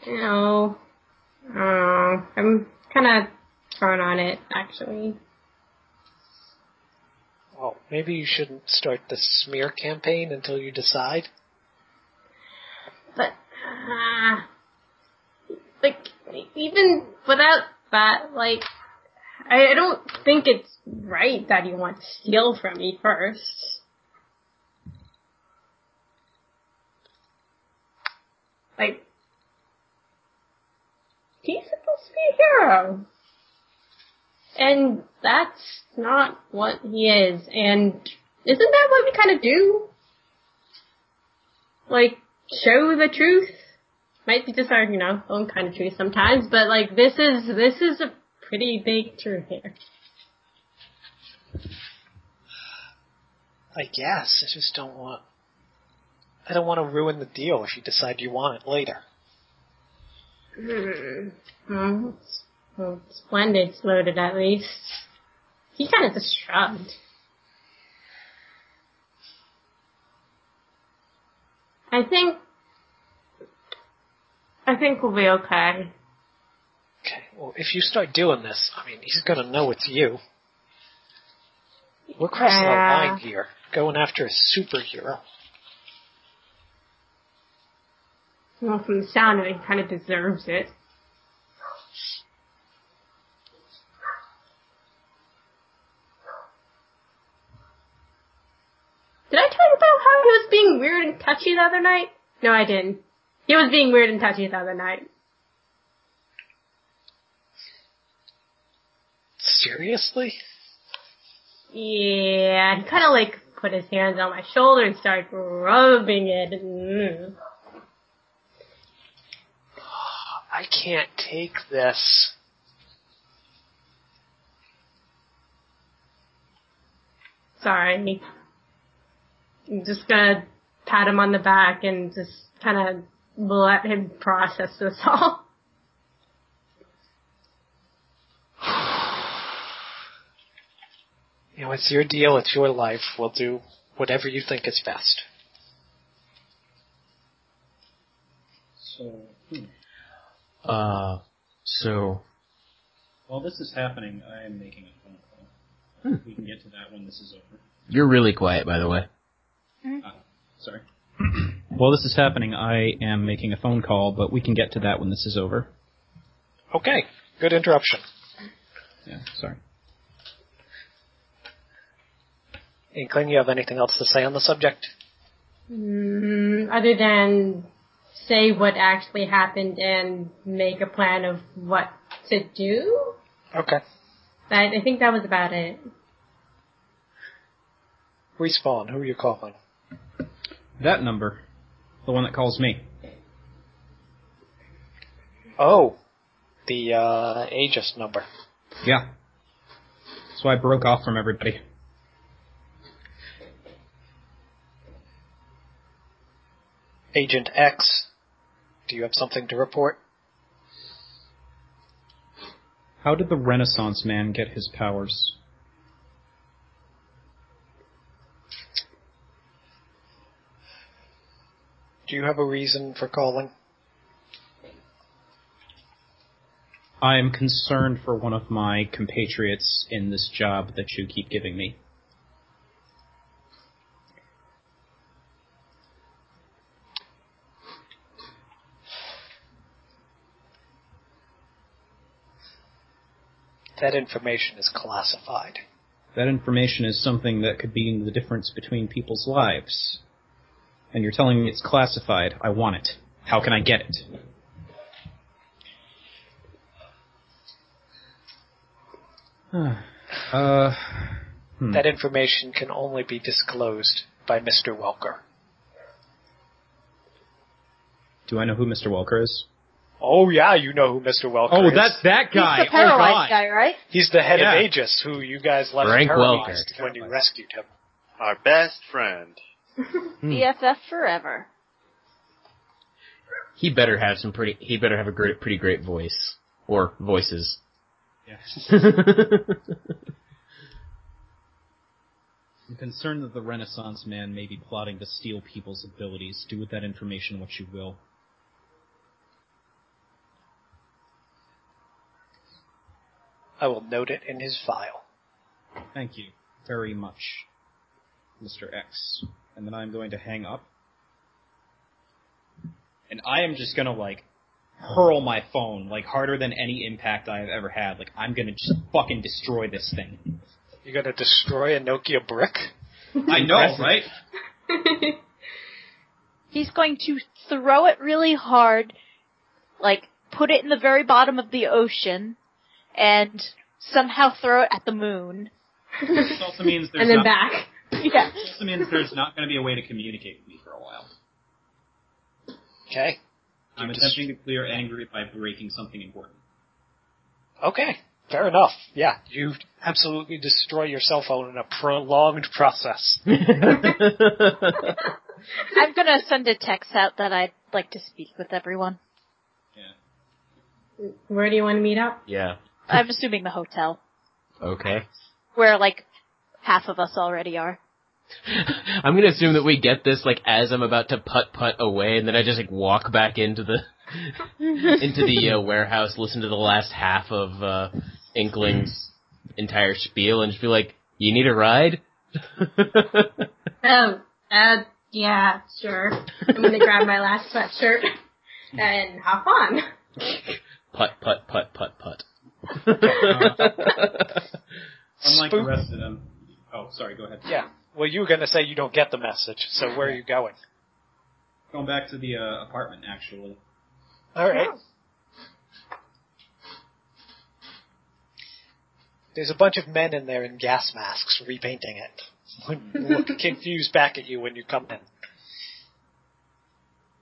You know. Uh, I'm kind of thrown on it actually.
Oh, maybe you shouldn't start the smear campaign until you decide.
But uh, like even without that, like I, I don't think it's right that you want to steal from me first. Like he's supposed to be a hero. And that's not what he is. And isn't that what we kind of do? Like, show the truth? Might be just our, you know, own kind of truth sometimes, but like, this is, this is a pretty big truth here.
I guess I just don't want. I don't want to ruin the deal if you decide you want it later.
Hmm. Well, it's- well, Splendid's Um, loaded at least. He kind of just shrugged. I think, I think we'll be okay.
Okay. Well, if you start doing this, I mean, he's gonna know it's you. We're crossing a
Yeah.
line here, going after a superhero.
Well, from the sound of it, he kind of deserves it. Did I tell you about how he was being weird and touchy the other night? No, I didn't. He was being weird and touchy the other night.
Seriously?
Yeah, he kind of like put his hands on my shoulder and started rubbing it. Mm.
I can't take this.
Sorry. I'm just gonna pat him on the back and just kind of let him process this all.
You know, it's your deal, it's your life. We'll do whatever you think is best.
So, hmm.
Uh, so
while this is happening, I am making a phone call. We can get to that when this is over.
you're really quiet, by the way.
Sorry. while this is happening, I am making a phone call, but we can get to that when this is over.
Okay, good interruption.
Yeah, sorry.
Inkling, you have anything else to say on the subject?
Mm, other than say what actually happened and make a plan of what to do.
Okay.
That I think that was about it.
Respawn, who are you calling?
That number, the one that calls me.
Oh, the uh, Aegis number.
Yeah. So I broke off from everybody.
Agent X, do you have something to report?
How did the Renaissance man get his powers?
Do you have a reason for calling?
I am concerned for one of my compatriots in this job that you keep giving me.
That information is classified.
That information is something that could be the difference between people's lives. And you're telling me it's classified. I want it. How can I get it? uh, Hmm.
That information can only be disclosed by Mr. Welker.
do I know who Mr. Welker is?
Oh yeah, you know who Mr. Welker
Oh,
is.
that's that guy.
He's the paralyzed
oh, God.
guy, right?
He's the head
Yeah.
of Aegis, who you guys left
Frank
paralyzed when you rescued him.
Our best friend.
Hmm.
BFF forever.
He better have some pretty. He better have a great, pretty great voice or voices.
Yes.
That's
I'm concerned that the Renaissance man may be plotting to steal people's abilities. Do with that information what you will.
I will note it in his file.
Thank you very much, Mr. X. And then I'm going to hang up. And I am just gonna like hurl my phone like harder than any impact I have ever had. Like I'm gonna just fucking destroy this thing.
You're gonna destroy a Nokia brick?
I know, right?
He's going to throw it really hard, like put it in the very bottom of the ocean, and somehow throw it at the moon.
This also means there's
and then
not,
back.
Yeah.
this also means there's not gonna be a way to communicate with me for a while.
Okay.
I'm
just-
attempting to clear angry by breaking something important.
Okay. Fair enough. Yeah. You absolutely destroy your cell phone in a prolonged process.
I'm gonna send a text out that I'd like to speak with everyone.
Where do you want to meet up?
yeah.
I'm assuming the hotel,
Okay.
where like half of us already are.
I'm gonna assume that we get this like as I'm about to putt putt away, and then I just like walk back into the into the uh, warehouse, listen to the last half of uh, Inkling's entire spiel, and just be like, "You need a ride."
Oh, uh, yeah, sure. I'm gonna grab my last sweatshirt and hop on.
putt putt putt putt putt.
Unlike
Spook-
the rest of them. Oh, sorry, go ahead.
Yeah. Well, you were gonna say you don't get the message, so where are you going?
Going back to the uh, apartment, actually.
All right. There's a bunch of men in there in gas masks repainting it. Look confused back at you when you come in.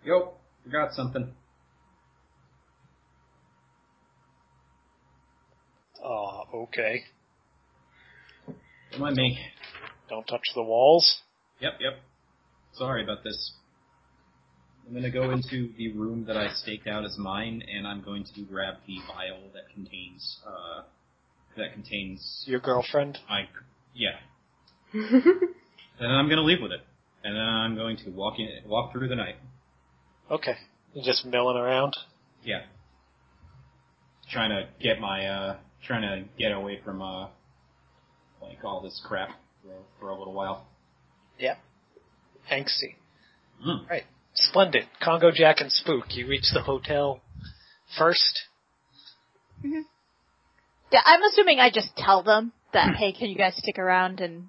Yo, forgot something.
Oh, okay.
Remind me.
Don't touch the walls.
Yep, yep. Sorry about this. I'm gonna go into the room that I staked out as mine, and I'm going to grab the vial that contains, uh, that contains
Your girlfriend.
my, yeah. and then I'm gonna leave with it. And then I'm going to walk in, walk through the night.
Okay. You're just milling around.
Yeah. Trying to get my, uh, trying to get away from, uh, like all this crap for, for a little while.
Yep. Angsty.
Mm.
Right. Splendid. Congo Jack and Spook. You reach the hotel first.
Yeah, I'm assuming I just tell them that hey, can you guys stick around? And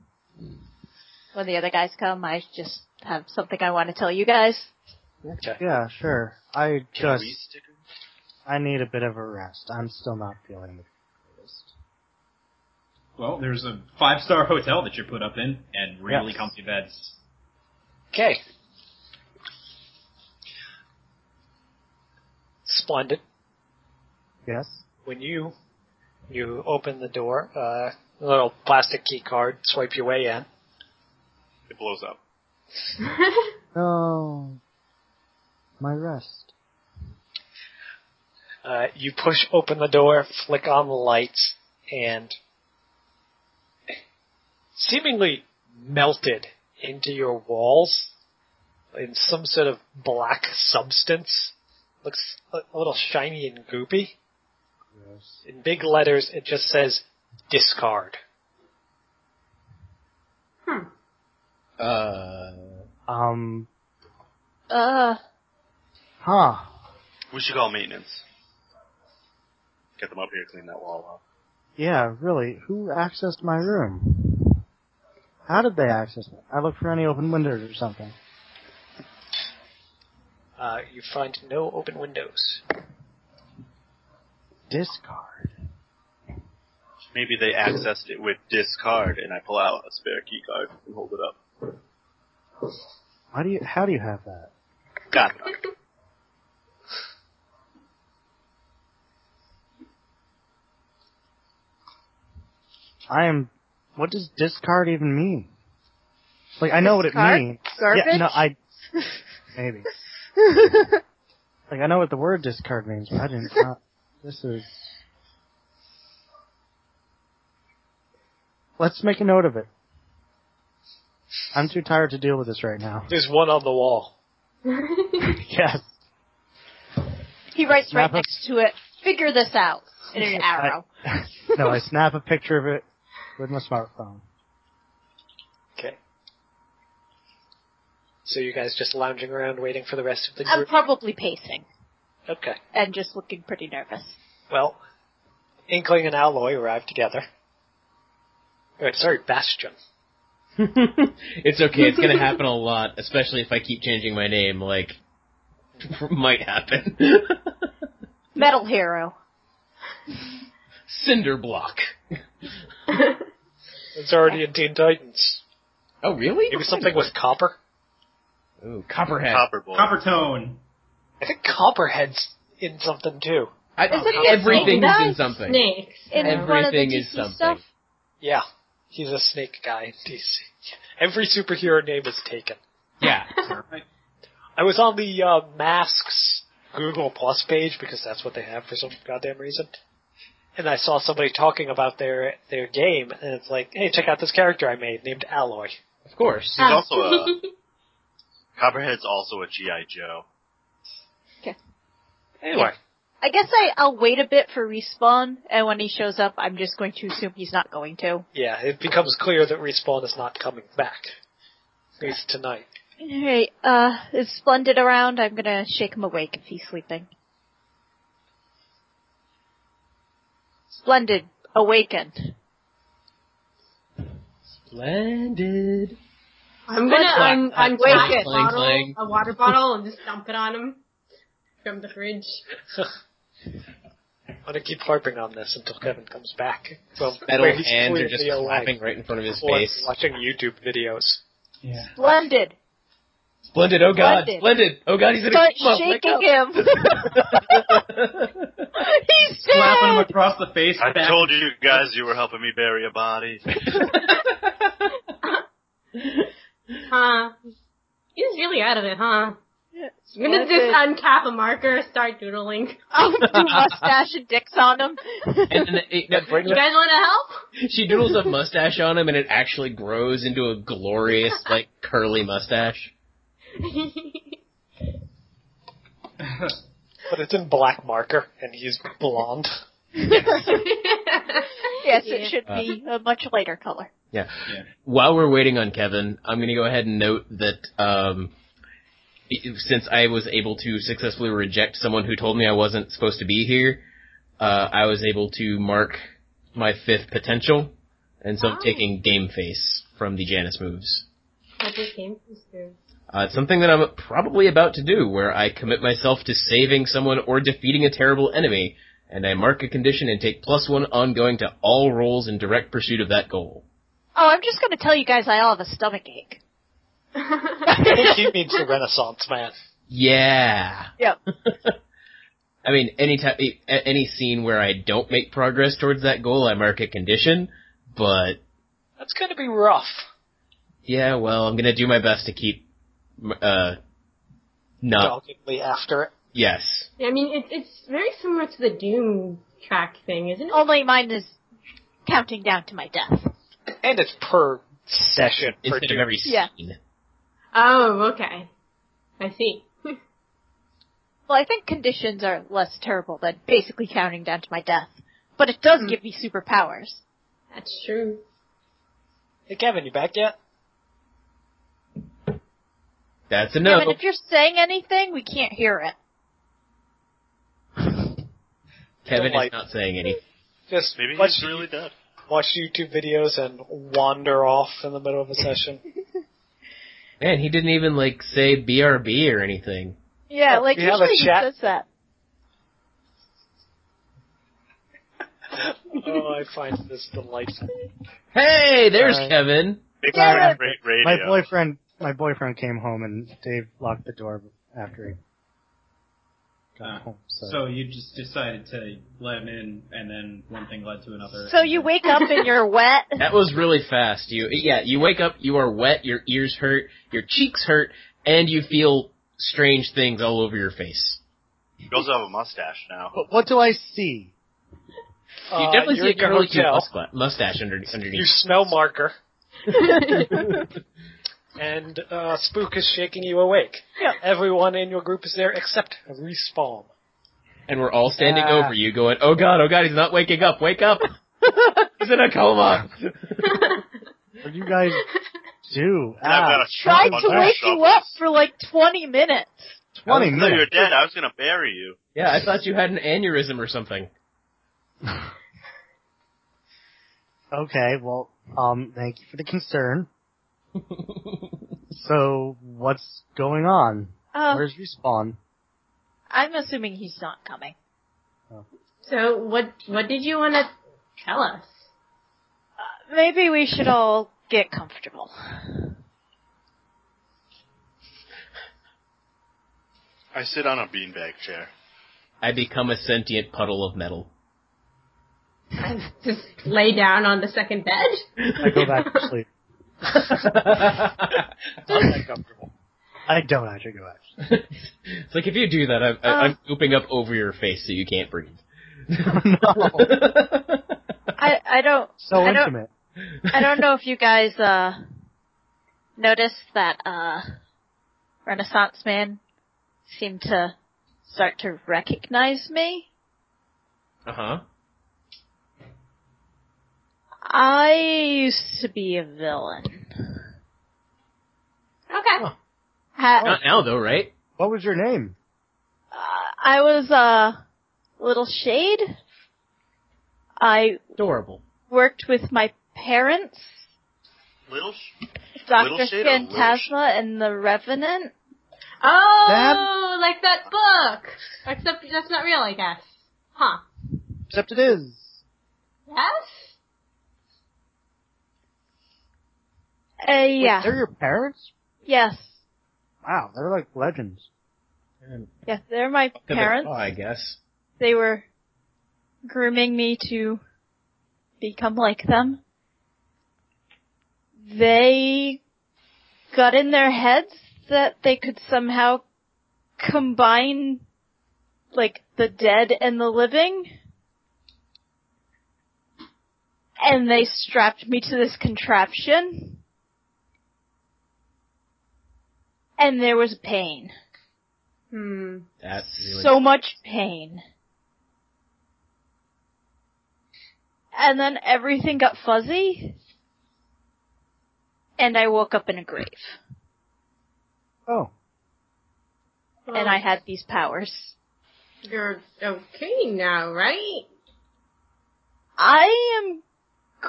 when the other guys come, I just have something I want to tell you guys.
Yeah, sure. I
Can
just
we sticker?
I need a bit of a rest. I'm still not feeling the greatest.
Well, there's a five star hotel that you're put up in, and really
Yes.
comfy beds.
Okay. Splendid.
Yes.
When you you open the door, uh, a little plastic key card, swipe your way in.
It blows up.
No. My rest.
Uh, you push open the door, flick on the lights, and seemingly melted into your walls in some sort of black substance. Looks a a little shiny and goopy. In big letters, it just says discard.
Uh,
Um.
Uh,
Huh.
We should call maintenance. Get them up here, clean that wall up.
Yeah, really. Who accessed my room? How did they access it? I looked for any open windows or something.
Uh, you find no open windows.
Discard.
Maybe they accessed it with discard, and I pull out a spare key card and hold it up.
Why do you? How do you have that?
God,
I am. What does discard even mean? Like I know what
Discard?
it means.
Garbage?
Yeah, no, I. Maybe. Like I know what the word discard means, but I didn't. Uh, this is. Let's make a note of it. I'm too tired to deal with this right now.
There's one on the wall.
Yes.
he writes
Snap
right
a-
next to it, figure this out, in an arrow.
no, I snap a picture of it with my smartphone.
Okay. So you guys just lounging around waiting for the rest of the
I'm
group?
probably pacing
Okay.
and just looking pretty nervous.
Well, Inkling and Alloy arrive together. Oh, sorry, Bastion.
it's okay. It's gonna happen a lot, especially if I keep changing my name. Like, might happen.
Metal Hero.
Cinderblock.
It's already in Teen Titans.
Oh, really?
Maybe something with copper?
Ooh, Copperhead.
copper boy.
Copper tone.
I think Copperhead's in something too.
I,
Isn't it
everything's in
That's
something.
Snakes.
In one of the
Everything is
DC
something.
stuff.
Yeah. He's a snake guy in DC. Every superhero name is taken.
Yeah.
Alright.
I was on the uh, masks Google Plus page because that's what they have for some goddamn reason. And I saw somebody talking about their their game, and it's like, hey, check out this character I made named Alloy.
Of course.
He's also a Copperhead's also a GI Joe.
Anyway,
I guess I, I'll wait a bit for respawn, and when he shows up, I'm just going to assume he's not going to.
yeah, it becomes clear that Respawn is not coming back. At least tonight.
Alright, uh, is Splendid around? I'm gonna shake him awake if he's sleeping. Splendid, awaken.
Splendid.
I'm gonna
Let's
un-
not-
untie
Wait,
a
Clang,
wait.
bottle,
clang.
a water bottle, and just dump it on him from the fridge.
I'm gonna keep harping on this until Kevin comes back. Well,
Metal
where he's
hands are
clearly
just
awake
clapping right in front of his
or
face.
watching YouTube videos.
Yeah.
Splendid!
Splendid. Oh god.
Splendid.
Splendid. Oh god. He's in
Start
a coma. Wake
shaking him!
up.
he's
Slapping him
dead!
across the face.
I
back-
told you guys you were helping me bury a body.
Huh? Uh, He was really out of it, huh? I'm gonna
Splendid.
just uncap a marker, start doodling.
I'll do mustache and dicks on him.
and then it, no,
You guys want
she doodles a mustache on him, and it actually grows into a glorious, like curly mustache.
to help?
But it's in black marker, and he's blonde.
yes,
Yeah.
it should be a much lighter color.
Yeah.
Yeah.
While we're waiting on Kevin, I'm going to go ahead and note that um, e, since I was able to successfully reject someone who told me I wasn't supposed to be here, uh, I was able to mark my fifth potential, and so I'm
Oh.
taking Game Face from the Janus moves.
What this game is through.
Uh, it's something that I'm probably about to do, where I commit myself to saving someone or defeating a terrible enemy, and I mark a condition and take plus one ongoing to all rolls in direct pursuit of that goal.
Oh, I'm just gonna tell you guys I all have a stomach ache.
I think he means the Renaissance man.
Yeah.
Yep.
I mean, any ti- e, a any scene where I don't make progress towards that goal, I mark a condition. But
That's going to be rough.
yeah, well, I'm gonna do my best to keep, uh, not
Doggedly after it.
yes.
I mean, it, it's very similar to the Doom track thing, isn't it?
Only mine is counting down to my death.
And it's per session. Per
Instead of
dude.
every
Yeah.
scene.
Oh, okay. I see.
Well, I think conditions are less terrible than basically counting down to my death. But it does give me superpowers.
That's true.
Hey, Kevin, you back yet?
That's a
Yeah,
no.
but if you're saying anything, we can't hear it.
Kevin is
Like-
not saying anything.
Just
Maybe
watch,
he's really dead.
watch YouTube videos and wander off in the middle of a session.
Man, he didn't even like say BRB or anything.
Yeah, like
we have a
usually he
chat.
says that.
oh, I find this delightful.
Hey, there's
Alright.
Kevin.
Big
Yeah,
Brother
but-
had great
My
radio.
boyfriend, my boyfriend came home and Dave locked the door after he got
Ah,
home. So,
So you just decided to let him in, and then one thing led to another.
So you wake up and you're wet.
That was really fast. You yeah, you wake up, you are wet, your ears hurt, your cheeks hurt, and you feel strange things all over your face.
You also have a mustache now.
But what do I see?
You definitely
Uh, you're
see a
in your
girl with a
hotel.
muscla- mustache under,
You
underneath.
smell marker. and uh, Spook is shaking you awake.
Yep.
Everyone in your group is there except Respawn.
And we're all standing
Ah.
over you going, oh god, oh god, he's not waking up, wake up! he's in a coma!
What do you guys do?
And I've got
Ah,
a
Tried
bunch
to
of
wake you
shovels.
up for like 20 minutes.
twenty
No, you're
minutes.
dead. I was gonna bury you.
yeah, I thought you had an aneurysm or something.
Okay, well, um, thank you for the concern. so, what's going on?
Uh,
Where's respawn?
Um, I'm assuming he's not coming.
So what what did you want to tell us?
Maybe we should all get comfortable.
I sit on a beanbag chair.
I become a sentient puddle of metal.
I just lay down on the second bed.
I go back to sleep.
Uncomfortable.
I don't actually go back. to
it's like if you do that, I'm, I-
Uh.
I'm scooping up over your face so you can't breathe.
sleep. no,
I, I don't,
so
I don't-
intimate.
I don't know if you guys, uh, noticed that, uh, Renaissance man seemed to start to recognize me.
Uh huh.
I used to be a villain.
okay.
Ha-
Not now though, right?
What was your name?
Uh, I was uh, a little shade. I
Adorable.
worked with my parents,
Little. Sh-
Doctor
Shade or Little
Phantasma and the Revenant.
Oh, like that book. Except that's not real, I guess. Huh?
Except it is.
Yes.
Uh,
Wait,
yeah.
they're your parents?
Yes.
Wow, they're like legends.
Yes, they're my
To the
parents.
claw, Oh, I guess.
They were grooming me to become like them. They got in their heads that they could somehow combine like the dead and the living. And they strapped me to this contraption. And there was pain.
Hmm.
That's really
So much pain. And then everything got fuzzy. And I woke up in a grave.
Oh,
And I had these powers.
You're okay now, right?
I am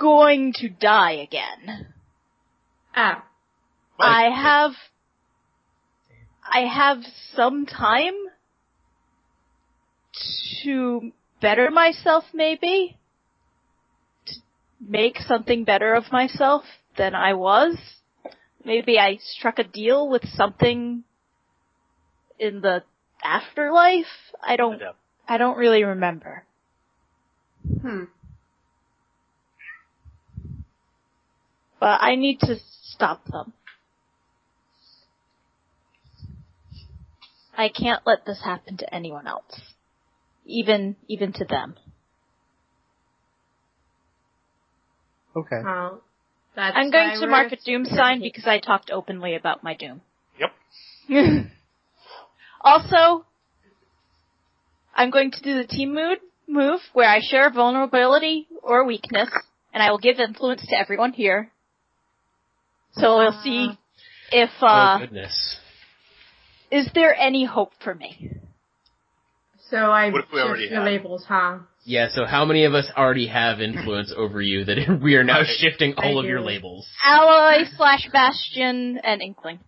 going to die again.
Oh.
I have I have some time to better myself, maybe. To make something better of myself than I was. Maybe I struck a deal with something in the afterlife. I don't,
Yeah.
I don't really remember.
Hmm.
But I need to stop them. I can't let this happen to anyone else. Even, even to them.
Okay.
Oh, that's
I'm
why
going to
we're
mark a doom sign
here.
because I talked openly about my doom.
Yep.
also, I'm going to do the team mood move where I share vulnerability or weakness, and I will give influence to everyone here. So we'll see if
oh
uh,
goodness.
is there any hope for me.
So I
What if we
just
already
the
have?
labels, huh?
Yeah, so how many of us already have influence over you that we are now
Right.
shifting
I
all of your
do.
labels?
Uh, Alloy slash Bastion and Inkling.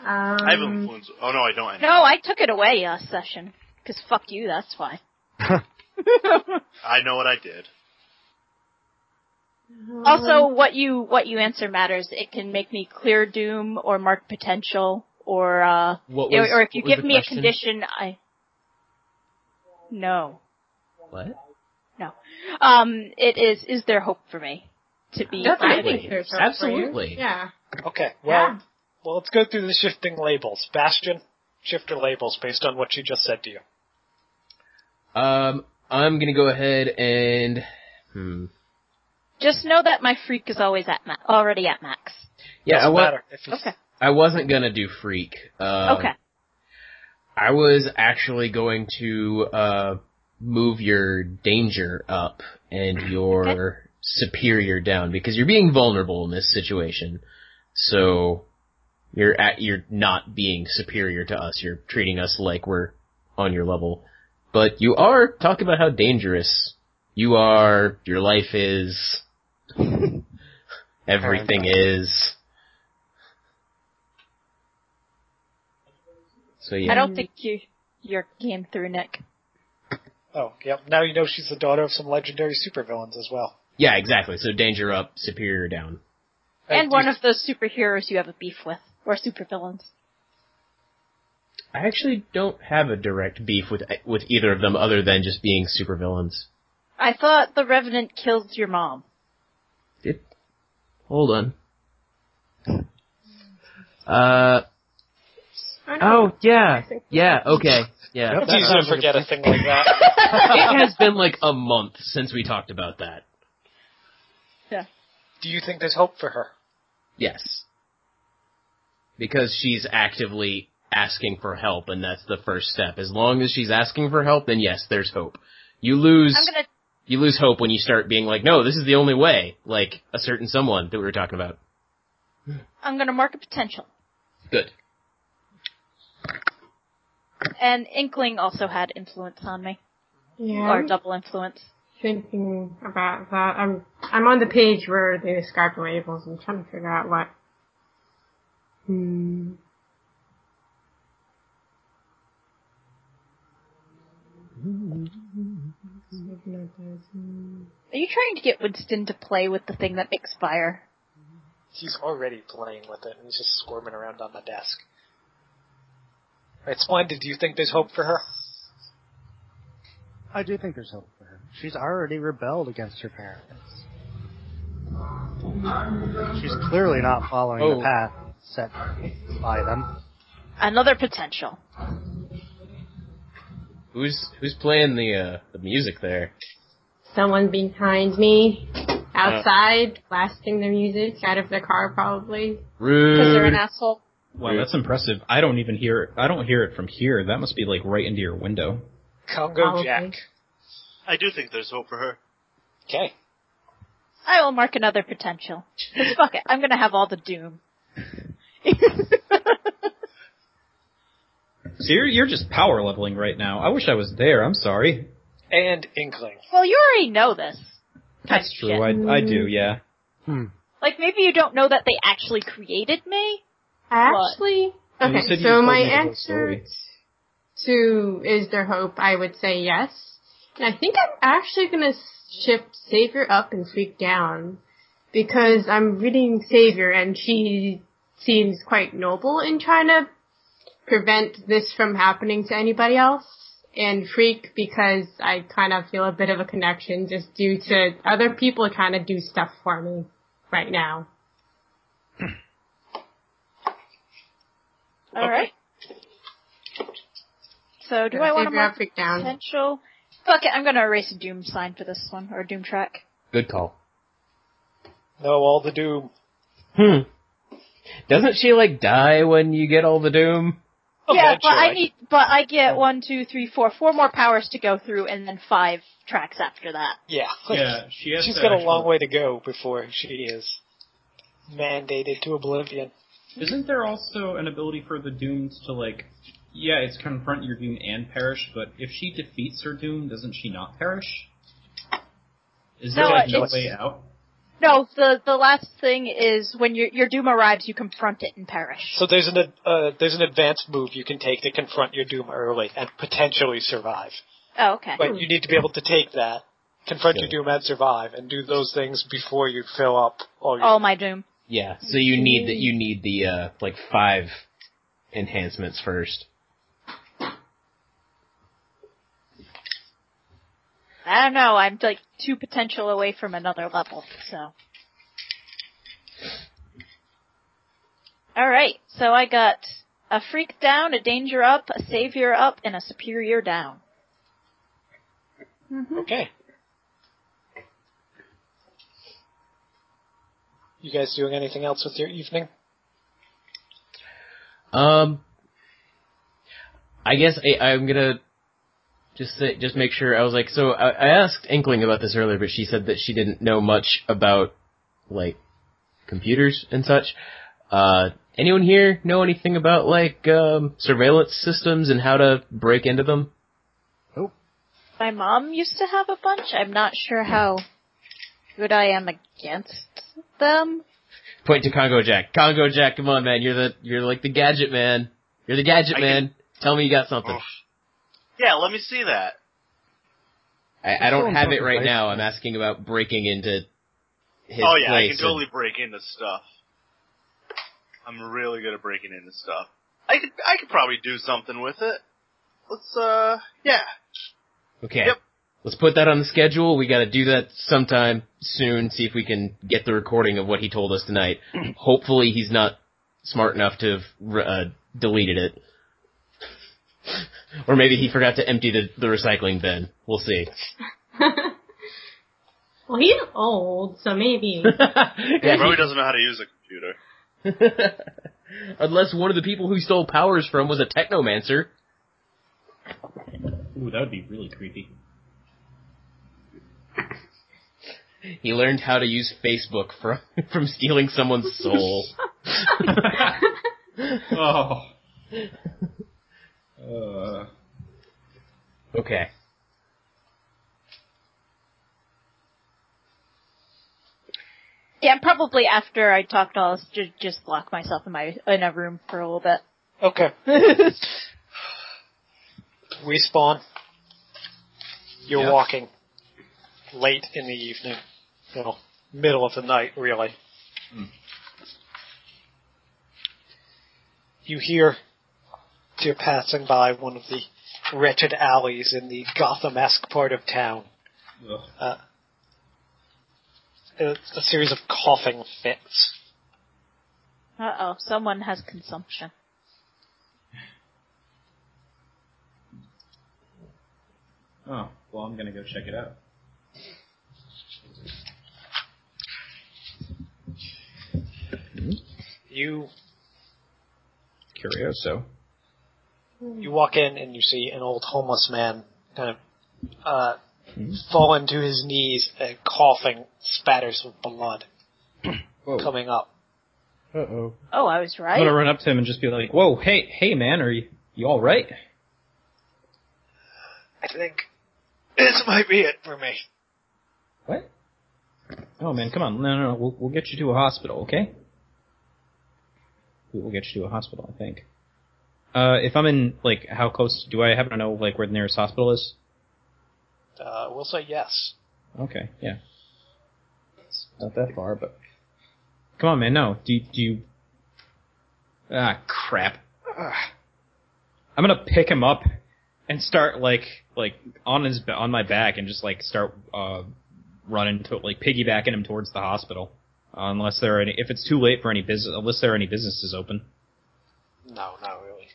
Um,
I have influence. Oh no, I don't.
No, I took it away last session because fuck you. That's why.
I know what I did.
hmm.
Also, what you what you answer matters. It can make me clear doom or mark potential, or uh,
What was,
or if you
what was
give
the
me
question?
a condition, I no,
What?
no. Um, it is is there hope for me to be?
I
Definitely.
think there's hope for you.
Absolutely.
Yeah.
Okay, well,
Yeah.
well, let's go through the shifting labels. Bastion, shift your labels based on what she just said to you.
Um, I'm gonna go ahead and hmm.
Just know that my freak is always at ma- already at max.
Yeah, I,
Doesn't
wa-
matter. If it's-
Okay.
I wasn't gonna do freak. Um,
okay.
I was actually going to uh move your danger up and your superior down because you're being vulnerable in this situation. So you're at you're not being superior to us. You're treating us like we're on your level. But you are talking about how dangerous you are, your life is, everything is. So yeah.
I don't think you you came through, Nick.
Oh, yep. Now you know she's the daughter of some legendary supervillains as well.
Yeah, exactly. So danger up, superior down.
And one of those superheroes you have a beef with, or supervillains.
I actually don't have a direct beef with with either of them, other than just being supervillains.
I thought the Revenant killed your mom.
It. Hold on. Uh
I
oh
know.
yeah yeah okay yeah
It's easy to forget a thing like that.
it has been like a month since we talked about that
Do you think there's hope for her?
yes because she's actively asking for help and that's the first step as long as she's asking for help then yes there's hope you lose
I'm gonna
you lose hope when you start being like, no, this is the only way. Like a certain someone that we were talking about.
I'm gonna mark a potential.
Good.
And Inkling also had influence on me,
Yeah.
or double influence.
thinking about that. I'm I'm on the page where they describe the labels. I'm trying to figure out what. Hmm.
Are you trying to get Winston to play with the thing that makes fire?
He's already playing with it. He's just squirming around on the desk. Right, Splendid, do you think there's hope for her?
I do think there's hope for her. She's already rebelled against her parents. She's clearly not following
Oh.
the path set by them.
Another potential.
Who's who's playing the uh, the music there?
Someone behind me, outside, blasting the music out of the car, probably.
Because they're
Rude.
an asshole.
Wow, that's impressive. I don't even hear it. I don't hear it from here. That must be like right into your window.
Congo
Probably.
Jack.
I do think there's hope for her.
Okay.
I will mark another potential. 'Cause fuck it, I'm gonna have all the doom.
So you're you're just power leveling right now. I wish I was there. I'm sorry.
And Inkling.
well, you already know this. Kind
That's
of
true.
shit.
I I do. Yeah.
Hmm.
Like maybe you don't know that they actually created me.
Actually,
No, you said you
Okay, so
just told
my
me the whole
answer
story.
t- to is there hope? I would say yes. And I think I'm actually gonna shift Savior up and Freak down because I'm reading Savior and she seems quite noble in trying to prevent this from happening to anybody else. And Freak because I kind of feel a bit of a connection just due to other people trying to do stuff for me right now.
All right. So do
So
I want to
Savior up,
mark
Freak down.
potential? Fuck it, I'm gonna erase a doom sign for this one or doom track.
Good call.
No, all the doom.
Hmm. Doesn't she like die when you get all the doom?
yeah, but
Eventually.
I need, but I get one, two, three, four, four more powers to go through, and then five tracks after that.
Yeah.
Yeah, she has
She's
to
got a
actually-
long way to go before she is mandated to oblivion.
Isn't there also an ability for the doomed to like? Yeah, it's confront your doom and perish. But if she defeats her doom, doesn't she not perish? Is there
No,
like no
it's-
way out?
No, the the last thing is when your your doom arrives, you confront it and perish.
So there's an ad- uh, there's an advanced move you can take to confront your doom early and potentially survive.
Oh, okay.
But you need to be able to take that, confront your
Sure.
doom and survive, and do those things before you fill up all your.
All my doom.
Yeah. So you need that. You need the uh like five enhancements first.
I don't know. I'm like two potential away from another level. So. All right. So I got a freak down, a danger up, a savior up, and a superior down.
Okay. You guys doing anything else with your evening?
Um, I guess I, I'm gonna just say, just make sure. I was like, so I, I asked Inkling about this earlier, but she said that she didn't know much about like computers and such. Uh, anyone here know anything about like um, surveillance systems and how to break into them?
My mom used to have a bunch. I'm not sure how good I am against them.
Point to Congo Jack. Congo Jack, come on, man. You're the you're like the gadget man. You're the gadget
I
man. Tell me you got something.
Oof. Yeah, let me see that. Oh,
I, I
Still
don't have it
important
right
place.
now. I'm asking about breaking into his
oh yeah, I
place
can
and-
totally break into stuff. I'm really good at breaking into stuff. I could I could probably do something with it. Let's uh yeah.
Okay.
Yep.
Let's put that on the schedule. We gotta do that sometime soon, see if we can get the recording of what he told us tonight. Hopefully he's not smart enough to have re- uh, deleted it. or maybe he forgot to empty the, the recycling bin. We'll see.
well, he's old, so maybe.
He
Yeah,
probably doesn't know how to use a computer.
he- Unless one of the people who stole powers from was a technomancer.
Ooh, that would be really creepy.
He learned how to use Facebook from from stealing someone's soul.
Oh. Uh,
Okay.
Yeah, and probably after I talked to all this, ju- just lock myself in my in a room for a little bit.
Okay. Respawn. You're
Yep.
walking late in the evening. You know, middle of the night, really. You hear, as you're passing by one of the wretched alleys in the Gotham-esque part of town, Uh,
ugh.
a, a series of coughing fits.
Uh oh, someone has consumption.
Oh, well, I'm gonna go check it out.
You
Curioso.
You walk in and you see an old homeless man kind of uh, fallen to his knees and coughing spatters of blood coming up.
Uh oh.
Oh, I was
I'm gonna
right.
run up to him and just be like, "Whoa, hey, hey, man, are you you all right?"
I think
This might be it.
for me.
What? Oh man, come on, no, no, no. We'll, we'll get you to a hospital, okay? We will get you to a hospital, I think. Uh, if I'm in like how close do I happen to know like where the nearest hospital is?
Uh, we'll say yes.
Okay, yeah. It's not that far, but come on, man. No, do do you? Ah, crap. Ugh. I'm gonna pick him up and start like like on his ba- on my back and just like start uh running to like piggybacking him towards the hospital. Uh, unless there are any, if it's too late for any business, unless there are any businesses open.
No, not really.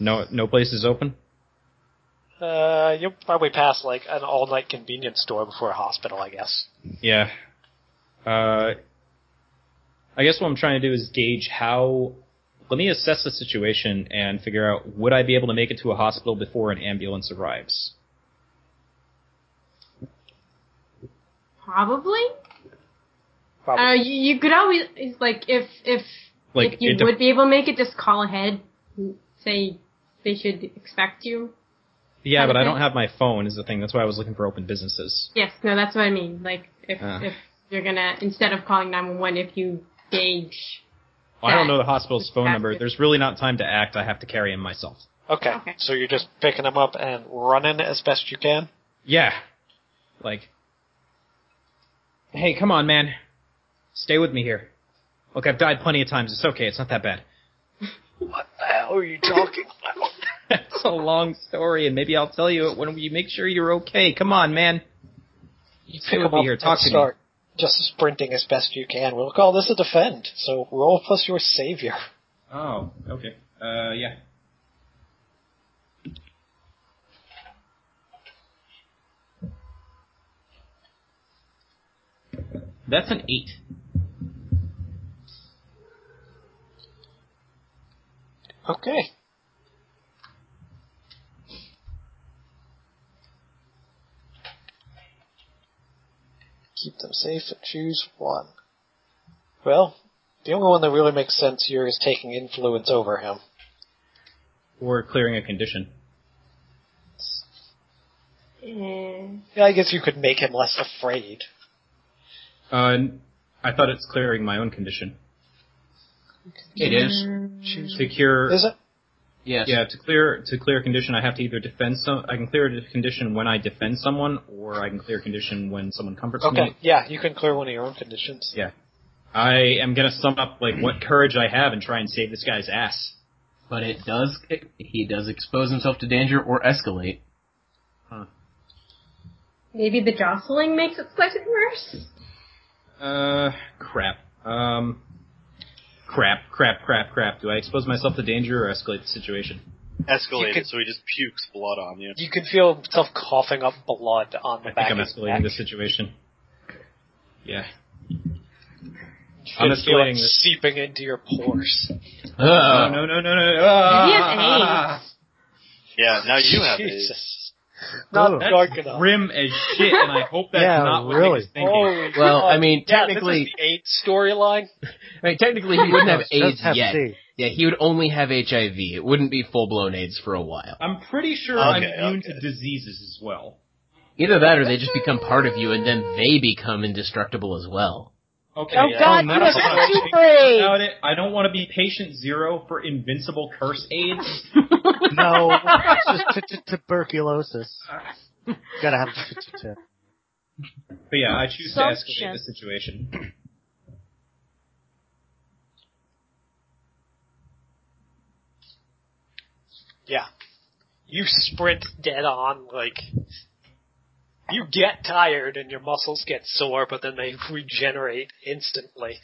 No, no place is open.
Uh, you'll probably pass like an all-night convenience store before a hospital, I guess.
Yeah. Uh, I guess what I'm trying to do is gauge how. Let me assess the situation and figure out would I be able to make it to a hospital before an ambulance arrives.
Probably.
Probably.
Uh, you, you could always it's like if if
Like
if you
it de-
would be able to make it, just call ahead. and Say they should expect you.
Yeah, but I
Okay.
don't have my phone. Is the thing. That's why I was looking for open businesses.
Yes, no, that's what I mean. Like if
Ah.
if you're gonna instead of calling nine one one, if you gauge.
I don't
Yeah.
know the hospital's phone number.
Faster.
There's really not time to act. I have to carry him myself.
Okay.
Okay.
So you're just picking them up and running as best you can.
Yeah. Like, hey, come on, man. Stay with me here. Look, I've died plenty of times. It's okay. It's not that bad.
What the hell are you talking about?
That's a long story, and maybe I'll tell you it when we make sure you're okay. Come on, man.
You
Stay with me here. Talk to me.
start just sprinting as best you can. We'll call this a defend. So roll plus your savior.
Oh, okay.
Uh, yeah.
That's an eight.
Okay. Keep them safe and choose one. Well, the only one that really makes sense here is taking influence over him.
Or clearing a condition.
Eh,
Yeah, I guess you could make him less afraid.
Uh, I thought it's clearing my own condition.
It is.
To cure,
Is it?
Yes.
yeah, to clear to clear a condition, I have to either defend some. I can clear a condition when I defend someone, or I can clear a condition when someone comforts me.
Okay, yeah, you can clear one of your own conditions.
Yeah. I am gonna sum up like what courage I have and try and save this guy's ass.
But it does. It, he does expose himself to danger or escalate.
maybe the jostling makes it slightly worse.
Uh, crap. Um, crap, crap, crap, crap. Do I expose myself to danger or escalate the situation?
Escalated,
You could-
so he just pukes blood on you.
You can feel himself coughing up blood on the
I
back
think I'm
of his
escalating
neck.
the situation. Yeah.
You
I'm
can feel it
escalating this.
seeping into your pores.
Oh, no, no, no, no, no. Ah,
Maybe he has AIDS.
Yeah, now you have AIDS.
Jesus. Not
Ugh.
That's
dark enough.
grim as shit, and I hope that's
Yeah,
not what
really.
he was
Oh.
thinking.
Holy
Well,
God.
I mean,
Oh, Yeah,
technically-
this is the AIDS storyline.
I mean, technically, he wouldn't
No,
have
it's just
AIDS
Hep
yet.
C.
Yeah, he would only have HIV. It wouldn't be full blown AIDS for a while.
I'm pretty sure
Okay,
I'm immune
okay.
to diseases as well.
Either that, or they just become part of you, and then they become indestructible as well.
Okay.
Oh
yeah.
god,
Oh,
you have
that's fine.
too brave!
Without it, I don't want to be patient zero for invincible curse AIDS.
No, it's just t- t- tuberculosis. Gotta have t- t- t-
But yeah, I choose to escalate
Assumption.
the situation.
Yeah. You sprint dead on, like, you get tired and your muscles get sore, but then they regenerate instantly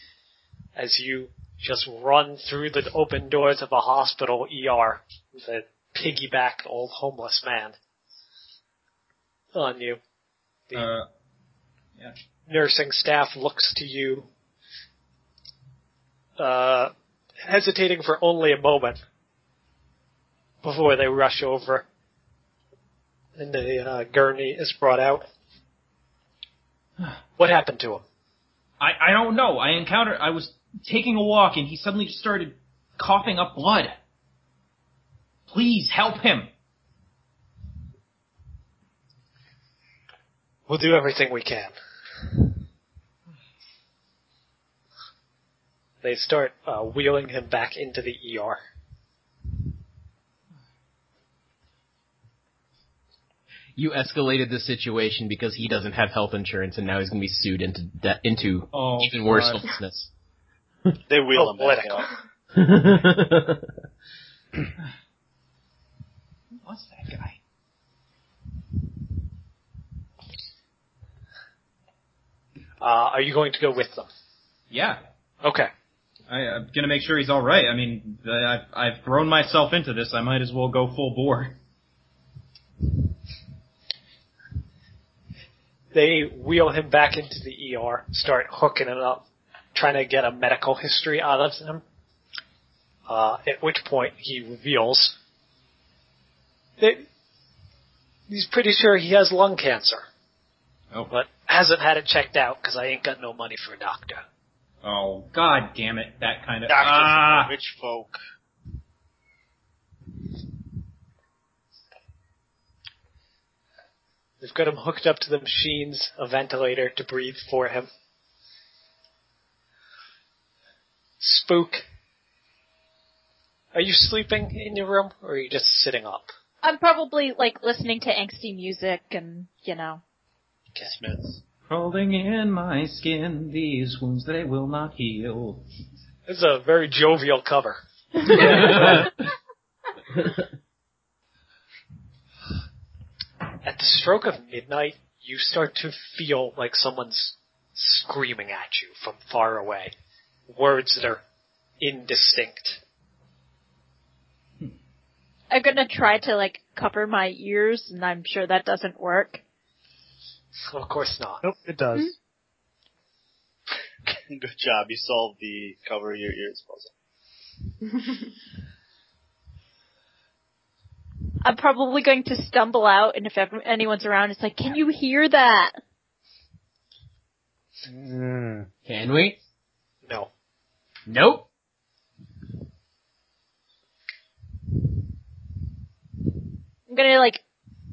as you just run through the open doors of a hospital ER with a piggybacked old homeless man on you.
Uh,
nursing staff looks to you, uh, hesitating for only a moment before they rush over, and the uh, gurney is brought out. What happened to him?
I, I don't know. I encountered. I was taking a walk and he suddenly just started coughing up blood. Please help him.
We'll do everything we can. They start uh, wheeling him back into the ER.
you escalated the situation because he doesn't have health insurance, and now he's going to be sued into de- into
Oh,
even worse
God.
homelessness.
They wheel
Oh,
him back
political.
out.
What's that guy?
Uh, are you going to go with them?
Yeah,
Okay.
I, I'm gonna make sure he's all right. I mean, the- I've, I've thrown myself into this. I might as well go full bore.
They wheel him back into the ER, start hooking him up, trying to get a medical history out of him. Uh, at which point he reveals that he's pretty sure he has lung cancer,
Oh,
but hasn't had it checked out because I ain't got no money for a doctor.
oh, god damn it! That kind of
Doctors
ah,
Rich folk.
They've got him hooked up to the machines, a ventilator to breathe for him. Spook. Are you sleeping in your room, or are you just sitting up?
I'm probably like listening to angsty music and you know.
crawling in my skin, these wounds they will not heal.
This is a very jovial cover. At the stroke of midnight, you start to feel like someone's screaming at you from far away. Words that are indistinct.
I'm gonna try to like cover my ears and I'm sure that doesn't work.
Well, of course not.
Nope, it does.
Good job. You solved the cover your ears puzzle.
I'm probably going to stumble out and if ever, anyone's around it's like, can you hear that?
Mm.
Can we?
No.
Nope.
I'm gonna like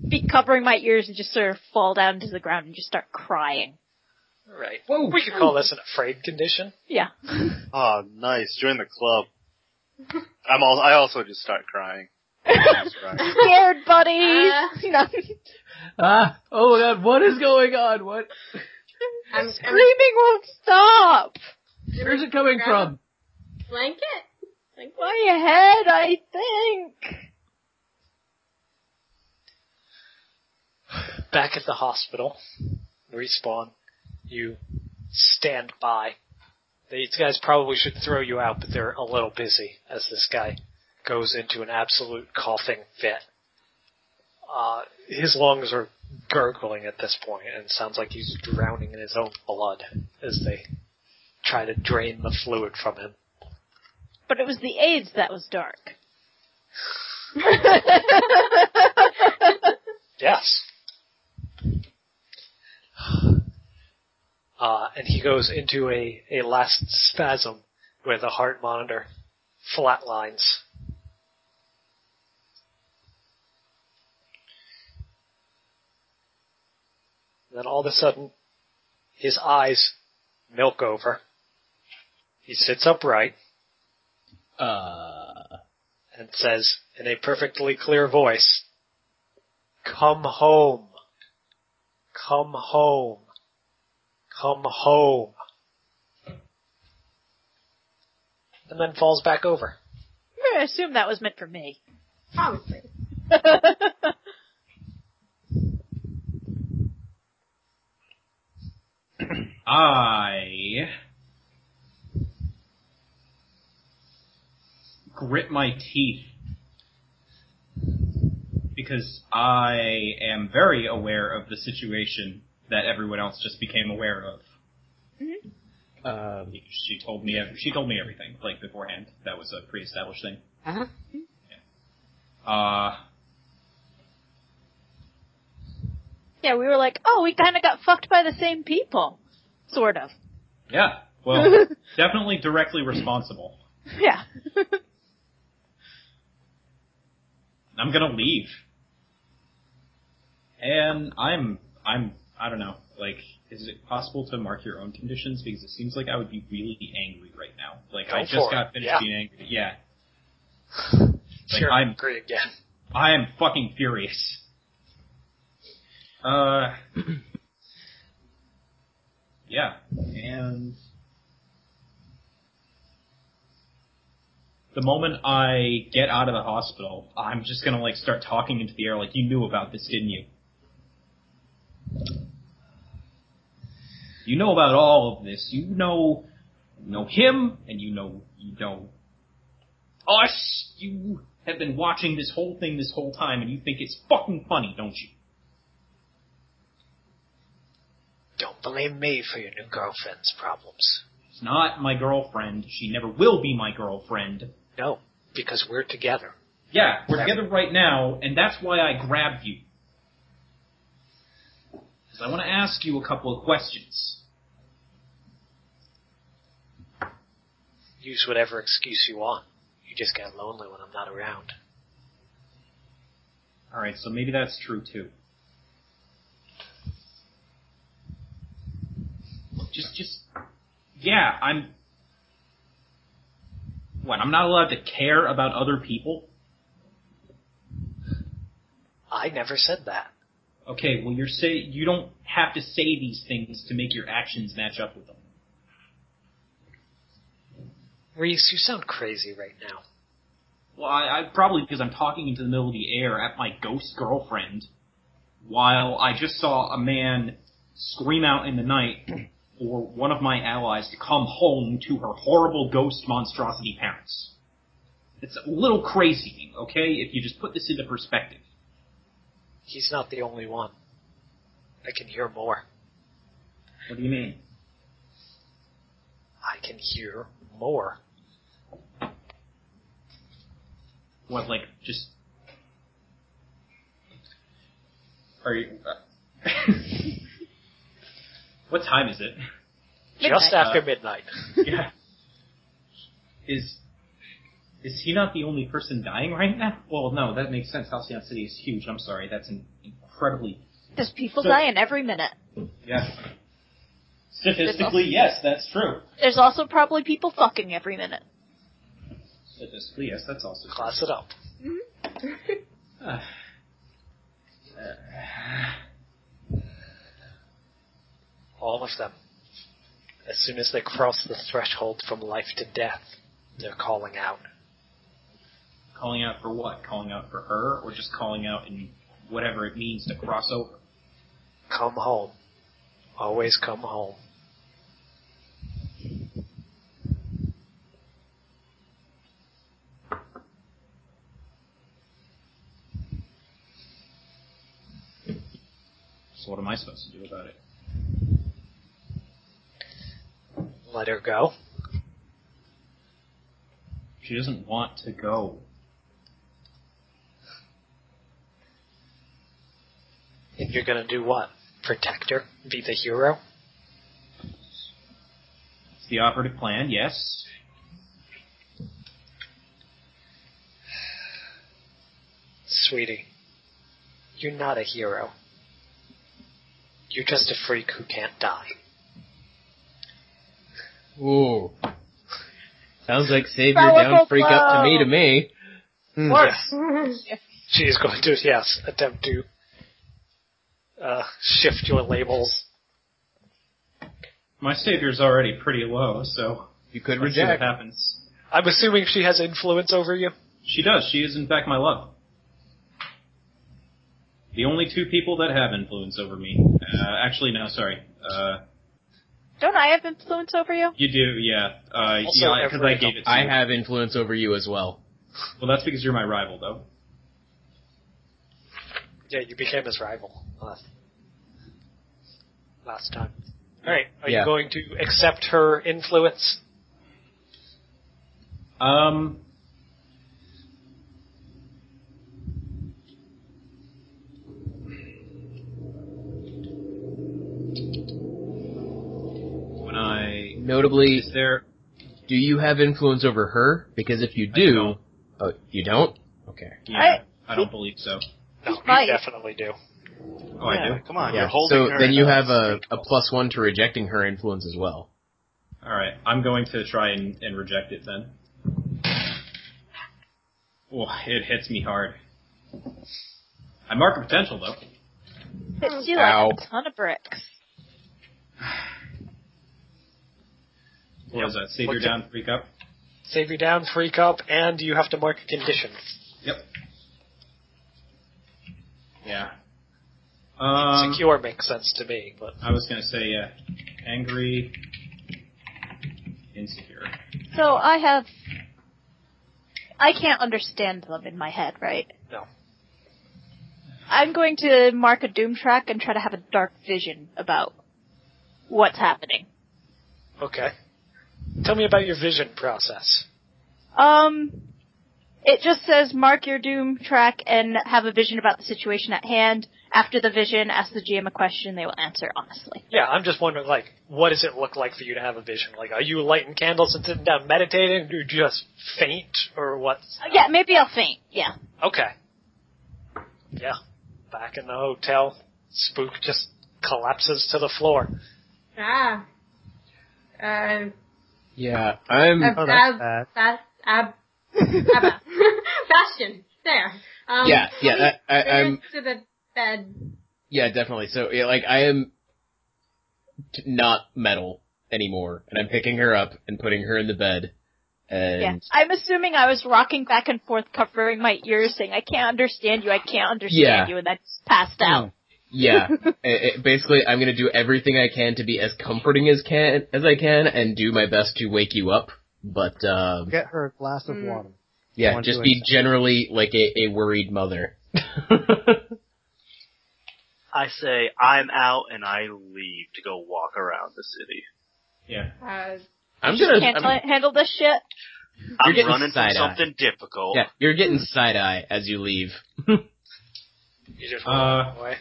be covering my ears and just sort of fall down to the ground and just start crying.
Right.
Whoa.
We could call this an afraid condition.
Yeah.
Oh, nice. Join the club. I'm all. I also just start crying. Just crying.
Scared buddy!
Uh.
you know,
Ah, oh my god, what is going on? What?
I'm, I'm
screaming won't stop!
Where's it coming from?
blanket.
My head, I think!
Back at the hospital, respawn. You stand by. These guys probably should throw you out, but they're a little busy as this guy goes into an absolute coughing fit. Uh, his lungs are gurgling at this point, and it sounds like he's drowning in his own blood as they try to drain the fluid from him.
But it was the AIDS that was dark.
Yes. Uh, and he goes into a, a last spasm where the heart monitor flatlines. Then all of a sudden, his eyes milk over. He sits upright
Uh,
and says in a perfectly clear voice, Come home. Come home. Come home. And then falls back over.
I'm gonna assume that was meant for me.
Probably.
I grit my teeth because I am very aware of the situation that everyone else just became aware of.
um,
She told me ev- she told me everything like beforehand. That was a pre-established thing.
Uh-huh.
Yeah. Uh,
yeah, we were like, oh, we kinda got fucked by the same people. Sort of.
yeah. Well, definitely directly responsible.
Yeah.
I'm gonna leave. And I'm I'm I don't know. Like, is it possible to mark your own conditions? Because it seems like I would be really angry right now. Like I
Go
just
for
got
it.
finished
Yeah.
being angry. Yeah. Like,
sure,
I'm-
agree again.
I am fucking furious. Uh, yeah, and the moment I get out of the hospital, I'm just gonna like start talking into the air, like you knew about this, didn't you? You know about all of this. You know, you know him, and you know, you know us. You have been watching this whole thing this whole time, and you think it's fucking funny, don't you?
Don't blame me for your new girlfriend's problems.
It's not my girlfriend. She never will be my girlfriend.
No, because we're together.
Yeah, we're together right now, and that's why I grabbed you. Because I want to ask you a couple of questions.
Use whatever excuse you want. You just get lonely when I'm not around.
Alright, so maybe that's true too. Just, just, yeah, I'm. What, I'm not allowed to care about other people?
I never said that.
Okay, well, you're say, you don't have to say these things to make your actions match up with them.
Reese, you sound crazy right now.
Well, I, I probably because I'm talking into the middle of the air at my ghost girlfriend, while I just saw a man scream out in the night for one of my allies to come home to her horrible ghost monstrosity parents. It's a little crazy, okay? If you just put this into perspective.
He's not the only one. I can hear more.
What do you mean?
I can hear more.
What, like, just? Are you? uh, what time is it?
Just
Midnight.
after midnight.
yeah. Is is he not the only person dying right now? Well, no, that makes sense. Halcyon City is huge. I'm sorry, that's an incredibly
There's people
So-
dying every minute.
yeah. Statistically, yes, that's true.
There's also probably people fucking every minute.
Statistically, yes, that's also true.
Class it up.
Uh,
All of them. As soon as they cross the threshold from life to death, they're calling out.
Calling out for what? Calling out for her, or just calling out in whatever it means to cross over?
Come home. Always come home.
So what am I supposed to do about it?
Let her go.
She doesn't want to go.
And you're gonna do what? Protect her? Be the hero?
It's the operative plan, yes.
Sweetie, you're not a hero. You're just a freak who can't die.
Ooh. Sounds like save your
Powerful
down freak up to
blow.
me to me.
Hmm.
She is going to, yes, attempt to uh, shift your labels.
My savior's already pretty low, so
You could
let's see what
reject.
happens.
I'm assuming she has influence over you.
She does. She is, in fact, my love. The only two people that have influence over me. Uh, actually, no, sorry. Uh,
Don't I have influence over you?
you do, yeah. Uh,
Also,
yeah, because I
every
gave it to
I
you.
have influence over you as well.
Well, that's because you're my rival, though.
Yeah, you became his rival last, last time. Alright, are
Yeah.
you going to accept her influence?
Um. When I
Notably,
is there
do you have influence over her? Because if you do,
don't.
oh, you don't. Okay.
Yeah, I, don't believe so.
No,
Might.
you definitely do.
Oh, I do.
Come on,
yeah.
you're holding
So
her
then
in
you have a,
strange
a
bubble.
plus one to rejecting her influence as well.
All right, I'm going to try and, and reject it then. Well, it hits me hard. I mark a potential though.
Hits you
Ow.
like a ton of bricks.
What was that? Savior
What's
down, freak up.
Save you down, freak up, and you have to mark a condition.
Yep. Yeah. Um,
Secure makes sense to me, but
I was gonna say yeah. Angry, insecure.
So I have. I can't understand them in my head, right?
No.
I'm going to mark a doom track and try to have a dark vision about what's happening.
okay. Tell me about your vision process.
Um, it just says mark your doom track and have a vision about the situation at hand. After the vision, ask the GM a question they will answer honestly.
Yeah, I'm just wondering, like, what does it look like for you to have a vision? Like, are you lighting candles and sitting down meditating, or just faint, or what's
Uh, yeah, maybe I'll faint. Yeah.
Okay. Yeah. Back in the hotel, Spook just collapses to the floor.
Ah. Uh,
Yeah, I'm.
ab-
Oh,
ab-
that's bad.
ab- ab- abba. Bastion. There. Um,
yeah, yeah,
let me
that, I, I'm.
bring it to the bed.
Yeah, definitely. So, yeah, like, I am t- not metal anymore, and I'm picking her up and putting her in the bed, and
Yeah. I'm assuming I was rocking back and forth, covering my ears, saying, I can't understand you, I can't understand
Yeah.
you, and I just passed out.
Hmm.
Yeah, I- I- basically, I'm gonna do everything I can to be as comforting as can as I can, and do my best to wake you up. But um,
Get her a glass of
Mm.
water.
yeah,
One,
just
two,
be
and-
generally like a, a worried mother.
I say I'm out and I leave to go walk around the city.
Yeah.
Uh,
I'm gonna.
Can't
I'm-
t- handle this shit.
I'm
getting
running from
side-eyed.
something difficult.
yeah, you're getting side eye as you leave.
You just
Uh,
walk away.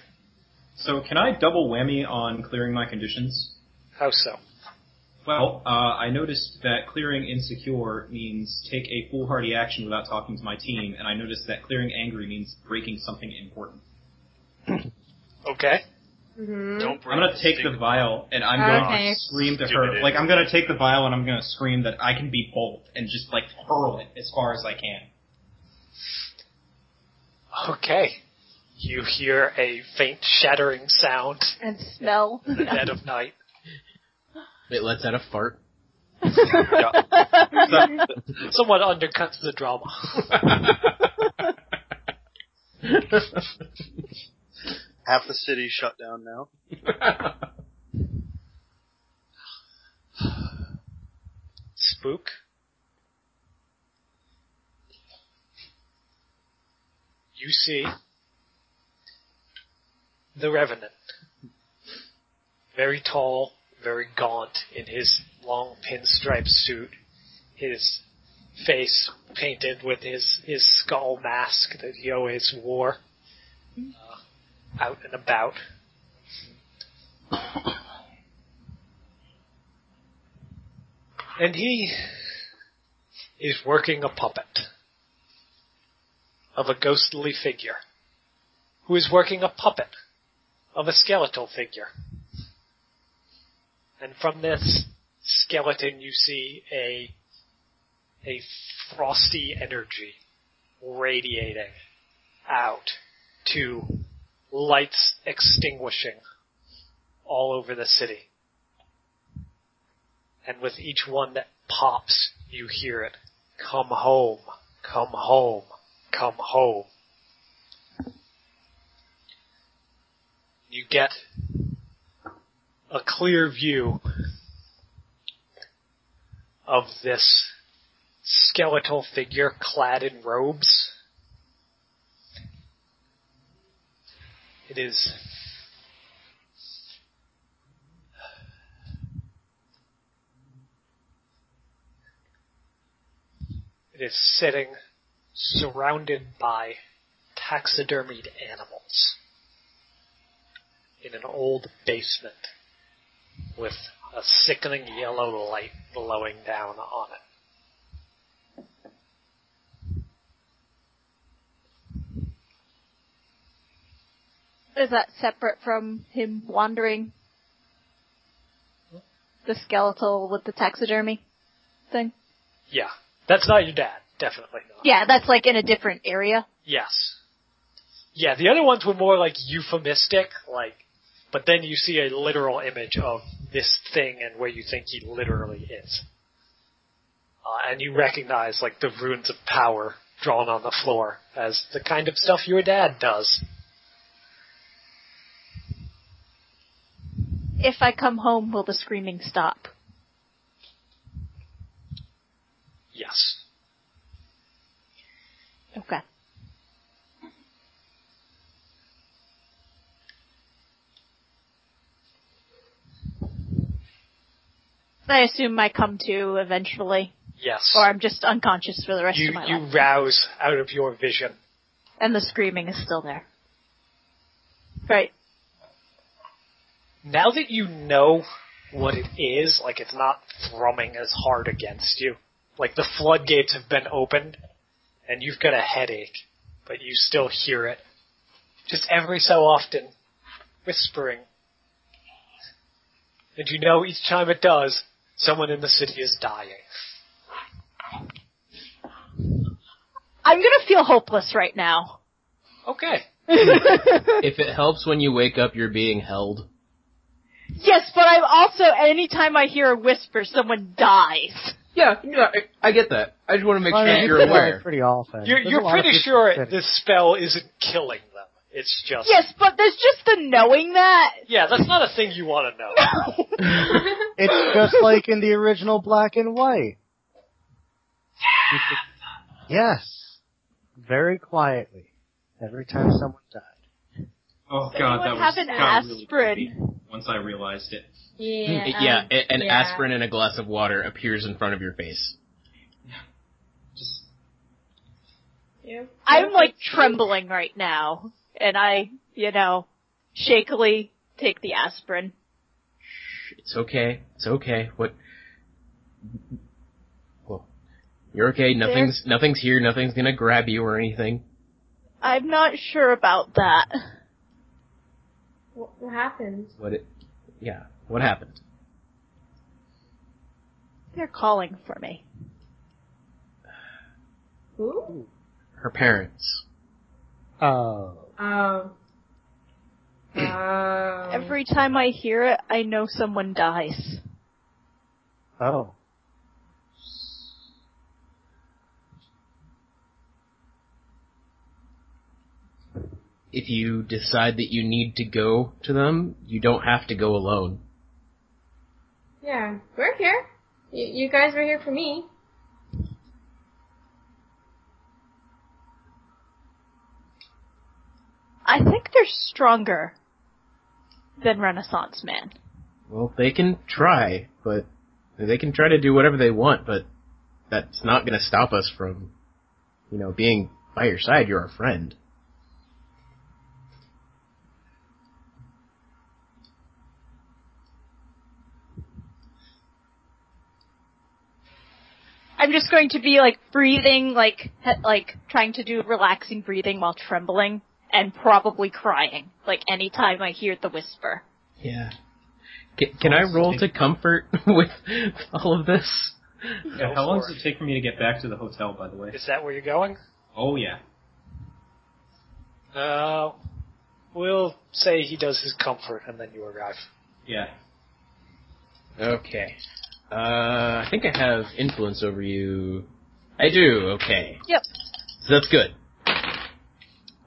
So can I double whammy on clearing my conditions?
How so?
Well, uh, I noticed that clearing insecure means take a foolhardy action without talking to my team, and I noticed that clearing angry means breaking something important.
Okay.
mhm.
Don't
I'm
bring
gonna take the vial and I'm going
Okay.
to scream to
Stupid
her. Like I'm gonna take the vial and I'm gonna scream that I can be bold and just like hurl it as far as I can.
Okay. You hear a faint shattering sound
And smell.
in the dead of night.
It lets out a fart.
Someone undercuts the drama.
half the city shut down now.
Spook. You see the Revenant. Very tall, very gaunt in his long pinstripe suit, his face painted with his, his skull mask that he always wore uh, out and about. And he is working a puppet of a ghostly figure who is working a puppet of a skeletal figure. And from this skeleton you see a a frosty energy radiating out to lights extinguishing all over the city and with each one that pops, you hear it. Come home, come home, come home. You get a clear view of this skeletal figure clad in robes. It is It is sitting surrounded by taxidermied animals in an old basement with a sickening yellow light blowing down on it.
Is that separate from him wandering? The skeletal with the taxidermy thing?
Yeah. That's not your dad, definitely not.
Yeah, that's like in a different area.
Yes. Yeah, the other ones were more like euphemistic, like, but then you see a literal image of this thing and where you think he literally is. Uh, and you recognize, like, the runes of power drawn on the floor as the kind of stuff your dad does.
If I come home, will the screaming stop?
Yes.
Okay. I assume I come to eventually,
Yes.
or I'm just unconscious for the rest
you
of my
you
life.
rouse out of your vision.
And the screaming is still there. Right.
Now that you know what it is, like it's not thrumming as hard against you. Like the floodgates have been opened and you've got a headache, but you still hear it. Just every so often whispering. And you know each time it does, someone in the city is dying.
I'm gonna feel hopeless right now.
Okay.
yes,
If it helps when you wake up, you're being held.
but I'm also anytime I hear a whisper, someone dies.
Yeah, yeah, I, I get that. I just want to make sure
you
you're
can die
aware.
Pretty often.
You're,
There's a
you're
lot of
pretty
people in
sure
the city.
this spell isn't killing them. It's just
Yes, but there's just the knowing that.
Yeah, that's not a thing you want to know.
Mm,
It's just like in the original black and white. Yes. Very quietly. Every time someone died.
Oh
Does
god,
anyone
that was
have an
got really
aspirin?
creepy once I realized it.
Yeah.
It- Mm, yeah,
um,
a- an
yeah.
aspirin and a glass of water appears in front of your face.
Just
Yeah.
I'm like trembling right now, and I, you know, shakily take the aspirin.
It's okay. It's okay. What? Well, you're okay. Nothing's nothing's here. Nothing's gonna grab you or anything.
I'm not sure about that.
What, what happened?
What? It, yeah. What happened?
They're calling for me.
Who?
Her parents.
Oh.
Oh.
Hmm.
Oh.
Every time I hear it, I know someone dies.
Oh.
If you decide that you need to go to them, you don't have to go alone.
Yeah, we're here. Y- you guys were here for me.
I think they're stronger than Renaissance Man.
Well, they can try, but they can try to do whatever they want, but that's not going to stop us from, you know, being by your side. You're our friend.
I'm just going to be like breathing, like he- like trying to do relaxing breathing while trembling and probably crying, like anytime I hear the whisper.
Yeah. Can, can I roll to comfort with all of this?
yeah,
Go
how long
for
does it take for me to get back to the hotel by the way?
Is that where you're going?
Oh yeah.
Uh, we'll say he does his comfort and then you arrive.
Yeah.
Okay. Uh, I think I have influence over you. I do. Okay.
Yep.
So that's good.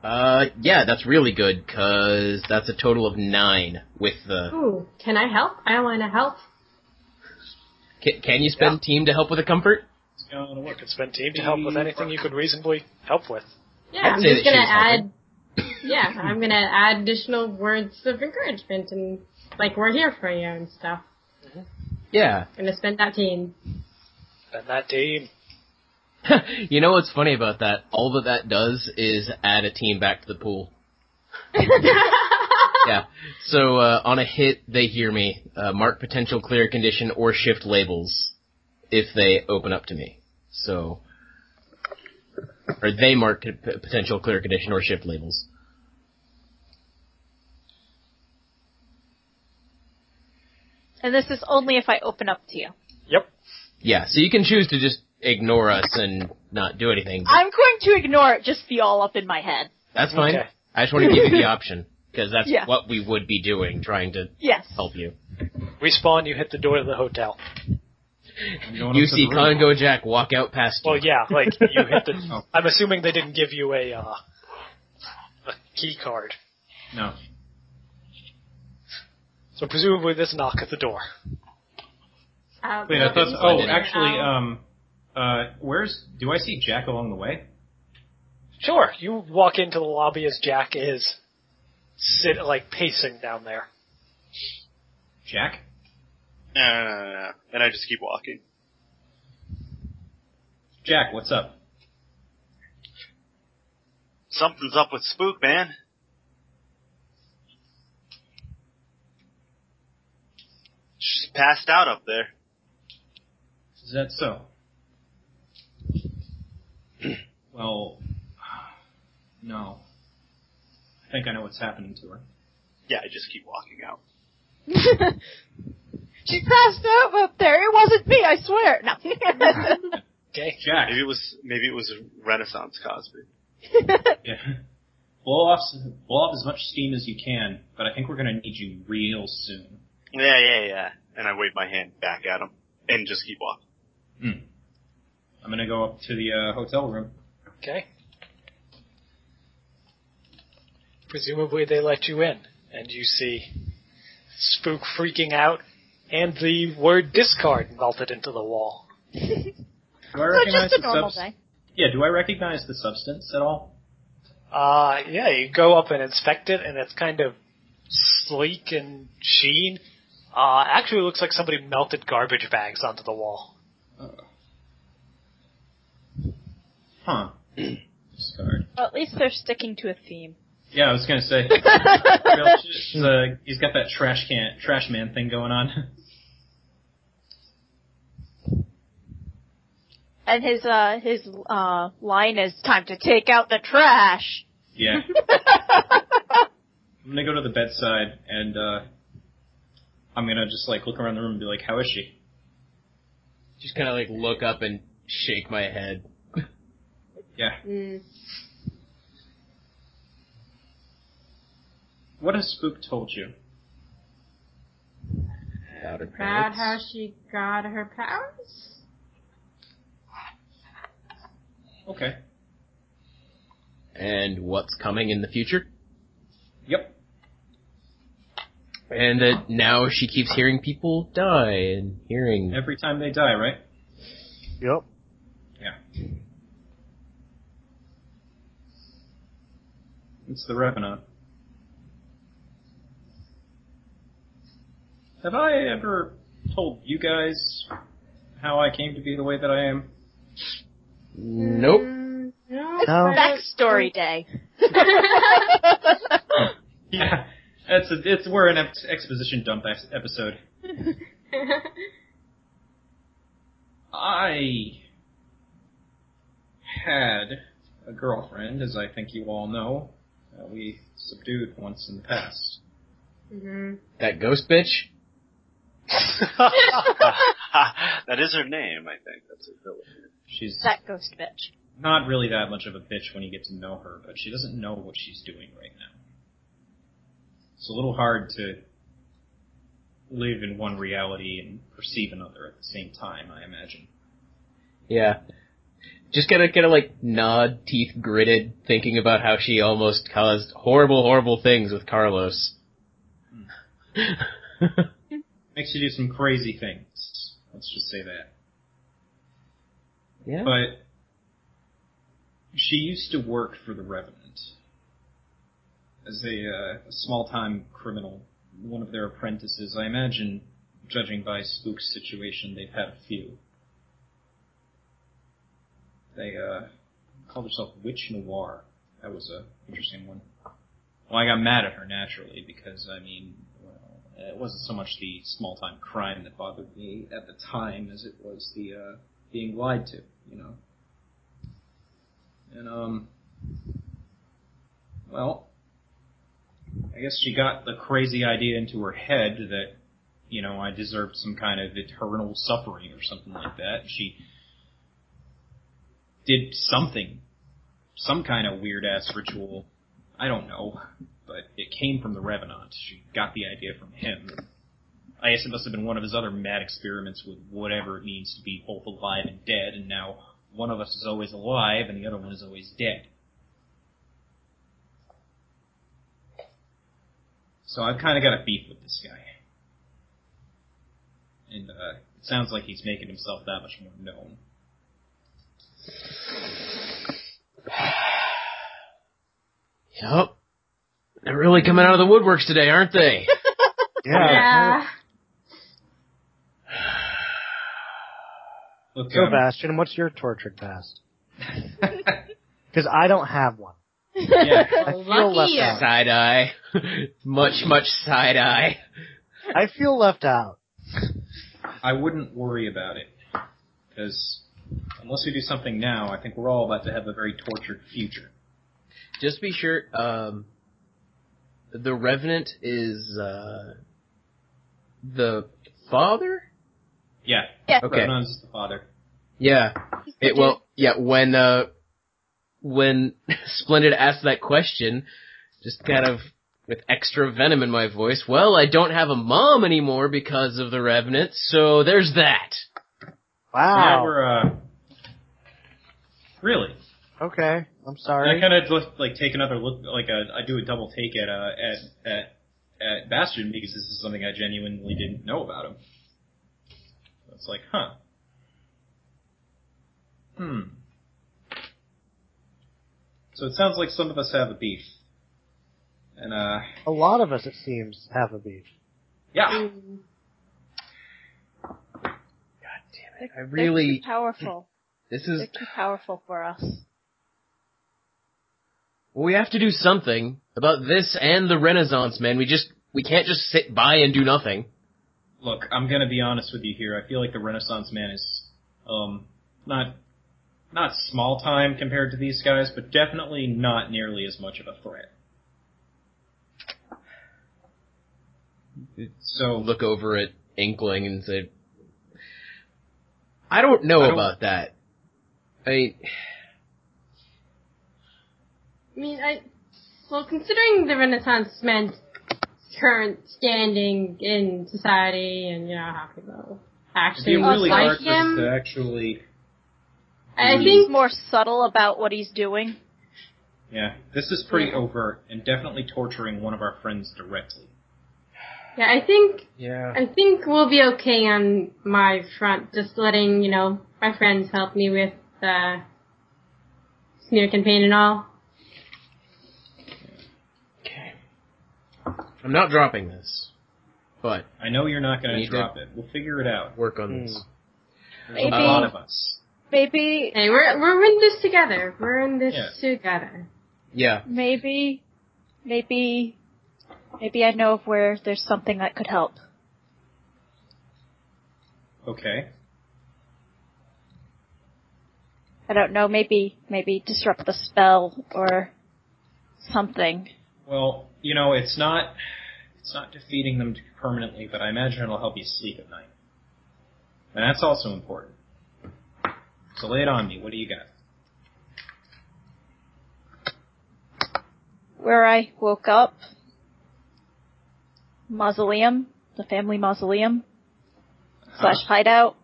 Uh, yeah, that's really good because that's a total of nine with the.
Ooh, can I help? I want to help.
Can, can you spend team to help with the comfort?
Gonna
You
work.
could spend team to help with anything you could reasonably help with.
Yeah,
I'd
I'm
say
just
that
gonna
she's helping.
add. yeah, I'm gonna add additional words of encouragement and like we're here for you and stuff.
Yeah.
Gonna spend that team.
And that team,
you know what's funny about that? All that that does is add a team back to the pool.
Uh,
yeah. So uh, on a hit, they hear me. Uh, mark potential clear condition or shift labels if they open up to me. So, or they mark p- potential clear condition or shift labels.
And this is only if I open up to you.
Yeah. So you can choose to just ignore us and not do anything. but
I'm going to ignore it, just be all up in my head.
That's fine.
Okay.
I just want to give you the option because that's
Yeah.
what we would be doing, trying to
Yes.
Oh.
help you.
Respawn, you hit the door of the hotel.
I'm going
You
up to
see
the room.
Congo Jack walk out past you.
Well, yeah, like you hit the.
Oh.
I'm assuming they didn't give you a, uh, a key card,
No.
so presumably this knock at the door.
Out
Wait, I thought.
of the
Oh,
east
actually,
and out.
um, uh, where's do I see Jack along the way?
Sure, you walk into the lobby as Jack is sit like pacing down there.
Jack?
No, no, no, no, no. And I just keep walking.
Jack, what's up?
Something's up with Spook, man. She's passed out up there.
Is that so? well, no. I think I know what's happening to her.
Yeah, I just keep walking out.
she passed out up there. It wasn't me, I swear. No.
Okay,
Jack.
Maybe it was maybe it was Renaissance Cosby.
Yeah. Blow off, s- blow off as much steam as you can, but I think we're gonna need you real soon.
Yeah, yeah, yeah. And I wave my hand back at him and just keep walking.
I'm gonna go up to the uh, hotel room.
okay. Presumably they let you in, and you see Spook freaking out, and the word discard melted into the wall.
Do I
so
recognize
just a
the
normal
substance?
day.
Yeah, do I recognize the substance at all?
Uh, yeah, you go up and inspect it, and it's kind of sleek and sheen. Uh, actually, looks like somebody melted garbage bags onto the wall.
Huh. Discard.
Well, at least they're sticking to a theme.
Yeah, I was gonna say. Real shit. He's, uh, he's got that trash can, trash man thing going on.
And his uh his uh line is time to take out the trash.
yeah. I'm gonna go to the bedside and uh, I'm gonna just like look around the room and be like, "How is she?"
Just kind of like look up and shake my head.
Yeah.
Mm.
What has Spook told you?
Out of
About
balance.
how she got her powers?
Okay.
and what's coming in the future.
Yep.
And that now she keeps hearing people die and hearing.
Every time they die, right?
Yep.
Yeah. It's the Revenant. Have I ever told you guys how I came to be the way that I am?
Nope.
Mm, no.
It's
No.
backstory day.
Yeah. That's a, it's we're an ex- exposition dump ex- episode. I had a girlfriend, as I think you all know. Uh, we subdued once in the past.
hmm
That ghost bitch.
that is her name, I think. That's her villain.
She's
that ghost bitch.
not really that much of a bitch when you get to know her, but she doesn't know what she's doing right now. It's a little hard to live in one reality and perceive another at the same time, I imagine.
Yeah. Just kind of, kind of like nod, teeth gritted, thinking about how she almost caused horrible, horrible things with Carlos.
Makes you do some crazy things. Let's just say that.
Yeah.
But she used to work for the Revenant as a, uh, a small-time criminal, one of their apprentices. I imagine, judging by Spook's situation, they've had a few. They uh, called herself Witch Noir. That was a interesting one. Well, I got mad at her naturally because I mean, well, it wasn't so much the small-time crime that bothered me at the time as it was the uh, being lied to, you know. And um well, I guess she got the crazy idea into her head that you know, I deserved some kind of eternal suffering or something like that. She did something, some kind of weird ass ritual. I don't know, but it came from the Revenant. She got the idea from him. I guess it must have been one of his other mad experiments with whatever it means to be both alive and dead, and now one of us is always alive and the other one is always dead. So I've kind of got a beef with this guy. And uh, it sounds like he's making himself that much more known.
Yep. They're really coming out of the woodworks today, aren't they?
Yeah.
yeah.
Look,
So,
um,
Bastion, what's your tortured past? Because I don't have one.
yeah,
I
Well,
feel
lucky
left out.
you.
Side eye. much, much side eye.
I feel left out.
I wouldn't worry about it. Because unless we do something now, I think we're all about to have a very tortured future.
Just be sure, um, the Revenant is, uh, the father?
Yeah.
Yeah.
Okay.
Renan's is the father.
Yeah. It, well, yeah, when, uh, when Splendid asked that question, just kind of with extra venom in my voice, well, I don't have a mom anymore because of the Revenant, so there's that.
Yeah,
Wow.
we're, uh, really.
okay. I'm
And I
sorry.
kind of like take another look, like uh, I do a double take at uh, at at at Bastion because this is something I genuinely didn't know about him. It's like, huh, hmm. So it sounds like some of us have a beef, and uh,
A lot of us, it seems, have a beef.
yeah,
I
They're
really,
too powerful.
this is,
They're too powerful for us.
we have to do something about this and the Renaissance, man. We just, we can't just sit by and do nothing.
look, I'm gonna be honest with you here. I feel like the Renaissance man is um not not small time compared to these guys, but definitely not nearly as much of a threat. So
look over at Inkling and say, I don't know
I don't-
about that. I mean,
I mean, I well, considering the Renaissance man's current standing in society, and you know how people
it'd
actually
be really
like
hard
like
for us
him,
to actually.
I
He's
think
more subtle about what he's doing.
Yeah, this is pretty overt and definitely torturing one of our friends directly.
Yeah, I think
yeah.
I think we'll be okay on my front. Just letting you know my friends help me with the smear campaign and all.
Okay. I'm not dropping this, but
I know you're not going
We did-
to drop it. We'll figure it out.
work on this.
There's a
Maybe-
lot of us.
Maybe,
Hey, we're we're in this together. We're in this
Yeah.
together.
Yeah.
maybe, maybe, maybe I know of where there's something that could help.
Okay.
I don't know, maybe, maybe disrupt the spell or something.
Well, you know, it's not it's not defeating them permanently, but I imagine it'll help you sleep at night. And that's also important. So lay it on me. What do you got?
Where I woke up, mausoleum, the family mausoleum, slash hideout,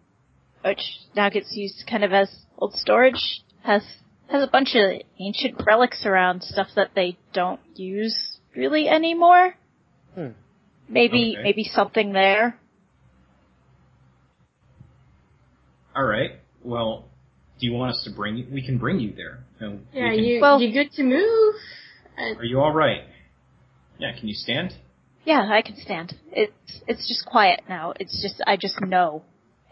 which now gets used kind of as old storage, has, has a bunch of ancient relics around, stuff that they don't use really anymore.
Hmm.
Maybe,
Okay.
maybe something there.
All right. Well, do you want us to bring you? We can bring you there. And we
Yeah,
can-
you
Well-
you good to move? Uh,
Are you all right? Yeah. Can you stand?
Yeah, I can stand. It's it's just quiet now. It's just I just know.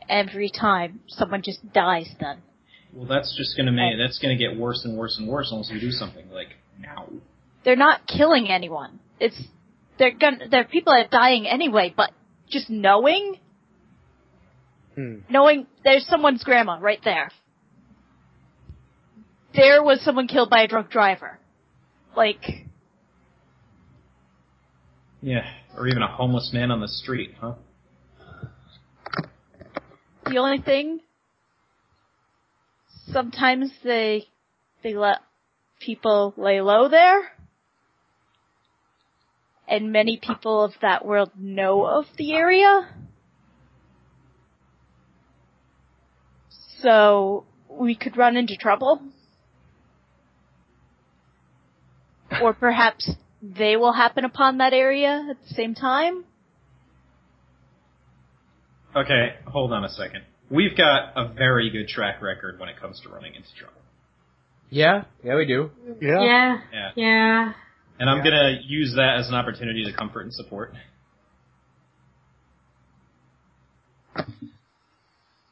Every time someone just dies then.
Well, that's just gonna make that's gonna get worse and worse and worse unless we do something like now.
They're not killing anyone. It's they're gonna they're people that are dying anyway, but just knowing
Hmm.
knowing there's someone's grandma right there. There was someone killed by a drunk driver. Like
Yeah. Or even a homeless man on the street, huh?
the only thing sometimes they they let people lay low there and many people of that world know of the area. So we could run into trouble. Or perhaps they will happen upon that area at the same time.
Okay, hold on a second. We've got a very good track record when it comes to running into trouble.
Yeah, yeah, we do.
Yeah.
Yeah.
Yeah.
Yeah.
And I'm gonna use that as an opportunity to comfort and support.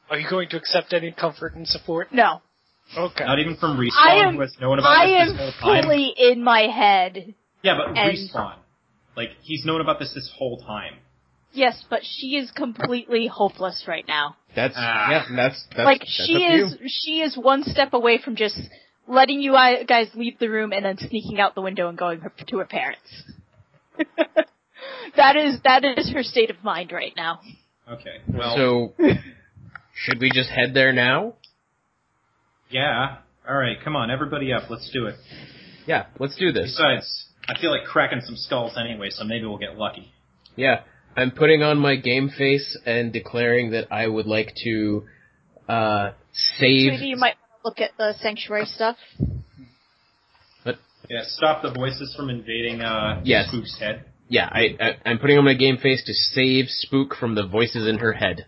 Are you going to accept any comfort and support?
No.
Okay.
Not even from Respawn,
I am-
who has known about
I
this
am
this whole time.
fully in my head.
yeah, but
and-
Respawn. Like, he's known about this this whole time.
Yes, but she is completely hopeless right now.
That's
Ah.
yeah. That's that's
like
that's
she
up to you.
is she is one step away from just letting you i- guys leave the room and then sneaking out the window and going her- to her parents. that is that is her state of mind right now.
Okay. Well,
So should we just head there now?
yeah. Alright, come on, everybody up, let's do it.
Yeah, let's do this.
Besides, I feel like cracking some skulls anyway, so maybe we'll get lucky.
Yeah, I'm putting on my game face and declaring that I would like to uh save.
Sweetie, you might want to look at the sanctuary stuff.
Yeah, stop the voices from invading, uh,
Yes.
Spook's head.
Yeah, I, I I'm putting on my game face to save Spook from the voices in her head.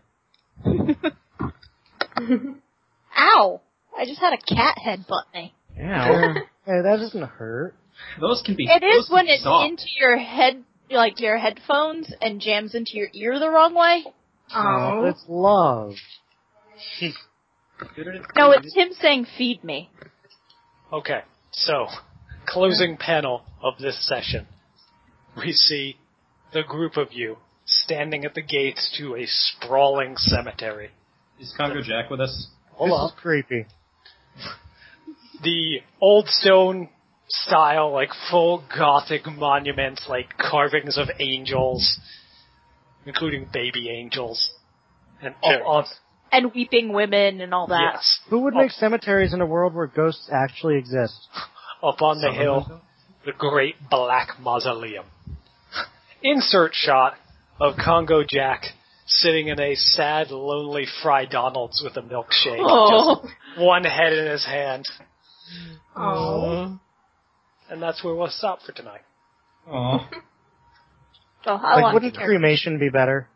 Ow! I just had a cat headbutt me.
Yeah.
Hey, that doesn't hurt.
Those can be
It
those
is
can
when
be
it's
soft.
into your head, like your headphones, and jams into your ear the wrong way.
Oh,
Oh.
it's love.
No,
Mm-hmm.
it's him saying "feed me."
Okay, so closing panel of this session. We see the group of you standing at the gates to a sprawling cemetery.
Is Congo Jack with us?
this
Hold
is creepy.
The old stone style, like full gothic monuments, like carvings of angels, including baby angels. And all, all
And weeping women and all that.
yes,
Who would make cemeteries in a world where ghosts actually exist?
up on the hill, the great black mausoleum. Insert shot of Congo Jack sitting in a sad, lonely Fry Donald's with a milkshake,
Oh.
just one head in his hand,
Oh.
and that's where we'll stop for tonight.
Aw.
So how
Like,
long
wouldn't
do you-
cremation be better?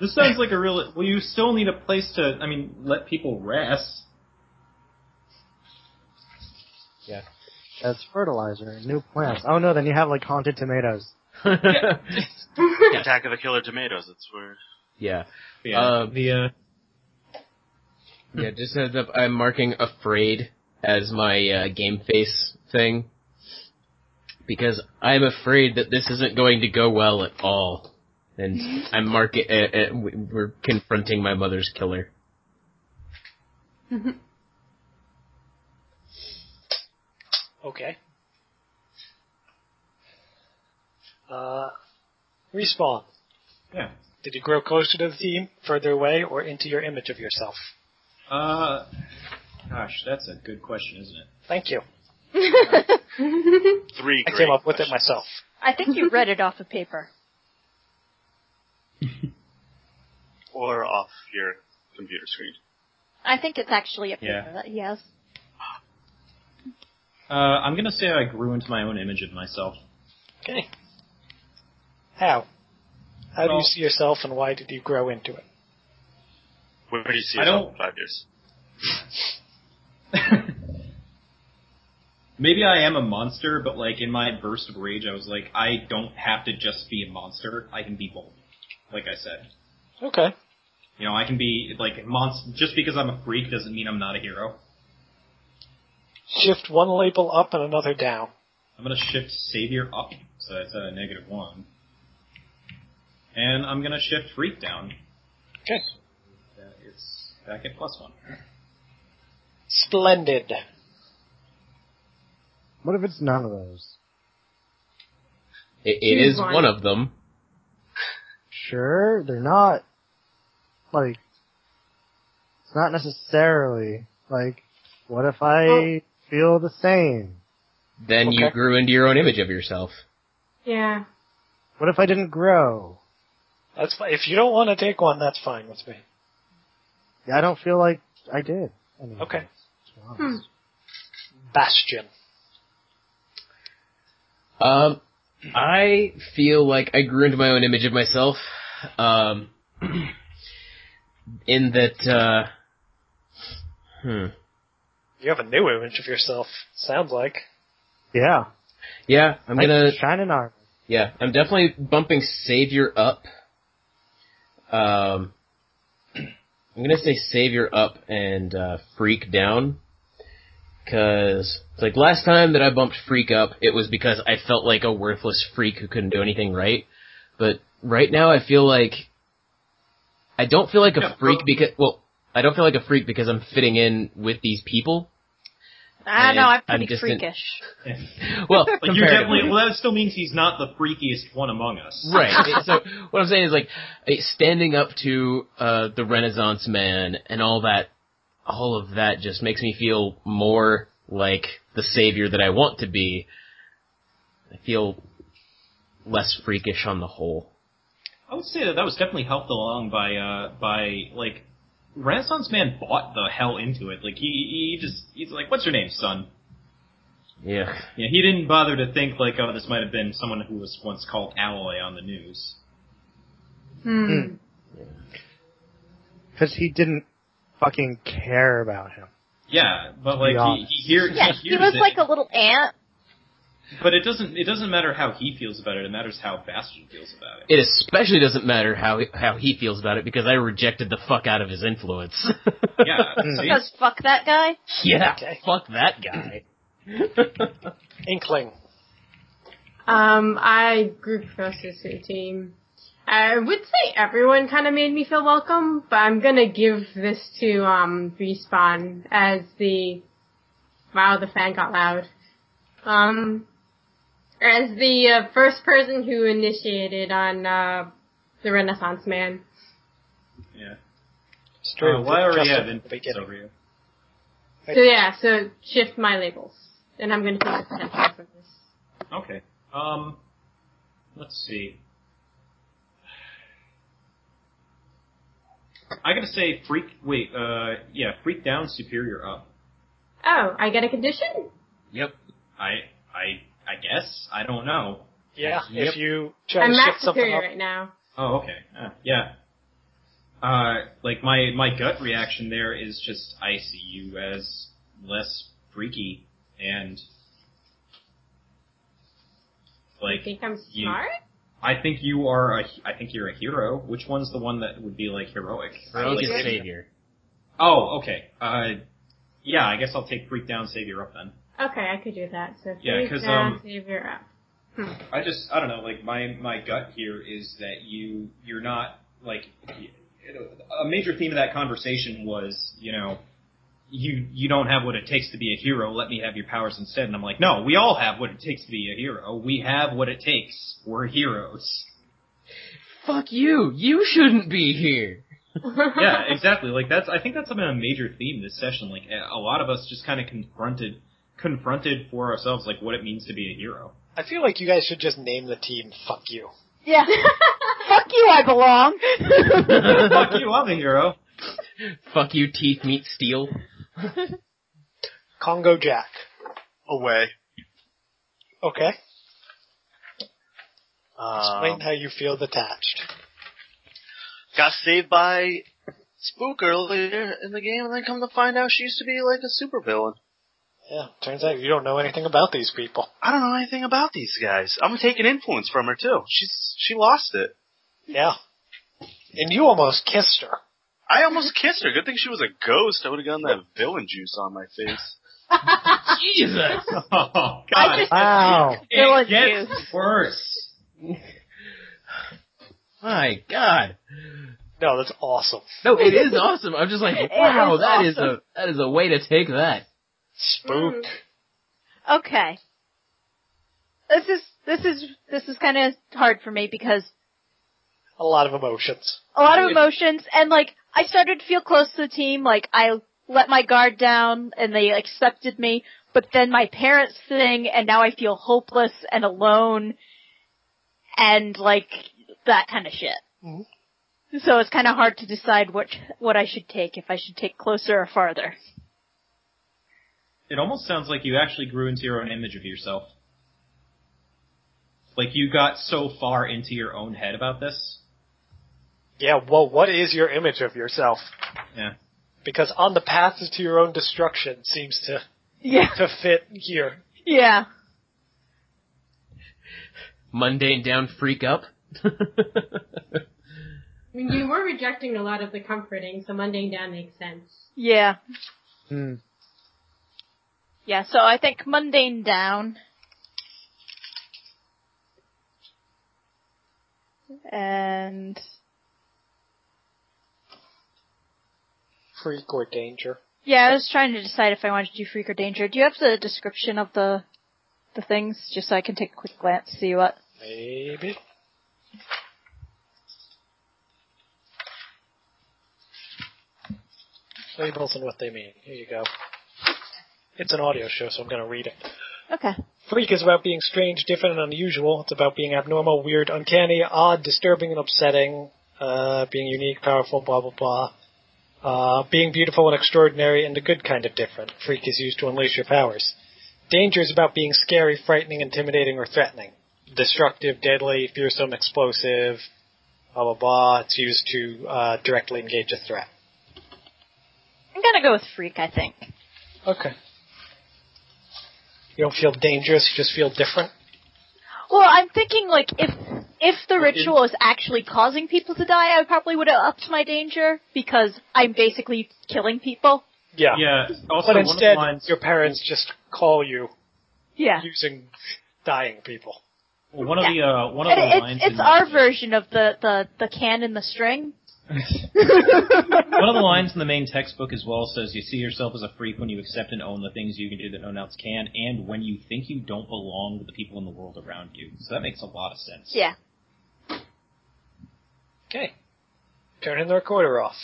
This sounds like a real. Well, you still need a place to. I mean, let people rest.
That's fertilizer and new plants. Oh no, then you have like haunted tomatoes.
Attack of the Killer Tomatoes. That's where.
yeah.
Yeah.
Uh,
the uh,
Yeah, just heads up, I'm marking afraid as my uh, game face thing. Because I'm afraid that this isn't going to go well at all. And I'm marking, uh, uh, we- we're confronting my mother's killer.
Okay. Uh, respawn.
yeah.
Did you grow closer to the team, further away, or into your image of yourself?
Uh, gosh, that's a good question, isn't it?
Thank you.
Three.
I
great
came up with it
questions.
myself.
I think you read it off of paper.
Or off your computer screen.
I think it's actually a paper
Yeah.
that he has.
Uh, I'm gonna say I grew into my own image of myself.
Okay. How? How do
Well-
you see yourself, and why did you grow into it?
Where do you see
I
yourself
don't-
in five years?
Maybe I am a monster, but like in my burst of rage, I was like, I don't have to just be a monster. I can be both. Like I said,
Okay.
you know, I can be like monster. Just because I'm a freak doesn't mean I'm not a hero.
Shift one label up and another down.
I'm gonna shift savior up, so that's a negative one. And I'm gonna shift freak down.
Okay.
That is back at plus one.
Splendid.
What if it's none of those?
It, it
Choose
is
one.
one of them.
Sure, they're not like it's not necessarily like what if I
Well-
feel the same?
Then you
Okay.
grew into your own image of yourself.
Yeah.
What if I didn't grow?
That's fine. If you don't want to take one, that's fine with me.
I don't feel like I did. Hmm. anyway,
Okay.
to be honest.
Bastion.
Um, I feel like I grew into my own image of myself. Um, in that, uh, hmm.
You have a new image of yourself, sounds like.
Yeah.
Yeah, I'm
Like,
gonna,
shine an armor.
yeah, I'm definitely bumping Savior up. Um, I'm gonna say Savior up and, uh, Freak down. Cause, it's like last time that I bumped Freak up, it was because I felt like a worthless freak who couldn't do anything right. But right now I feel like, I don't feel like a
Yeah,
freak
well-
because, well, I don't feel like a freak because I'm fitting in with these people.
I don't know, I'm
I'm
pretty
just an-
freakish.
Well,
Like you're
comparatively.
definitely well. That still means he's not the freakiest one among us.
Right. so what I'm saying is like eh, standing up to uh, the Renaissance man and all that, all of that just makes me feel more like the savior that I want to be. I feel less freakish on the whole.
I would say that that was definitely helped along by uh by like Renaissance man bought the hell into it. Like he he just he's like, what's your name, son?
Yeah.
Yeah, he didn't bother to think like, oh, this might have been someone who was once called Alloy on the news.
Hmm.
Because he didn't fucking care about him.
Yeah, but
be
like he,
honest.
he, hear,
Yeah,
he
he
hears
was
it,
like a little ant.
but it doesn't it doesn't matter how he feels about it. It matters how Bastion feels about it.
It especially doesn't matter how how he feels about it because I rejected the fuck out of his influence.
Yeah, see?
Because fuck that guy.
yeah.
Okay.
Fuck that guy.
Inkling.
Um, I group process your team. I would say everyone kind of made me feel welcome, but I'm gonna give this to um respawn as the wow the fan got loud. Um, as the uh, first person who initiated on uh the Renaissance man.
yeah.
Straight
Uh, why already
just
have
at the
inputs
beginning.
over you?
So yeah, so shift my labels, and I'm gonna take a potential for this.
Okay. Um, let's see. I gotta say, freak. Wait, uh, yeah, freak down, superior up.
Oh, I get a condition.
Yep.
I, I, I guess. I don't know.
Yeah,
Yep.
if you try
I'm
to
max
shift something
superior
up.
right now.
Oh, okay. Uh, yeah. Uh, like my my gut reaction there is just I see you as less freaky and
You
like
think I'm
you-
smart?
I think you are a I think you're a hero. Which one's the one that would be like heroic?
Rogue is
Like,
savior.
Oh, okay. Uh, yeah, I guess I'll take freak down, savior up then.
Okay, I could do that. So
Yeah,
freak
'cause,
down,
um,
savior up.
I just I don't know. Like my my gut here is that you you're not like a major theme of that conversation was you know you you don't have what it takes to be a hero. Let me have your powers instead. And I'm like, no, we all have what it takes to be a hero. We have what it takes. We're heroes.
Fuck you. You shouldn't be here.
yeah, exactly. Like that's I think that's been a major theme this session. Like a a lot of us just kind of confronted confronted for ourselves like what it means to be a hero.
I feel like you guys should just name the team Fuck You.
Yeah. fuck you, I belong.
Fuck you, I'm a hero.
Fuck you, teeth meet steel.
Congo Jack.
Away.
Okay. Explain
Um,
how you feel detached.
got saved by Spook earlier in the game, and then come to find out she used to be like a supervillain.
Yeah, turns out you don't know anything about these people.
I don't know anything about these guys. I'm gonna take an influence from her too. She's she lost it.
Yeah. And you almost kissed her.
I almost kissed her. Good thing she was a ghost. I would have gotten that villain juice on my face.
Jesus.
Oh god.
I just-
Wow.
Villain
it gets
juice.
worse.
My God.
No, that's awesome.
No, it is awesome. I'm just like,
It
wow,
is
that is
awesome.
a that is a way to take that.
Spook.
Okay. This is this is this is kind of hard for me because
A lot of emotions.
a lot of emotions and like I started to feel close to the team. Like I let my guard down and they accepted me, but then my parents thing and now I feel hopeless and alone. and like that kind of shit.
Mhm.
So it's kind of hard to decide what what I should take if I should take closer or farther.
It almost sounds like you actually grew into your own image of yourself. Like you got so far into your own head about this.
Yeah, well, what is your image of yourself?
Yeah.
Because on the path to your own destruction seems to,
Yeah,
to fit here.
yeah.
Mundane down, freak up.
I mean, you were rejecting a lot of the comforting, so mundane down makes sense.
Yeah.
Hmm.
Yeah, so I think mundane down. And
Freak or danger.
yeah, I was trying to decide if I wanted to do freak or danger. Do you have the description of the the things just so I can take a quick glance see what?
Maybe. Labels and what they mean. Here you go. It's an audio show, so I'm going to read it.
Okay.
Freak is about being strange, different, and unusual. It's about being abnormal, weird, uncanny, odd, disturbing, and upsetting. Uh, being unique, powerful, blah, blah, blah. Uh, being beautiful and extraordinary and the good kind of different. Freak is used to unleash your powers. Danger is about being scary, frightening, intimidating, or threatening. Destructive, deadly, fearsome, explosive, blah, blah, blah. It's used to uh, directly engage a threat.
I'm gonna go with freak, I think.
Okay. You don't feel dangerous, you just feel different?
Well, I'm thinking like if if the ritual is actually causing people to die, I probably would have upped my danger because I'm basically killing people.
Yeah. Also,
But
one of the
instead,
lines.
your parents just call you
Yeah.
using dying people.
well, One of
yeah.
the uh, one of the
It,
lines.
it's
in
it's our
the,
version of the, the, the can and the string.
One of the lines in the main textbook as well says, "You see yourself as a freak when you accept and own the things you can do that no one else can, and when you think you don't belong with the people in the world around you." So that makes a lot of sense.
yeah.
Okay. Turning the recorder off.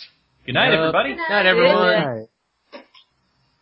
Good night,
Uh,
everybody.
Not everyone.
Uh,
Yeah.
Alright.